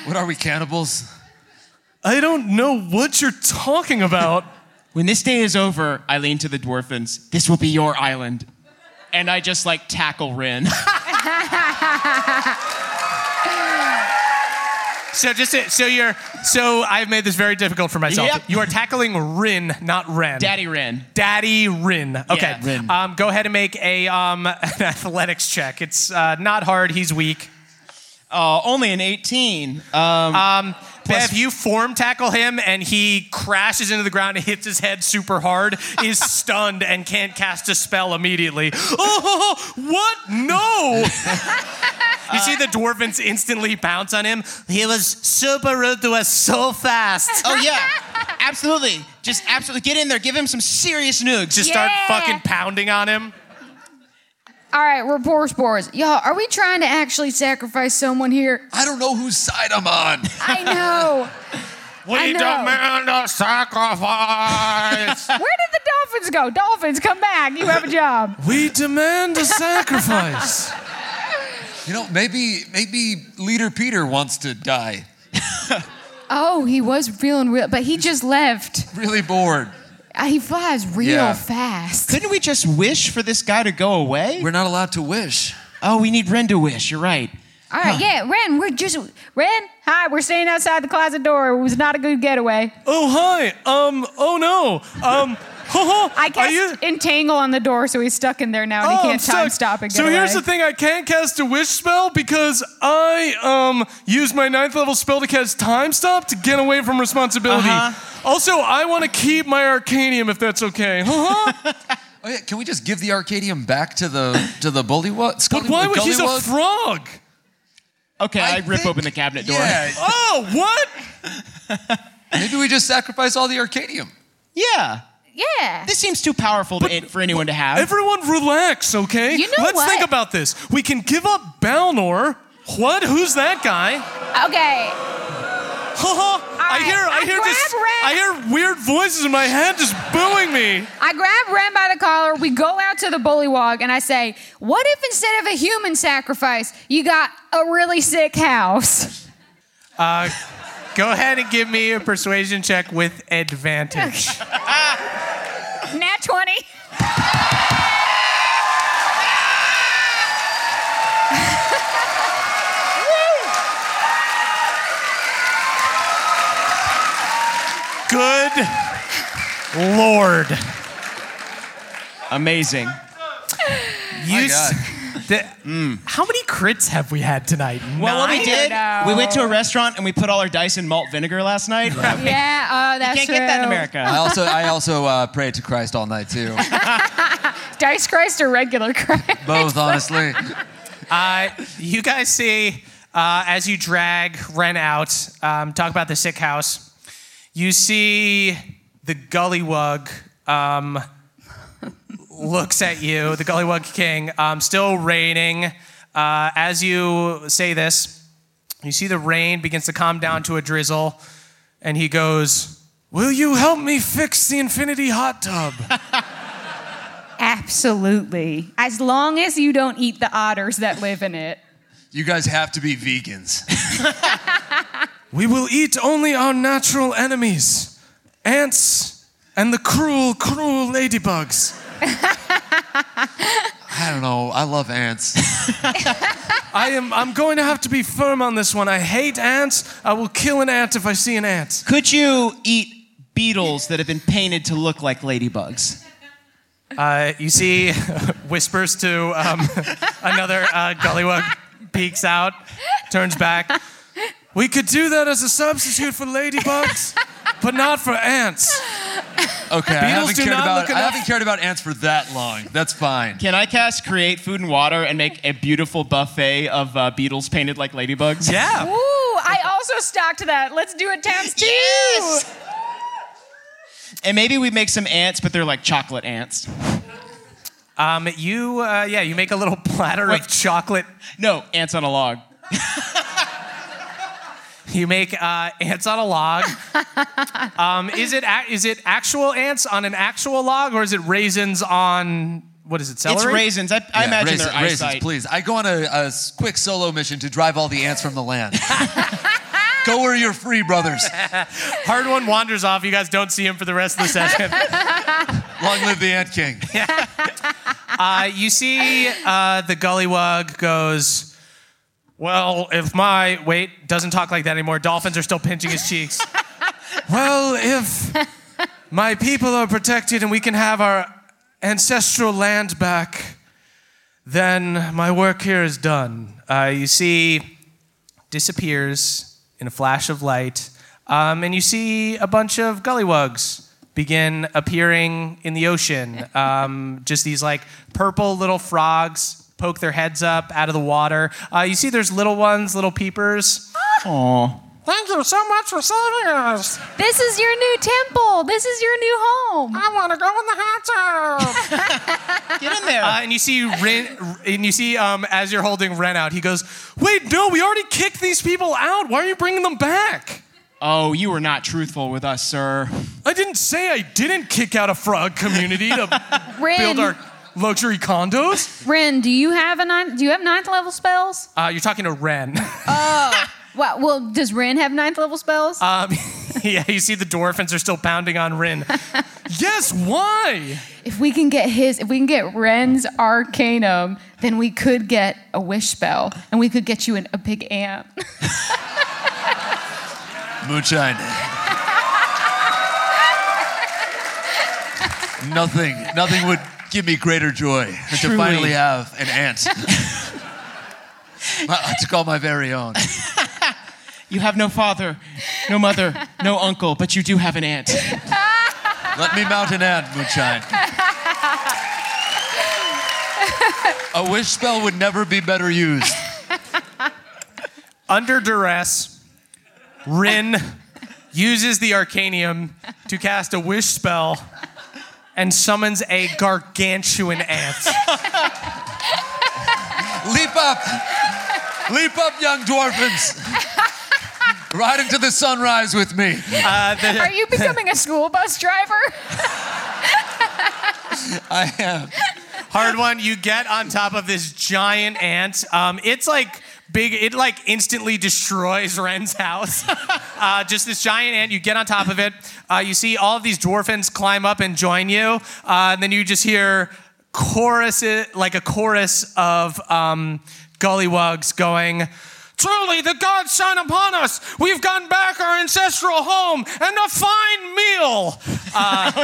[SPEAKER 8] what are we, cannibals?
[SPEAKER 3] I don't know what you're talking about.
[SPEAKER 6] When this day is over, I lean to the dwarfins. This will be your island. and I just like tackle Rin. *laughs*
[SPEAKER 3] So just to, so you're so I've made this very difficult for myself.
[SPEAKER 6] Yep.
[SPEAKER 3] You are tackling Rin, not Ren.
[SPEAKER 6] Daddy Rin.
[SPEAKER 3] Daddy Rin. Okay.
[SPEAKER 6] Yeah. Rin.
[SPEAKER 3] Um, go ahead and make a um, *laughs* an athletics check. It's uh, not hard. He's weak.
[SPEAKER 6] Oh, only an 18. Um,
[SPEAKER 3] Bev, you form tackle him, and he crashes into the ground and hits his head super
[SPEAKER 6] *laughs*
[SPEAKER 3] hard. is stunned and can't cast a spell immediately. Oh, *laughs* what? No! *laughs* You see the dwarfins instantly bounce on him. He was super rude to us so fast.
[SPEAKER 6] oh yeah, absolutely. Just absolutely get in there. Give him some serious nukes.
[SPEAKER 3] Just
[SPEAKER 7] Yeah.
[SPEAKER 3] start fucking pounding on him.
[SPEAKER 7] All right, we're poor spores. Y'all, are we trying to actually sacrifice someone here?
[SPEAKER 8] I don't know whose side
[SPEAKER 2] *laughs*
[SPEAKER 8] I'm on.
[SPEAKER 6] *laughs*
[SPEAKER 7] I know.
[SPEAKER 3] We
[SPEAKER 7] I know. demand
[SPEAKER 3] a sacrifice.
[SPEAKER 7] Where did the dolphins go? Dolphins, come back. You have a job.
[SPEAKER 2] *laughs*
[SPEAKER 6] *laughs*
[SPEAKER 2] We demand a sacrifice.
[SPEAKER 8] You know, maybe maybe leader Peter wants to die.
[SPEAKER 7] Oh, he was feeling real, but he just left.
[SPEAKER 8] Really bored.
[SPEAKER 7] Uh, He flies real
[SPEAKER 8] Yeah.
[SPEAKER 7] fast.
[SPEAKER 6] Couldn't we just wish for this guy to go away?
[SPEAKER 8] We're not allowed to wish.
[SPEAKER 6] oh, we need Ren to wish. You're right.
[SPEAKER 7] All right, yeah, Ren, we're just Ren. Hi, we're standing outside the closet door. It was not a good getaway.
[SPEAKER 2] Oh hi. Um. Oh no. Um. ho, ho,
[SPEAKER 7] I
[SPEAKER 2] are
[SPEAKER 7] cast
[SPEAKER 2] you-
[SPEAKER 7] entangle on the door, so he's stuck in there now, and
[SPEAKER 2] Oh,
[SPEAKER 7] he
[SPEAKER 2] I'm
[SPEAKER 7] can't time
[SPEAKER 2] stuck.
[SPEAKER 7] stop and get
[SPEAKER 2] So here's
[SPEAKER 7] away.
[SPEAKER 2] the thing: I can't cast a wish spell because I um used my ninth level spell to cast time stop to get away from responsibility.
[SPEAKER 7] Uh-huh.
[SPEAKER 2] Also, I want to keep my arcanium if that's okay.
[SPEAKER 7] *laughs*
[SPEAKER 2] Huh?
[SPEAKER 8] Oh yeah, can we just give the Arcadium back to the to the bully what?
[SPEAKER 2] but why would he's a frog?
[SPEAKER 6] Okay, I, rip
[SPEAKER 8] think-
[SPEAKER 6] open the cabinet door.
[SPEAKER 8] Yeah,
[SPEAKER 2] Oh, what?
[SPEAKER 8] maybe we just sacrifice all the Arcadium.
[SPEAKER 6] *laughs* Yeah.
[SPEAKER 7] Yeah.
[SPEAKER 6] This seems too powerful to, for anyone to have.
[SPEAKER 2] Everyone, relax, okay?
[SPEAKER 7] You know
[SPEAKER 2] Let's
[SPEAKER 7] what?
[SPEAKER 2] think about this. We can give up Balnor. What? Who's that guy? *laughs*
[SPEAKER 7] Okay.
[SPEAKER 2] Haha! I
[SPEAKER 7] right,
[SPEAKER 2] hear, I
[SPEAKER 7] I
[SPEAKER 2] hear
[SPEAKER 7] grab
[SPEAKER 2] just,
[SPEAKER 7] Ren.
[SPEAKER 2] I hear weird voices in my head just booing me.
[SPEAKER 7] I grab Ren by the collar. We go out to the bullywog, and I say, "What if instead of a human sacrifice, you got a really sick
[SPEAKER 2] *laughs*
[SPEAKER 7] house?"
[SPEAKER 3] Go ahead and give me a persuasion check with advantage.
[SPEAKER 7] Nat twenty.
[SPEAKER 3] Good lord.
[SPEAKER 6] Amazing.
[SPEAKER 3] You
[SPEAKER 8] God.
[SPEAKER 3] s- the- How many crits have we had tonight?
[SPEAKER 6] Well, what we
[SPEAKER 3] Nine?
[SPEAKER 6] did,
[SPEAKER 7] know.
[SPEAKER 6] we went to a restaurant and we put all our dice in malt vinegar last night. You
[SPEAKER 7] Yeah, oh, that's
[SPEAKER 6] can't get that in
[SPEAKER 8] I
[SPEAKER 7] true.
[SPEAKER 6] America.
[SPEAKER 8] also I also uh, pray to Christ all
[SPEAKER 2] *laughs*
[SPEAKER 8] night too.
[SPEAKER 7] Dice Christ or regular Christ?
[SPEAKER 8] Both honestly.
[SPEAKER 3] Uh, you guys see, uh, as you drag Ren out, um, talk about the sick house, you see the gullywug um, *laughs* looks at you, the gullywug king, um, still raining. Uh, as you say this, you see the rain begins to calm down to a drizzle, and he goes,
[SPEAKER 2] Will you help me fix the infinity hot tub?
[SPEAKER 7] Absolutely. As long as you don't eat the otters that live in it.
[SPEAKER 8] You guys have to be vegans.
[SPEAKER 2] we will eat only our natural enemies ants and the cruel, cruel ladybugs.
[SPEAKER 8] I don't know. I love ants.
[SPEAKER 2] I am, I'm going to have to be firm on this one. I hate ants. I will kill an ant if I see an ant.
[SPEAKER 6] Could you eat beetles that have been painted to look like ladybugs?
[SPEAKER 3] Uh, you see, *laughs* whispers to um, *laughs* another uh, gullywug, peeks out, turns back.
[SPEAKER 2] We could do that as a substitute for ladybugs, but not for ants.
[SPEAKER 8] Okay, I
[SPEAKER 2] Beetles
[SPEAKER 8] haven't
[SPEAKER 2] do
[SPEAKER 8] cared
[SPEAKER 2] not
[SPEAKER 8] about
[SPEAKER 2] look
[SPEAKER 8] I
[SPEAKER 2] enough-
[SPEAKER 8] haven't cared about ants for that long. That's fine.
[SPEAKER 6] Can I cast create food and water and make a beautiful buffet of uh, beetles painted like ladybugs?
[SPEAKER 3] Yeah.
[SPEAKER 7] Ooh, I also stocked that. Let's do it times two.
[SPEAKER 6] Yes! And maybe we make some ants, but they're like chocolate ants.
[SPEAKER 3] Um, you, uh, yeah, you make a little platter of
[SPEAKER 6] Wait.
[SPEAKER 3] chocolate.
[SPEAKER 6] No, ants on a log.
[SPEAKER 3] You make uh, ants on a log. um, is it a- is it actual ants on an actual log, or is it raisins on what is it? Celery.
[SPEAKER 6] It's raisins. I, I
[SPEAKER 8] Yeah,
[SPEAKER 6] imagine
[SPEAKER 8] raisin-
[SPEAKER 6] their
[SPEAKER 8] raisins,
[SPEAKER 6] eyesight.
[SPEAKER 8] please. I go on a, a s- quick solo mission to drive all the ants from the
[SPEAKER 6] *laughs*
[SPEAKER 8] land. go where you're free, brothers.
[SPEAKER 3] Hard one wanders off. You guys don't see him for the rest of the session.
[SPEAKER 8] Long live the Ant King.
[SPEAKER 3] uh, you see uh, the gullywug goes, Well, if my. Wait, doesn't talk like that anymore. Dolphins are still pinching his cheeks. well, if my people are protected and we can have our ancestral land back, then my work here is done. Uh, you see, disappears in a flash of light, um, and you see a bunch of gullywugs begin appearing in the *laughs* ocean. Um, just these like purple little frogs poke their heads up out of the water. Uh, you see, there's little ones, little peepers.
[SPEAKER 6] Aw.
[SPEAKER 10] Thank you so much for saving us. This is your new temple. This is your new home. I want to go in the hot tub.
[SPEAKER 3] *laughs* Get in there. Uh, and you see Ren, and you see um, as you're holding Ren out, he goes, "Wait, no, we already kicked these people out. Why are you bringing them back?"
[SPEAKER 6] Oh, you were not truthful with us, sir.
[SPEAKER 3] I didn't say I didn't kick out a frog community to
[SPEAKER 7] Ren.
[SPEAKER 3] build our luxury condos.
[SPEAKER 7] Ren, do you have a ninth? Do you have ninth level spells?
[SPEAKER 3] Uh, you're talking to Ren.
[SPEAKER 7] Oh, well, well, does Ren have ninth level spells?
[SPEAKER 3] Um, *laughs* yeah, you see the dwarfins are still pounding on Rin. yes, why?
[SPEAKER 7] If we can get his, if we can get Ren's Arcanum, then we could get a wish spell, and we could get you an, a big ant.
[SPEAKER 8] Moonshine. nothing, nothing would give me greater joy than to
[SPEAKER 6] Truly.
[SPEAKER 8] finally have an
[SPEAKER 6] *laughs*
[SPEAKER 8] ant. My- to call my very own.
[SPEAKER 6] You have no father, no mother, no uncle, but you do have an aunt.
[SPEAKER 8] Let me mount an ant,
[SPEAKER 6] *laughs*
[SPEAKER 8] Moonshine. A wish spell would never be better used.
[SPEAKER 3] Under duress, Rin uses the Arcanium to cast a wish spell and summons a gargantuan ant.
[SPEAKER 8] Leap up! Leap up, young dwarfins! Ride into the sunrise with me.
[SPEAKER 7] *laughs*
[SPEAKER 3] Uh,
[SPEAKER 7] Are you becoming a school bus driver?
[SPEAKER 8] I am.
[SPEAKER 3] Hard one. You get on top of this giant ant. Um, it's like big. It like instantly destroys *laughs* Ren's house. uh, just this giant ant. You get on top of it. Uh, you see all of these dwarfins climb up and join you. Uh, and then you just hear chorus, like a chorus of um, gullywugs going.
[SPEAKER 10] Truly, the gods shine upon us. We've gone back our ancestral home and a fine meal.
[SPEAKER 3] Uh,
[SPEAKER 8] No,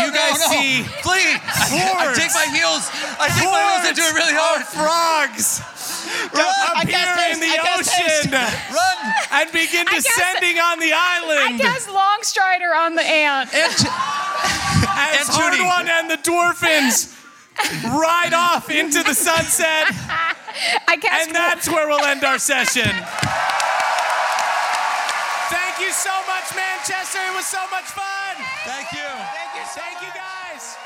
[SPEAKER 3] you guys
[SPEAKER 8] no, no.
[SPEAKER 3] see *laughs*
[SPEAKER 8] Please, I, I take my heels. I take my heels and do it really hard.
[SPEAKER 3] Frogs
[SPEAKER 8] Oh, I
[SPEAKER 3] appear
[SPEAKER 8] guess
[SPEAKER 3] in
[SPEAKER 8] there's-
[SPEAKER 3] the
[SPEAKER 8] I guess there's-
[SPEAKER 3] ocean
[SPEAKER 8] *laughs* Run.
[SPEAKER 3] and begin
[SPEAKER 7] I guess-
[SPEAKER 3] descending on the
[SPEAKER 7] I
[SPEAKER 3] island.
[SPEAKER 7] guess Longstrider on the ant.
[SPEAKER 3] as Hard One and the Dwarfins ride off into the sunset,
[SPEAKER 7] I guess.
[SPEAKER 3] and that's where we'll end our session. Thank you so much, Manchester. It was so much fun. Thank you. Thank you. Thank you, guys.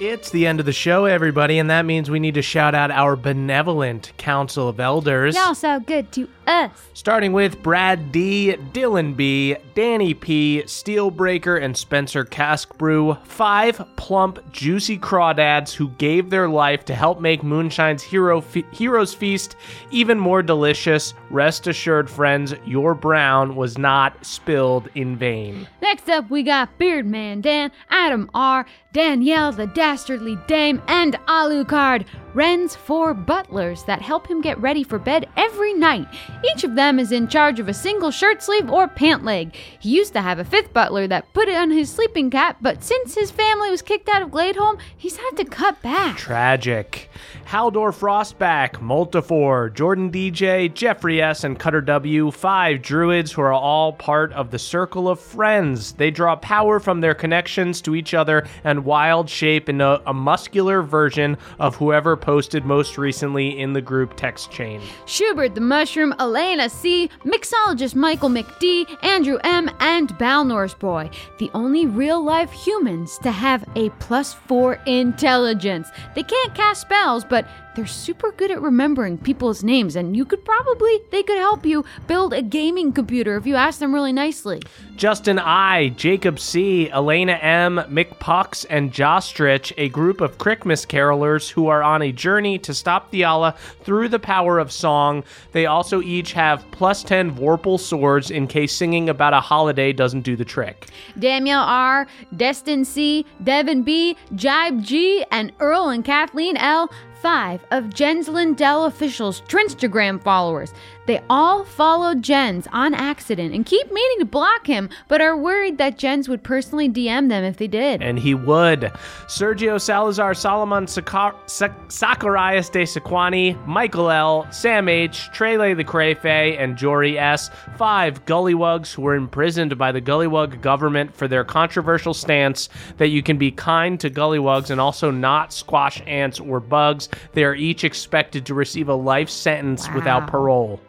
[SPEAKER 3] It's the end of the show, everybody, and that means we need to shout out our benevolent Council of Elders.
[SPEAKER 11] Y'all so good to us.
[SPEAKER 3] Starting with Brad D, Dylan B, Danny P, Steelbreaker, and Spencer Caskbrew, five plump, juicy crawdads who gave their life to help make Moonshine's Hero Fe- Heroes Feast even more delicious. Rest assured, friends, your brown was not spilled in vain.
[SPEAKER 12] Next up, we got Beardman Dan, Adam R., Danielle the Dastardly Dame, and Alucard, Ren's four butlers that help him get ready for bed every night. Each of them is in charge of a single shirt sleeve or pant leg. He used to have a fifth butler that put it on his sleeping cap, but since his family was kicked out of Gladeholm, he's had to cut back.
[SPEAKER 3] Tragic. Haldor Frostback, Multifor, Jordan DJ, Jeffrey S., and Cutter W. Five druids who are all part of the Circle of Friends. They draw power from their connections to each other and wild shape in a, a muscular version of whoever posted most recently in the group text chain.
[SPEAKER 12] Schubert the Mushroom, Elena C., mixologist Michael McD., Andrew M., and Balnor's Boy, the only real life humans to have a plus four intelligence. They can't cast spells, but They're super good at remembering people's names, and you could probably, they could help you build a gaming computer if you ask them really nicely.
[SPEAKER 13] Justin I, Jacob C, Elena M, Mick Pox, and Jostrich, a group of Crickmas carolers who are on a journey to stop Theala through the power of song. They also each have plus 10 Vorpal swords in case singing about a holiday doesn't do the trick.
[SPEAKER 12] Danielle R, Destin C, Devin B, Jibe G, and Earl and Kathleen L. Five of Jens Lindell officials, Instagram followers. They all followed Jens on accident and keep meaning to block him, but are worried that Jens would personally DM them if they did.
[SPEAKER 13] And he would. Sergio Salazar, Solomon Sakar- Sak- Zacharias de Sequani, Michael L., Sam H., Trele the Crayfay, and Jory S. Five gullywugs who were imprisoned by the gullywug government for their controversial stance that you can be kind to gullywugs and also not squash ants or bugs. They are each expected to receive a life sentence without parole.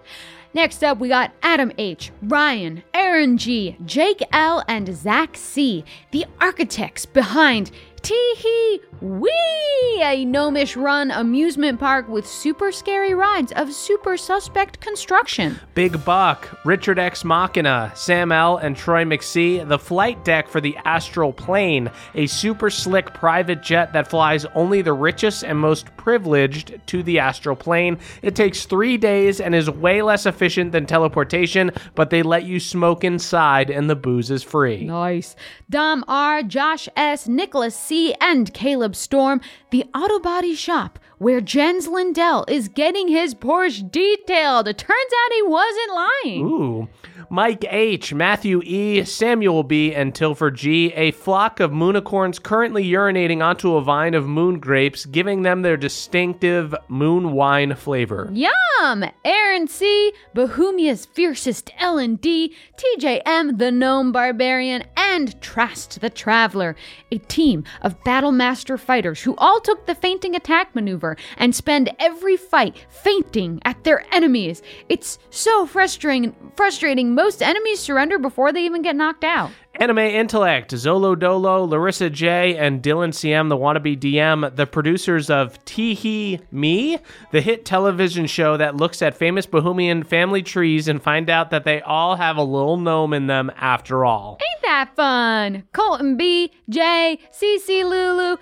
[SPEAKER 12] Next up, we got Adam H., Ryan, Aaron G., Jake L., and Zach C., the architects behind Tee Hee Wee, a gnomish run amusement park with super scary rides of super suspect construction.
[SPEAKER 13] Big Buck, Richard X Machina, Sam L, and Troy McSee, the flight deck for the Astral Plane, a super slick private jet that flies only the richest and most privileged to the Astral Plane. It takes three days and is way less efficient than teleportation, but they let you smoke inside and the booze is free.
[SPEAKER 12] Nice. Dom R, Josh S, Nicholas C, and Caleb Storm, the auto body shop where Jens Lindell is getting his Porsche detailed. It turns out he wasn't lying.
[SPEAKER 13] Ooh. Mike H., Matthew E., Samuel B., and Tilford G., a flock of moonicorns currently urinating onto a vine of moon grapes, giving them their distinctive moon wine flavor.
[SPEAKER 12] Yum! Aaron C., Bohemia's fiercest L&D, TJM, the gnome barbarian, and Trast the Traveler, a team of battlemaster fighters who all took the fainting attack maneuver and spend every fight fainting at their enemies. It's so frustrating. Frustrating. Most enemies surrender before they even get knocked out.
[SPEAKER 13] Anime Intellect, Zolo Dolo, Larissa J, and Dylan CM, the wannabe DM, the producers of Tee Hee Me, the hit television show that looks at famous Bohemian family trees and find out that they all have a little gnome in them after all.
[SPEAKER 12] Ain't that fun? Colton B, J, CC Lulu,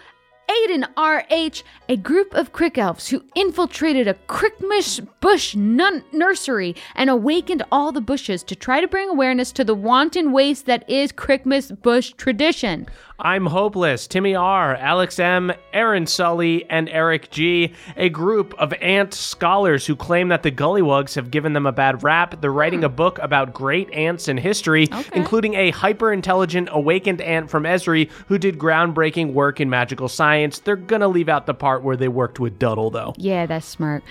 [SPEAKER 12] Aiden RH, a group of Crick Elves who infiltrated a Crickmish bush nun- nursery and awakened all the bushes to try to bring awareness to the wanton waste that is Crickmas bush tradition.
[SPEAKER 13] I'm Hopeless, Timmy R, Alex M, Aaron Sully, and Eric G, a group of ant scholars who claim that the Gullywugs have given them a bad rap. They're writing a book about great ants in history, including a hyper intelligent awakened ant from Esri who did groundbreaking work in magical science. They're gonna leave out the part where they worked with Duddle, though.
[SPEAKER 12] Yeah, that's smart.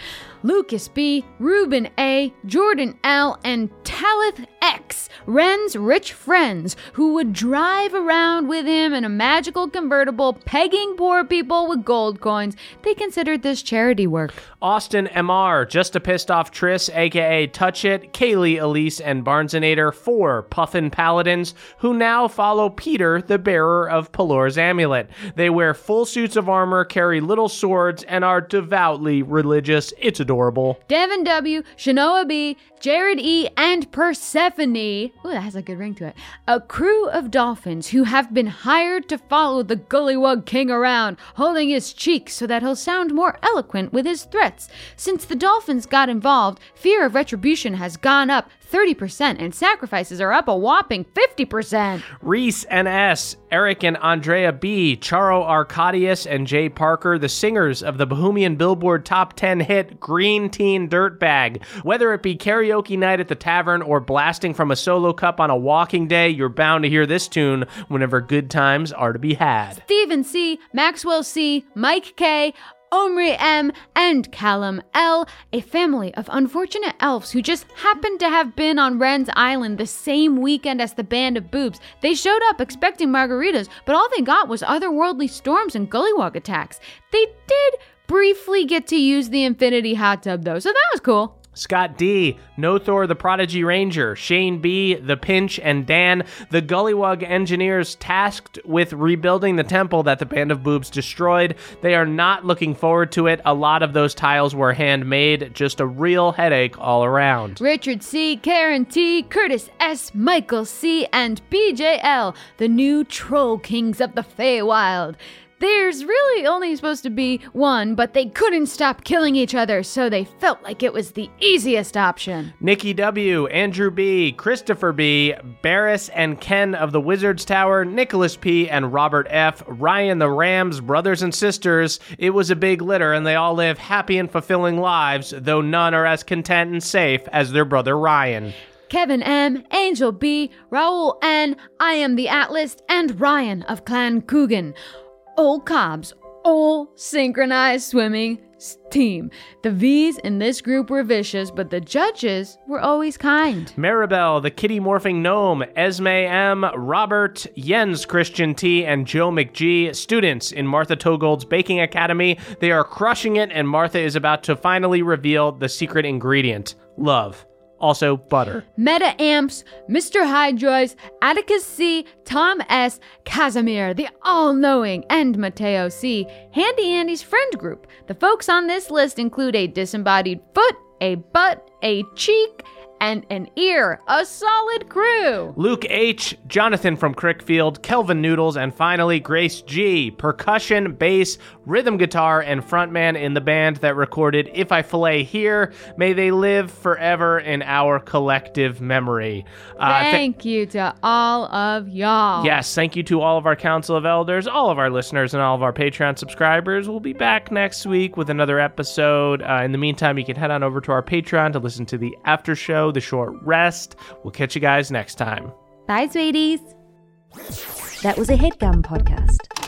[SPEAKER 12] Lucas B, Ruben A, Jordan L, and Talith X, Ren's rich friends, who would drive around with him in a magical convertible, pegging poor people with gold coins. They considered this charity work.
[SPEAKER 13] Austin MR, just a pissed off Triss, aka Touch It, Kaylee, Elise, and Barnesinator, four Puffin Paladins, who now follow Peter, the bearer of Pelor's amulet. They wear full suits of armor, carry little swords, and are devoutly religious. It's adorable.
[SPEAKER 12] Devin W, Shanoa B, Jared E, and Persephone. Ooh, that has a good ring to it. A crew of dolphins who have been hired to follow the Gullywug King around, holding his cheeks so that he'll sound more eloquent with his threats. Since the dolphins got involved, fear of retribution has gone up 30%, and sacrifices are up a whopping 50%.
[SPEAKER 13] Reese NS, Eric and Andrea B, Charo Arcadius and Jay Parker, the singers of the Bohemian Billboard Top 10 hit Green Teen Dirtbag. Whether it be karaoke night at the tavern or blasting from a solo cup on a walking day, you're bound to hear this tune whenever good times are to be had.
[SPEAKER 12] Stephen C., Maxwell C., Mike K., Omri M, and Callum L, a family of unfortunate elves who just happened to have been on Wren's Island the same weekend as the Band of Boobs. They showed up expecting margaritas, but all they got was otherworldly storms and gullywog attacks. They did briefly get to use the infinity hot tub though, so that was cool.
[SPEAKER 13] Scott D, Nothor the Prodigy Ranger, Shane B, The Pinch, and Dan, the Gullywug engineers tasked with rebuilding the temple that the Band of Boobs destroyed. They are not looking forward to it. A lot of those tiles were handmade, just a real headache all around.
[SPEAKER 12] Richard C., Karen T., Curtis S., Michael C., and BJL, the new troll kings of the Feywild. There's really only supposed to be one, but they couldn't stop killing each other, so they felt like it was the easiest option.
[SPEAKER 13] Nikki W., Andrew B., Christopher B., Barris and Ken of the Wizards Tower, Nicholas P., and Robert F., Ryan the Rams, brothers and sisters. It was a big litter, and they all live happy and fulfilling lives, though none are as content and safe as their brother Ryan.
[SPEAKER 12] Kevin M., Angel B., Raoul N., I am the Atlas, and Ryan of Clan Coogan. All Cobbs, all synchronized swimming s- team. The V's in this group were vicious, but the judges were always kind.
[SPEAKER 13] Maribel, the kitty morphing gnome, Esme M, Robert, Jens Christian T, and Joe McGee, students in Martha Togold's Baking Academy. They are crushing it, and Martha is about to finally reveal the secret ingredient love. Also, butter.
[SPEAKER 12] Meta Amps, Mr. Hydroids, Atticus C, Tom S, Casimir, the all-knowing, and Mateo C, Handy Andy's friend group. The folks on this list include a disembodied foot, a butt, a cheek, and an ear. A solid crew.
[SPEAKER 13] Luke H., Jonathan from Crickfield, Kelvin Noodles, and finally Grace G., percussion, bass, rhythm guitar, and frontman in the band that recorded If I Fillet Here. May they live forever in our collective memory. Uh, tha-
[SPEAKER 12] Thank you to all of y'all.
[SPEAKER 13] Yes, thank you to all of our Council of Elders, all of our listeners, and all of our Patreon subscribers. We'll be back next week with another episode. Uh, in the meantime, you can head on over to our Patreon to listen to the after show, the short rest. We'll catch you guys next time.
[SPEAKER 12] Bye, sweeties.
[SPEAKER 11] That was a headgum podcast.